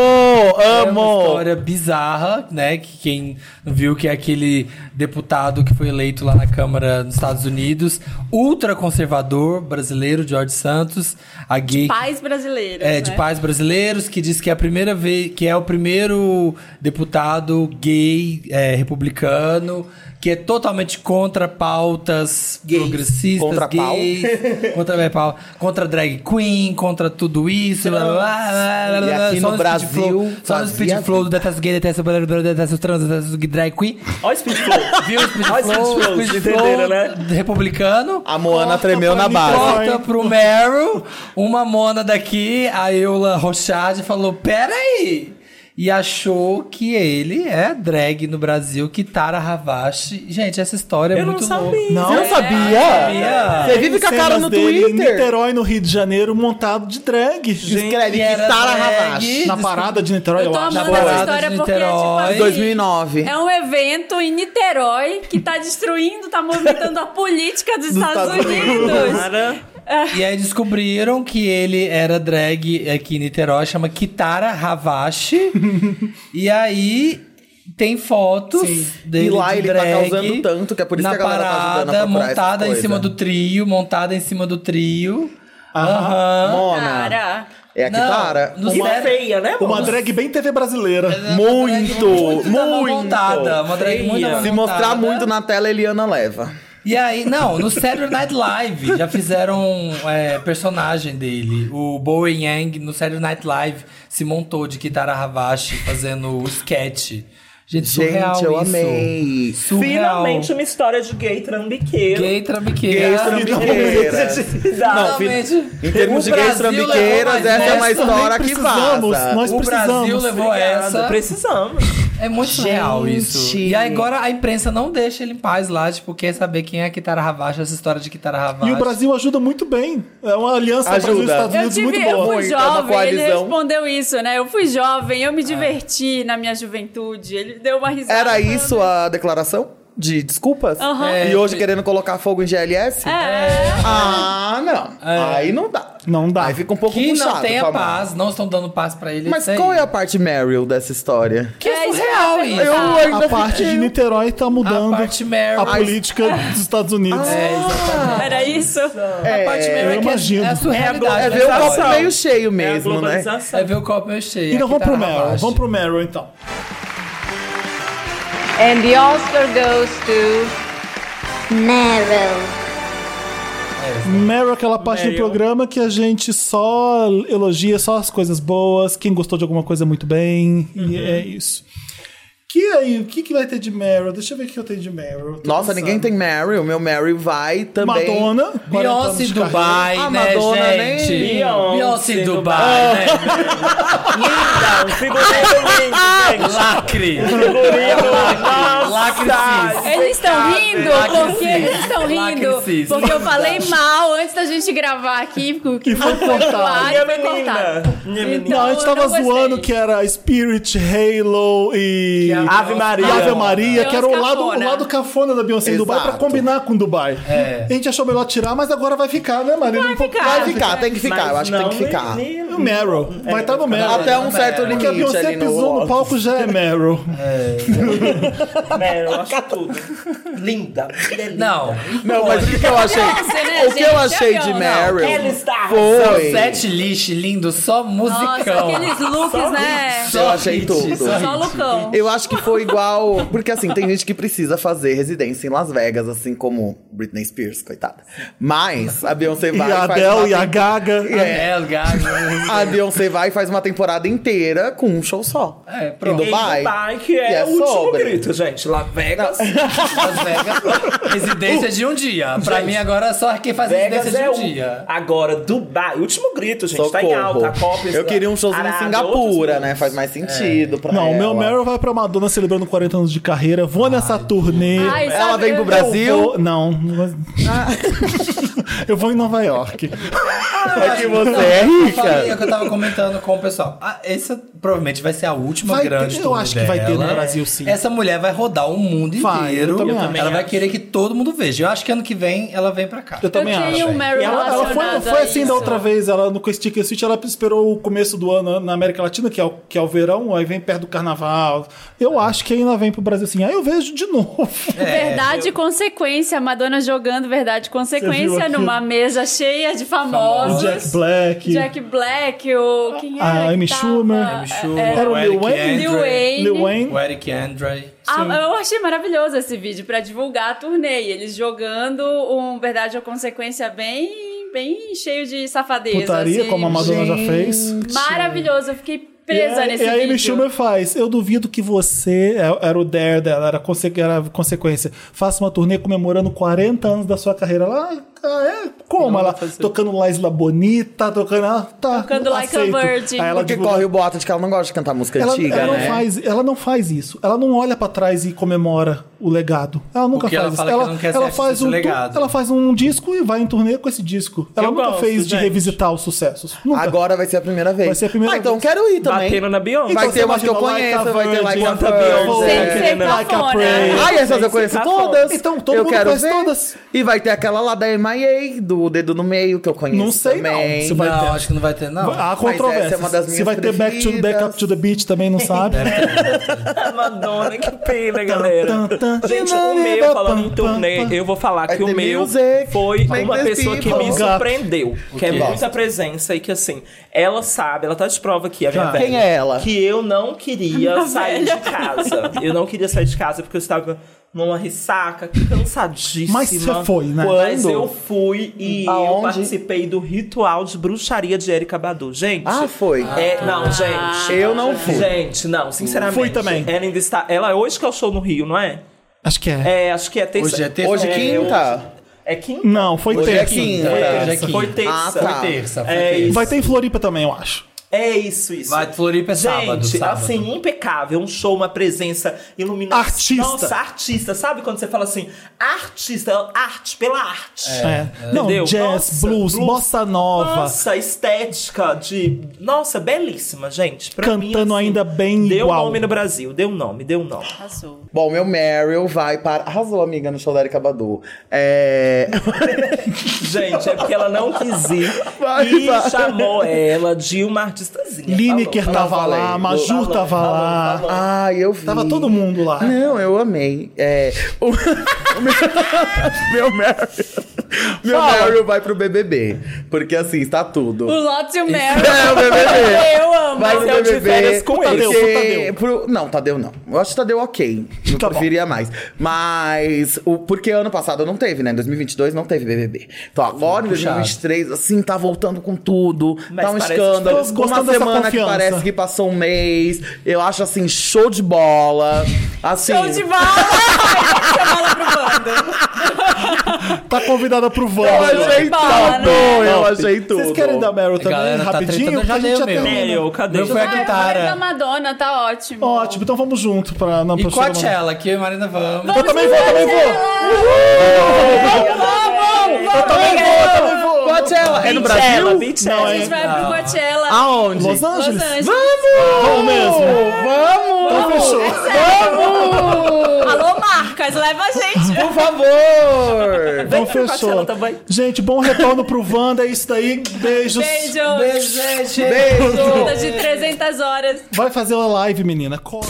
Speaker 1: É uma
Speaker 6: amo.
Speaker 1: história bizarra, né? Que quem viu que é aquele deputado que foi eleito lá na Câmara dos Estados Unidos, ultraconservador brasileiro, George Santos, a gay.
Speaker 4: Pais brasileiros.
Speaker 1: É, de
Speaker 4: né?
Speaker 1: pais brasileiros, que diz que é a primeira vez, que é o primeiro deputado gay é, republicano, que é totalmente contra pautas progressistas,
Speaker 6: Contra pau.
Speaker 1: gays, contra, é, pau, contra drag queen, contra tudo isso, blá, blá, blá, blá, blá,
Speaker 6: E
Speaker 1: blá,
Speaker 6: aqui
Speaker 1: só
Speaker 6: no
Speaker 1: speed
Speaker 6: Brasil,
Speaker 1: flow, só no
Speaker 6: fazia
Speaker 1: speed flow do detesta gay, detesta blá, blá, blá, detesta trans, detesta drag queen,
Speaker 5: Olha o speed flow.
Speaker 1: viu o speed
Speaker 5: Olha o speed
Speaker 1: flow,
Speaker 5: flow,
Speaker 1: speed
Speaker 5: entenderam,
Speaker 1: flow
Speaker 5: né?
Speaker 1: republicano,
Speaker 6: A Moana tremeu
Speaker 3: pra
Speaker 6: na
Speaker 3: mim,
Speaker 6: base.
Speaker 3: corta.
Speaker 1: Volta pro Meryl, uma mona daqui, a Eula Rochard falou: Pera aí. e achou que ele é drag no Brasil, que Tara Havashi. Gente, essa história é
Speaker 5: Eu não
Speaker 1: muito louca.
Speaker 5: sabia.
Speaker 6: Você não sabia?
Speaker 1: sabia.
Speaker 6: Você vive com a cara
Speaker 3: Cenas
Speaker 6: no
Speaker 3: dele Em
Speaker 6: Twitter.
Speaker 3: Niterói, no Rio de Janeiro, montado de drag.
Speaker 6: Escreve que
Speaker 1: era
Speaker 6: Tara
Speaker 1: drag.
Speaker 6: Havashi.
Speaker 3: é Na parada de Niterói,
Speaker 4: Eu
Speaker 3: eu,
Speaker 4: tô
Speaker 3: acho.
Speaker 4: amando essa
Speaker 1: Namorada
Speaker 4: história
Speaker 1: de
Speaker 4: porque, tipo
Speaker 1: Niterói.
Speaker 4: assim,
Speaker 6: 2009.
Speaker 4: É um evento em Niterói que tá destruindo, tá movimentando a política dos, Estados,
Speaker 6: Estados
Speaker 4: Unidos.
Speaker 5: Cara,
Speaker 1: E aí descobriram que ele era drag aqui em Niterói, chama Kitara Havashi. e aí tem fotos dele
Speaker 6: E lá
Speaker 1: de
Speaker 6: ele tá
Speaker 1: drag
Speaker 6: causando tanto que é por isso
Speaker 1: na
Speaker 6: que a galera tá ajudando a
Speaker 1: parada,
Speaker 6: procurar essas
Speaker 1: montada em
Speaker 6: coisas.
Speaker 1: cima do trio, montada em cima do trio. Aham.
Speaker 6: Mona.
Speaker 4: Cara,
Speaker 6: É a
Speaker 1: Não,
Speaker 6: Kitara?
Speaker 1: no
Speaker 5: uma
Speaker 1: sério.
Speaker 5: feia, né,
Speaker 3: Uma
Speaker 5: moça?
Speaker 3: drag bem TV brasileira.
Speaker 6: Muito, é muito.
Speaker 1: da mão montada, uma drag muito da mão
Speaker 6: Se mostrar
Speaker 1: montada.
Speaker 6: muito na tela, Eliana leva.
Speaker 1: E aí, não, no Saturday Night Live já fizeram é, personagem dele. O Bowen Yang no Saturday Night Live se montou de Kitara Havashi fazendo o sketch. Gente, surreal
Speaker 6: Gente, eu
Speaker 1: isso.
Speaker 6: amei.
Speaker 1: Surreal.
Speaker 5: Finalmente uma história de gay trambiqueiro.
Speaker 1: Gay
Speaker 6: Gays
Speaker 1: trambiqueira.
Speaker 6: trambiqueiras.
Speaker 5: Exato.
Speaker 6: Não, fi-
Speaker 1: Finalmente.
Speaker 6: Em termos de
Speaker 1: O
Speaker 6: gays
Speaker 1: Brasil levou
Speaker 6: trambiqueiras,
Speaker 1: mais
Speaker 6: essa é uma
Speaker 1: nessa,
Speaker 6: história
Speaker 3: nem
Speaker 6: que
Speaker 3: precisamos,
Speaker 6: vaza.
Speaker 3: nós-
Speaker 1: O Brasil
Speaker 3: precisamos.
Speaker 1: levou
Speaker 5: Obrigada,
Speaker 1: essa.
Speaker 5: Precisamos.
Speaker 1: É muito surreal isso.
Speaker 6: Gente.
Speaker 1: E aí agora a imprensa não deixa ele em paz lá, tipo, quer saber quem é a Kitara Havashi, essa história de Kitara Havashi.
Speaker 3: E o Brasil ajuda muito bem. É uma aliança
Speaker 6: Ajuda.
Speaker 3: Brasil-Estados
Speaker 4: eu
Speaker 3: Unidos
Speaker 4: tive,
Speaker 3: muito
Speaker 4: eu
Speaker 3: boa.
Speaker 4: fui
Speaker 6: Muito, é uma
Speaker 4: jovem, ele
Speaker 6: coalizão.
Speaker 4: respondeu isso, né? Eu fui jovem, eu me diverti na minha juventude. Ele deu uma risada.
Speaker 6: Era isso a declaração de desculpas?
Speaker 4: Aham.
Speaker 1: É,
Speaker 6: E hoje querendo colocar fogo em GLS?
Speaker 4: É.
Speaker 6: Ah, não. Aí não dá.
Speaker 3: Não dá.
Speaker 6: Aí fica um pouco
Speaker 1: É. Que
Speaker 6: puxado.
Speaker 1: não tem a
Speaker 6: calma.
Speaker 1: paz, não estão dando paz pra ele.
Speaker 6: Mas
Speaker 1: isso aí.
Speaker 6: qual é a parte Meryl dessa história?
Speaker 1: Que é
Speaker 4: É, isso que eu ia
Speaker 1: surreal isso.
Speaker 4: perguntar.
Speaker 3: A parte de Niterói tá mudando
Speaker 1: A parte Meryl.
Speaker 3: a política dos Estados Unidos.
Speaker 1: É, exatamente.
Speaker 4: Era isso?
Speaker 6: É,
Speaker 1: a parte Meryl é que
Speaker 3: imagino.
Speaker 1: É a surrealidade.
Speaker 6: é
Speaker 1: da
Speaker 6: ver o
Speaker 1: situação.
Speaker 6: copo meio cheio
Speaker 5: É a
Speaker 6: mesmo, né?
Speaker 5: globalização.
Speaker 1: É ver o copo meio cheio.
Speaker 3: Então
Speaker 1: Aqui
Speaker 3: vamos pro
Speaker 1: tá na
Speaker 3: Meryl.
Speaker 1: baixa.
Speaker 3: Vamos pro Meryl, então.
Speaker 8: And the Oscar goes to.
Speaker 9: Meryl.
Speaker 3: Meryl é aquela parte do programa que a gente só elogia só as coisas boas, quem gostou de alguma coisa muito bem,
Speaker 1: Uhum.
Speaker 3: e é isso. Que aí, o que, que vai ter de Meryl? Deixa eu ver o que eu tenho de Meryl. Tô
Speaker 6: Nossa,
Speaker 3: pensando.
Speaker 6: ninguém tem Meryl. Meu Meryl vai também.
Speaker 3: Madonna. 40 anos
Speaker 1: Beyoncé
Speaker 3: de
Speaker 1: Dubai,
Speaker 6: carreira.
Speaker 1: né,
Speaker 6: Ah, Madonna, nem-
Speaker 1: gente?
Speaker 5: Beyoncé,
Speaker 1: Beyoncé Dubai, né?
Speaker 5: Dubai.
Speaker 6: É
Speaker 5: Linda, um
Speaker 6: né?
Speaker 5: figurino lindo, gente.
Speaker 1: Lacre.
Speaker 5: Figurino.
Speaker 1: Lacre cis.
Speaker 4: Eles estão rindo
Speaker 1: Lacre
Speaker 4: porque
Speaker 1: cis.
Speaker 4: eles estão rindo
Speaker 1: Lacre cis.
Speaker 4: porque eu falei mal antes da gente gravar aqui porque foi cortado.
Speaker 5: Minha
Speaker 4: foi
Speaker 5: menina.
Speaker 4: cortado.
Speaker 5: Minha
Speaker 4: Então,
Speaker 5: menina.
Speaker 3: Não, a gente
Speaker 4: eu
Speaker 3: tava
Speaker 4: não gostei.
Speaker 3: zoando que era Spirit, Halo e.
Speaker 5: Ave Maria.
Speaker 3: E Ave Maria, que era o
Speaker 4: Tem uns
Speaker 3: lado, o
Speaker 4: cafona.
Speaker 3: lado cafona da Beyoncé em Dubai pra
Speaker 6: Exato.
Speaker 3: combinar com Dubai.
Speaker 1: É.
Speaker 3: A gente achou melhor tirar, mas agora vai ficar, né, Maria? Vai
Speaker 4: ficar.
Speaker 6: Vai ficar, tem que ficar. eu acho que tem que ficar.
Speaker 3: O Meryl.
Speaker 6: É,
Speaker 3: Vai estar no Meryl.
Speaker 6: Até um certo
Speaker 3: Porque a
Speaker 6: limite
Speaker 3: Beyoncé
Speaker 6: ali no
Speaker 3: pisou no
Speaker 6: Oscar.
Speaker 3: palco já é Meryl.
Speaker 5: Meryl, né? eu acho tudo. Linda. Ela é linda.
Speaker 1: Não.
Speaker 6: Não, mas o que que eu achei?
Speaker 4: Beyoncé, né,
Speaker 6: o que eu
Speaker 4: gente?
Speaker 6: achei
Speaker 4: É a
Speaker 6: de
Speaker 4: Beyoncé.
Speaker 5: Ela
Speaker 6: Meryl
Speaker 5: está
Speaker 1: São
Speaker 6: foi...
Speaker 1: sete lixo lindo, só
Speaker 4: Nossa,
Speaker 1: musicão.
Speaker 4: aqueles looks, né?
Speaker 6: Eu achei tudo.
Speaker 4: Só Lucão.
Speaker 6: Eu acho que foi igual. Porque assim, tem gente que precisa fazer residência em Las Vegas, assim como Britney Spears, coitada. Mas a Beyoncé
Speaker 3: E
Speaker 6: vai.
Speaker 3: a
Speaker 6: faz
Speaker 3: Adele
Speaker 6: uma
Speaker 3: e a Gaga.
Speaker 1: É, o gago.
Speaker 6: A Beyoncé vai e faz uma temporada inteira com um show só.
Speaker 1: É,
Speaker 6: Em
Speaker 1: pronto.
Speaker 6: Dubai.
Speaker 5: que é,
Speaker 6: E é
Speaker 5: o último
Speaker 6: sobre.
Speaker 5: grito, gente. Las Vegas.
Speaker 1: Las Vegas, residência de um dia. Pra mim agora é só quem faz
Speaker 5: Vegas
Speaker 1: residência
Speaker 5: é
Speaker 1: de um
Speaker 5: um.
Speaker 1: dia.
Speaker 5: Agora, Dubai. Último grito, gente. Tá em
Speaker 6: Socorro.
Speaker 5: alta. A Cópia,
Speaker 6: Eu queria um showzinho em
Speaker 5: Arábia,
Speaker 6: Singapura,
Speaker 5: outros
Speaker 6: né? Faz mais sentido pra
Speaker 3: Não,
Speaker 6: ela.
Speaker 3: o meu Meryl vai pra Madonna celebrando 40 anos de carreira. Vou nessa turnê.
Speaker 4: Ai,
Speaker 6: Ela
Speaker 4: sabe-
Speaker 6: vem pro Brasil.
Speaker 3: Eu vou- Não. não vou-
Speaker 4: Ah.
Speaker 3: eu vou em Nova York.
Speaker 1: Ah,
Speaker 6: É que você é rica.
Speaker 1: Família que eu tava comentando com o pessoal. Ah, essa provavelmente vai ser a última
Speaker 3: Vai ter-
Speaker 1: grande
Speaker 3: eu
Speaker 1: turnê
Speaker 3: acho que vai ter no
Speaker 1: dela.
Speaker 3: Brasil, sim.
Speaker 1: Essa mulher vai rodar o mundo
Speaker 3: Vai,
Speaker 1: inteiro.
Speaker 3: eu também acho.
Speaker 1: ela vai querer que todo mundo veja. Eu acho que ano que vem ela vem pra cá.
Speaker 3: Eu também
Speaker 4: eu
Speaker 3: acho.
Speaker 4: tenho um Meryl
Speaker 5: E ela-
Speaker 3: Ela, ela foi,
Speaker 4: relacionado
Speaker 3: foi
Speaker 4: a
Speaker 3: assim da
Speaker 4: isso.
Speaker 3: outra vez, ela no com Stick and Switch, ela esperou o começo do ano na América Latina, que é, o, que é o verão, aí vem perto do carnaval. Eu acho que ainda vem pro Brasil assim, aí eu vejo de novo.
Speaker 4: É.
Speaker 3: É,
Speaker 4: Verdade e consequência, Madonna jogando verdade e
Speaker 3: Você viu
Speaker 4: consequência
Speaker 3: aquilo?
Speaker 4: numa mesa cheia de
Speaker 3: O
Speaker 4: famosos.
Speaker 3: Jack Black.
Speaker 4: Jack Black, o. Quem era?
Speaker 3: A
Speaker 4: que
Speaker 3: Amy
Speaker 4: tava?
Speaker 3: Schumer.
Speaker 4: É,
Speaker 3: Amy
Speaker 1: Schumer,
Speaker 3: Era o Lil
Speaker 1: Eric
Speaker 3: Wayne?
Speaker 4: Lil
Speaker 1: Andre,
Speaker 4: Wayne.
Speaker 3: Lil Wayne.
Speaker 1: O Eric Andre.
Speaker 4: Ah, eu achei maravilhoso esse vídeo pra divulgar a turnê. e Eles jogando um verdade ou consequência bem, bem cheio de safadeza.
Speaker 3: Putaria,
Speaker 4: assim.
Speaker 3: como a Madonna já fez.
Speaker 4: Maravilhoso, eu fiquei
Speaker 3: E
Speaker 4: presa
Speaker 3: a-
Speaker 4: nesse
Speaker 3: e a Amy
Speaker 4: vídeo.
Speaker 3: Schumer faz. Eu duvido que você. é- Era o dare dela, era, conse- era a consequência. Faça uma turnê comemorando 40 anos da sua carreira. Lá, ah, é? Como? Ela tocando La Isla Bonita, tocando. Ah, tá.
Speaker 4: Tocando Like a
Speaker 3: aceito.
Speaker 4: Virgin.
Speaker 3: Aí ela
Speaker 6: Porque
Speaker 3: divulga-
Speaker 6: corre o boato de que ela não gosta de cantar música
Speaker 3: né? ela, é um
Speaker 6: antiga,
Speaker 3: ela
Speaker 6: né?
Speaker 3: não faz, ela não faz isso. Ela não olha pra trás e comemora o legado. Ela nunca
Speaker 1: que
Speaker 3: faz
Speaker 1: ela
Speaker 3: isso.
Speaker 1: fala que não quer ser artista
Speaker 3: faz
Speaker 1: de
Speaker 3: um tu-
Speaker 1: legado.
Speaker 3: ela faz um disco e vai em turnê com esse disco. Ela
Speaker 5: Eu
Speaker 3: nunca
Speaker 5: gosto,
Speaker 3: fez de
Speaker 5: gente.
Speaker 3: revisitar os sucessos. Nunca.
Speaker 6: Agora vai ser a primeira vez.
Speaker 3: Vai ser a primeira
Speaker 6: ah, então
Speaker 3: vez.
Speaker 6: quero ir também.
Speaker 5: Batendo na Beyoncé.
Speaker 6: Vai
Speaker 3: Então,
Speaker 6: ter
Speaker 3: você
Speaker 6: umas que eu
Speaker 3: imagina
Speaker 6: conheço,
Speaker 3: Like a
Speaker 6: vai ter Like a
Speaker 3: Virgin,
Speaker 6: Virgin.
Speaker 4: Sem
Speaker 5: É,
Speaker 4: ser
Speaker 5: né?
Speaker 4: pra
Speaker 5: Like a
Speaker 4: fora.
Speaker 5: prayer.
Speaker 6: Ai, essas
Speaker 5: Tem
Speaker 6: eu
Speaker 5: que
Speaker 6: conheço
Speaker 5: ser
Speaker 6: todas.
Speaker 5: cafona.
Speaker 3: Então, todo
Speaker 6: eu
Speaker 3: mundo
Speaker 6: quero
Speaker 3: conhece
Speaker 6: ver.
Speaker 3: todas.
Speaker 6: E vai ter aquela lá da MIA, do Dedo no Meio, que eu conheço
Speaker 3: Não sei, não.
Speaker 6: também.
Speaker 3: Você vai
Speaker 1: não,
Speaker 3: ter.
Speaker 1: acho que não vai ter, não.
Speaker 3: Há
Speaker 6: Mas essa é uma das
Speaker 3: controvérsias. Se
Speaker 6: minhas
Speaker 3: vai ter back to,
Speaker 6: preferidas.
Speaker 3: back up to the beach também, não sabe?
Speaker 5: Madonna, que pena, galera.
Speaker 3: Tan, tan,
Speaker 5: Gente,
Speaker 3: tan,
Speaker 5: o meu,
Speaker 3: tan,
Speaker 5: falando em
Speaker 3: tan,
Speaker 5: turnê,
Speaker 3: tan.
Speaker 5: eu vou falar
Speaker 6: Vai
Speaker 5: que
Speaker 6: ter
Speaker 5: o meu
Speaker 6: music,
Speaker 5: foi
Speaker 6: make
Speaker 5: uma
Speaker 6: the
Speaker 5: pessoa que me
Speaker 6: people.
Speaker 5: surpreendeu. Que é
Speaker 1: quê?
Speaker 5: muita presença e que, assim, ela sabe, ela tá de prova aqui, a minha
Speaker 3: Tá.
Speaker 5: velha.
Speaker 6: Quem é ela?
Speaker 5: Que eu não queria sair de casa. Eu não queria sair de casa porque eu estava numa ressaca, cansadíssima.
Speaker 3: Mas você foi, né?
Speaker 5: Mas
Speaker 6: Quando?
Speaker 5: eu fui e eu
Speaker 6: Aonde?
Speaker 5: participei do ritual de bruxaria de Erika Badu. Gente...
Speaker 6: Ah, foi.
Speaker 5: É, não,
Speaker 3: Ah,
Speaker 5: gente.
Speaker 6: Eu não fui.
Speaker 5: Gente, não, sinceramente.
Speaker 3: Fui também.
Speaker 5: Ela ainda está. Ela hoje que é o show no Rio, não é?
Speaker 3: Acho que é.
Speaker 5: É, acho que é terça.
Speaker 1: Hoje é terça.
Speaker 6: Hoje,
Speaker 5: é,
Speaker 6: quinta.
Speaker 5: hoje- É quinta.
Speaker 3: Não, foi
Speaker 6: Hoje é
Speaker 3: terça.
Speaker 6: quinta.
Speaker 1: Hoje é
Speaker 5: Terça.
Speaker 1: quinta.
Speaker 5: Foi terça.
Speaker 6: Ah, tá.
Speaker 1: Foi terça, foi
Speaker 5: É
Speaker 1: terça.
Speaker 5: isso.
Speaker 3: Vai ter em Floripa também, eu acho.
Speaker 5: É isso, isso.
Speaker 1: Vai, Floripa é sábado,
Speaker 5: Gente,
Speaker 1: sábado.
Speaker 5: assim, impecável. Um show, uma presença, iluminação.
Speaker 3: Artista.
Speaker 5: Nossa, artista. Sabe quando você fala assim, artista, arte, pela arte.
Speaker 3: É. Não,
Speaker 5: Entendeu?
Speaker 3: jazz,
Speaker 5: Nossa,
Speaker 3: blues,
Speaker 5: blues.
Speaker 3: bossa nova.
Speaker 5: Nossa, estética de. Nossa, belíssima, gente. Pra mim,
Speaker 3: Cantando
Speaker 5: assim,
Speaker 3: ainda bem
Speaker 5: Deu
Speaker 3: igual.
Speaker 5: nome no Brasil, deu nome, deu nome.
Speaker 4: Arrasou.
Speaker 6: Bom, meu Meryl vai para. Arrasou, amiga, no show da Erika Badu. É.
Speaker 5: Gente, é porque ela não quis ir
Speaker 6: Vai,
Speaker 5: e
Speaker 6: vai.
Speaker 5: chamou ela de uma artistazinha.
Speaker 3: Lineker
Speaker 5: Falou,
Speaker 3: tava
Speaker 6: falou,
Speaker 3: lá,
Speaker 6: falei.
Speaker 3: Maju
Speaker 5: falou,
Speaker 3: tava
Speaker 5: falou,
Speaker 3: lá.
Speaker 5: falou.
Speaker 6: Ai, eu vi.
Speaker 3: Tava todo mundo lá.
Speaker 6: Não, eu amei. É, o o meu, meu Meryl. Meu Meryl vai pro BBB. Porque assim, está tudo.
Speaker 4: O Lotus e o Meryl.
Speaker 6: É, o BBB.
Speaker 4: Eu amo.
Speaker 6: Vai pro
Speaker 5: eu de
Speaker 6: BBB.
Speaker 5: férias com
Speaker 6: porque-
Speaker 5: eles.
Speaker 3: Tadeu,
Speaker 6: pro- Não, Tadeu não. Eu acho que Tadeu ok. Eu
Speaker 3: Tá bom.
Speaker 6: preferia mais. Mas. O... Porque ano passado não teve, né? Em 2022 não teve BBB. Então agora, em 2023, assim, tá voltando com tudo.
Speaker 5: Mas
Speaker 6: tá um
Speaker 5: parece
Speaker 6: escândalo.
Speaker 3: que tô
Speaker 6: Uma
Speaker 3: gostando dessa
Speaker 6: semana que
Speaker 3: confiança.
Speaker 6: parece que passou um mês. Eu acho assim, show de bola. Assim.
Speaker 4: Show de bola. Chamada pro bando.
Speaker 3: Tá convidada pro voo.
Speaker 6: Eu achei
Speaker 4: de bola,
Speaker 6: tudo! Eu achei tudo.
Speaker 3: Vocês querem dar Meryl também,
Speaker 1: galera tá
Speaker 3: rapidinho?
Speaker 1: tretando, já
Speaker 3: Porque a gente
Speaker 1: deu,
Speaker 3: já
Speaker 1: meu.
Speaker 3: termina.
Speaker 5: Meryl, É, cadê?
Speaker 1: Meu foi a
Speaker 4: Ai,
Speaker 1: Guitara.
Speaker 4: o Ah, da Madonna, tá ótimo.
Speaker 3: Ótimo, então vamos junto pra na
Speaker 1: E
Speaker 3: pro cerimônia.
Speaker 1: Coachella, que eu e Marina vamos.
Speaker 3: Eu também vou, eu também vou!
Speaker 6: Eu também vou, eu também vou! Coachella! É no Brasil?
Speaker 3: Não,
Speaker 4: A
Speaker 3: é
Speaker 4: gente vai pro Coachella.
Speaker 6: Aonde?
Speaker 3: Los
Speaker 4: Los
Speaker 3: Angeles?
Speaker 4: Angeles.
Speaker 3: Vamos mesmo!
Speaker 6: Vamos!
Speaker 3: Então fechou.
Speaker 4: Alô, Marcas, leva a gente.
Speaker 6: Por favor!
Speaker 3: Então
Speaker 5: pro Coachella
Speaker 3: fechou.
Speaker 5: também.
Speaker 3: Gente, bom retorno pro Wanda, é isso daí. Beijos.
Speaker 4: Beijo.
Speaker 1: Beijo, gente.
Speaker 6: Beijo!
Speaker 4: Luta de 300 horas.
Speaker 3: Vai fazer uma live, menina. Corre.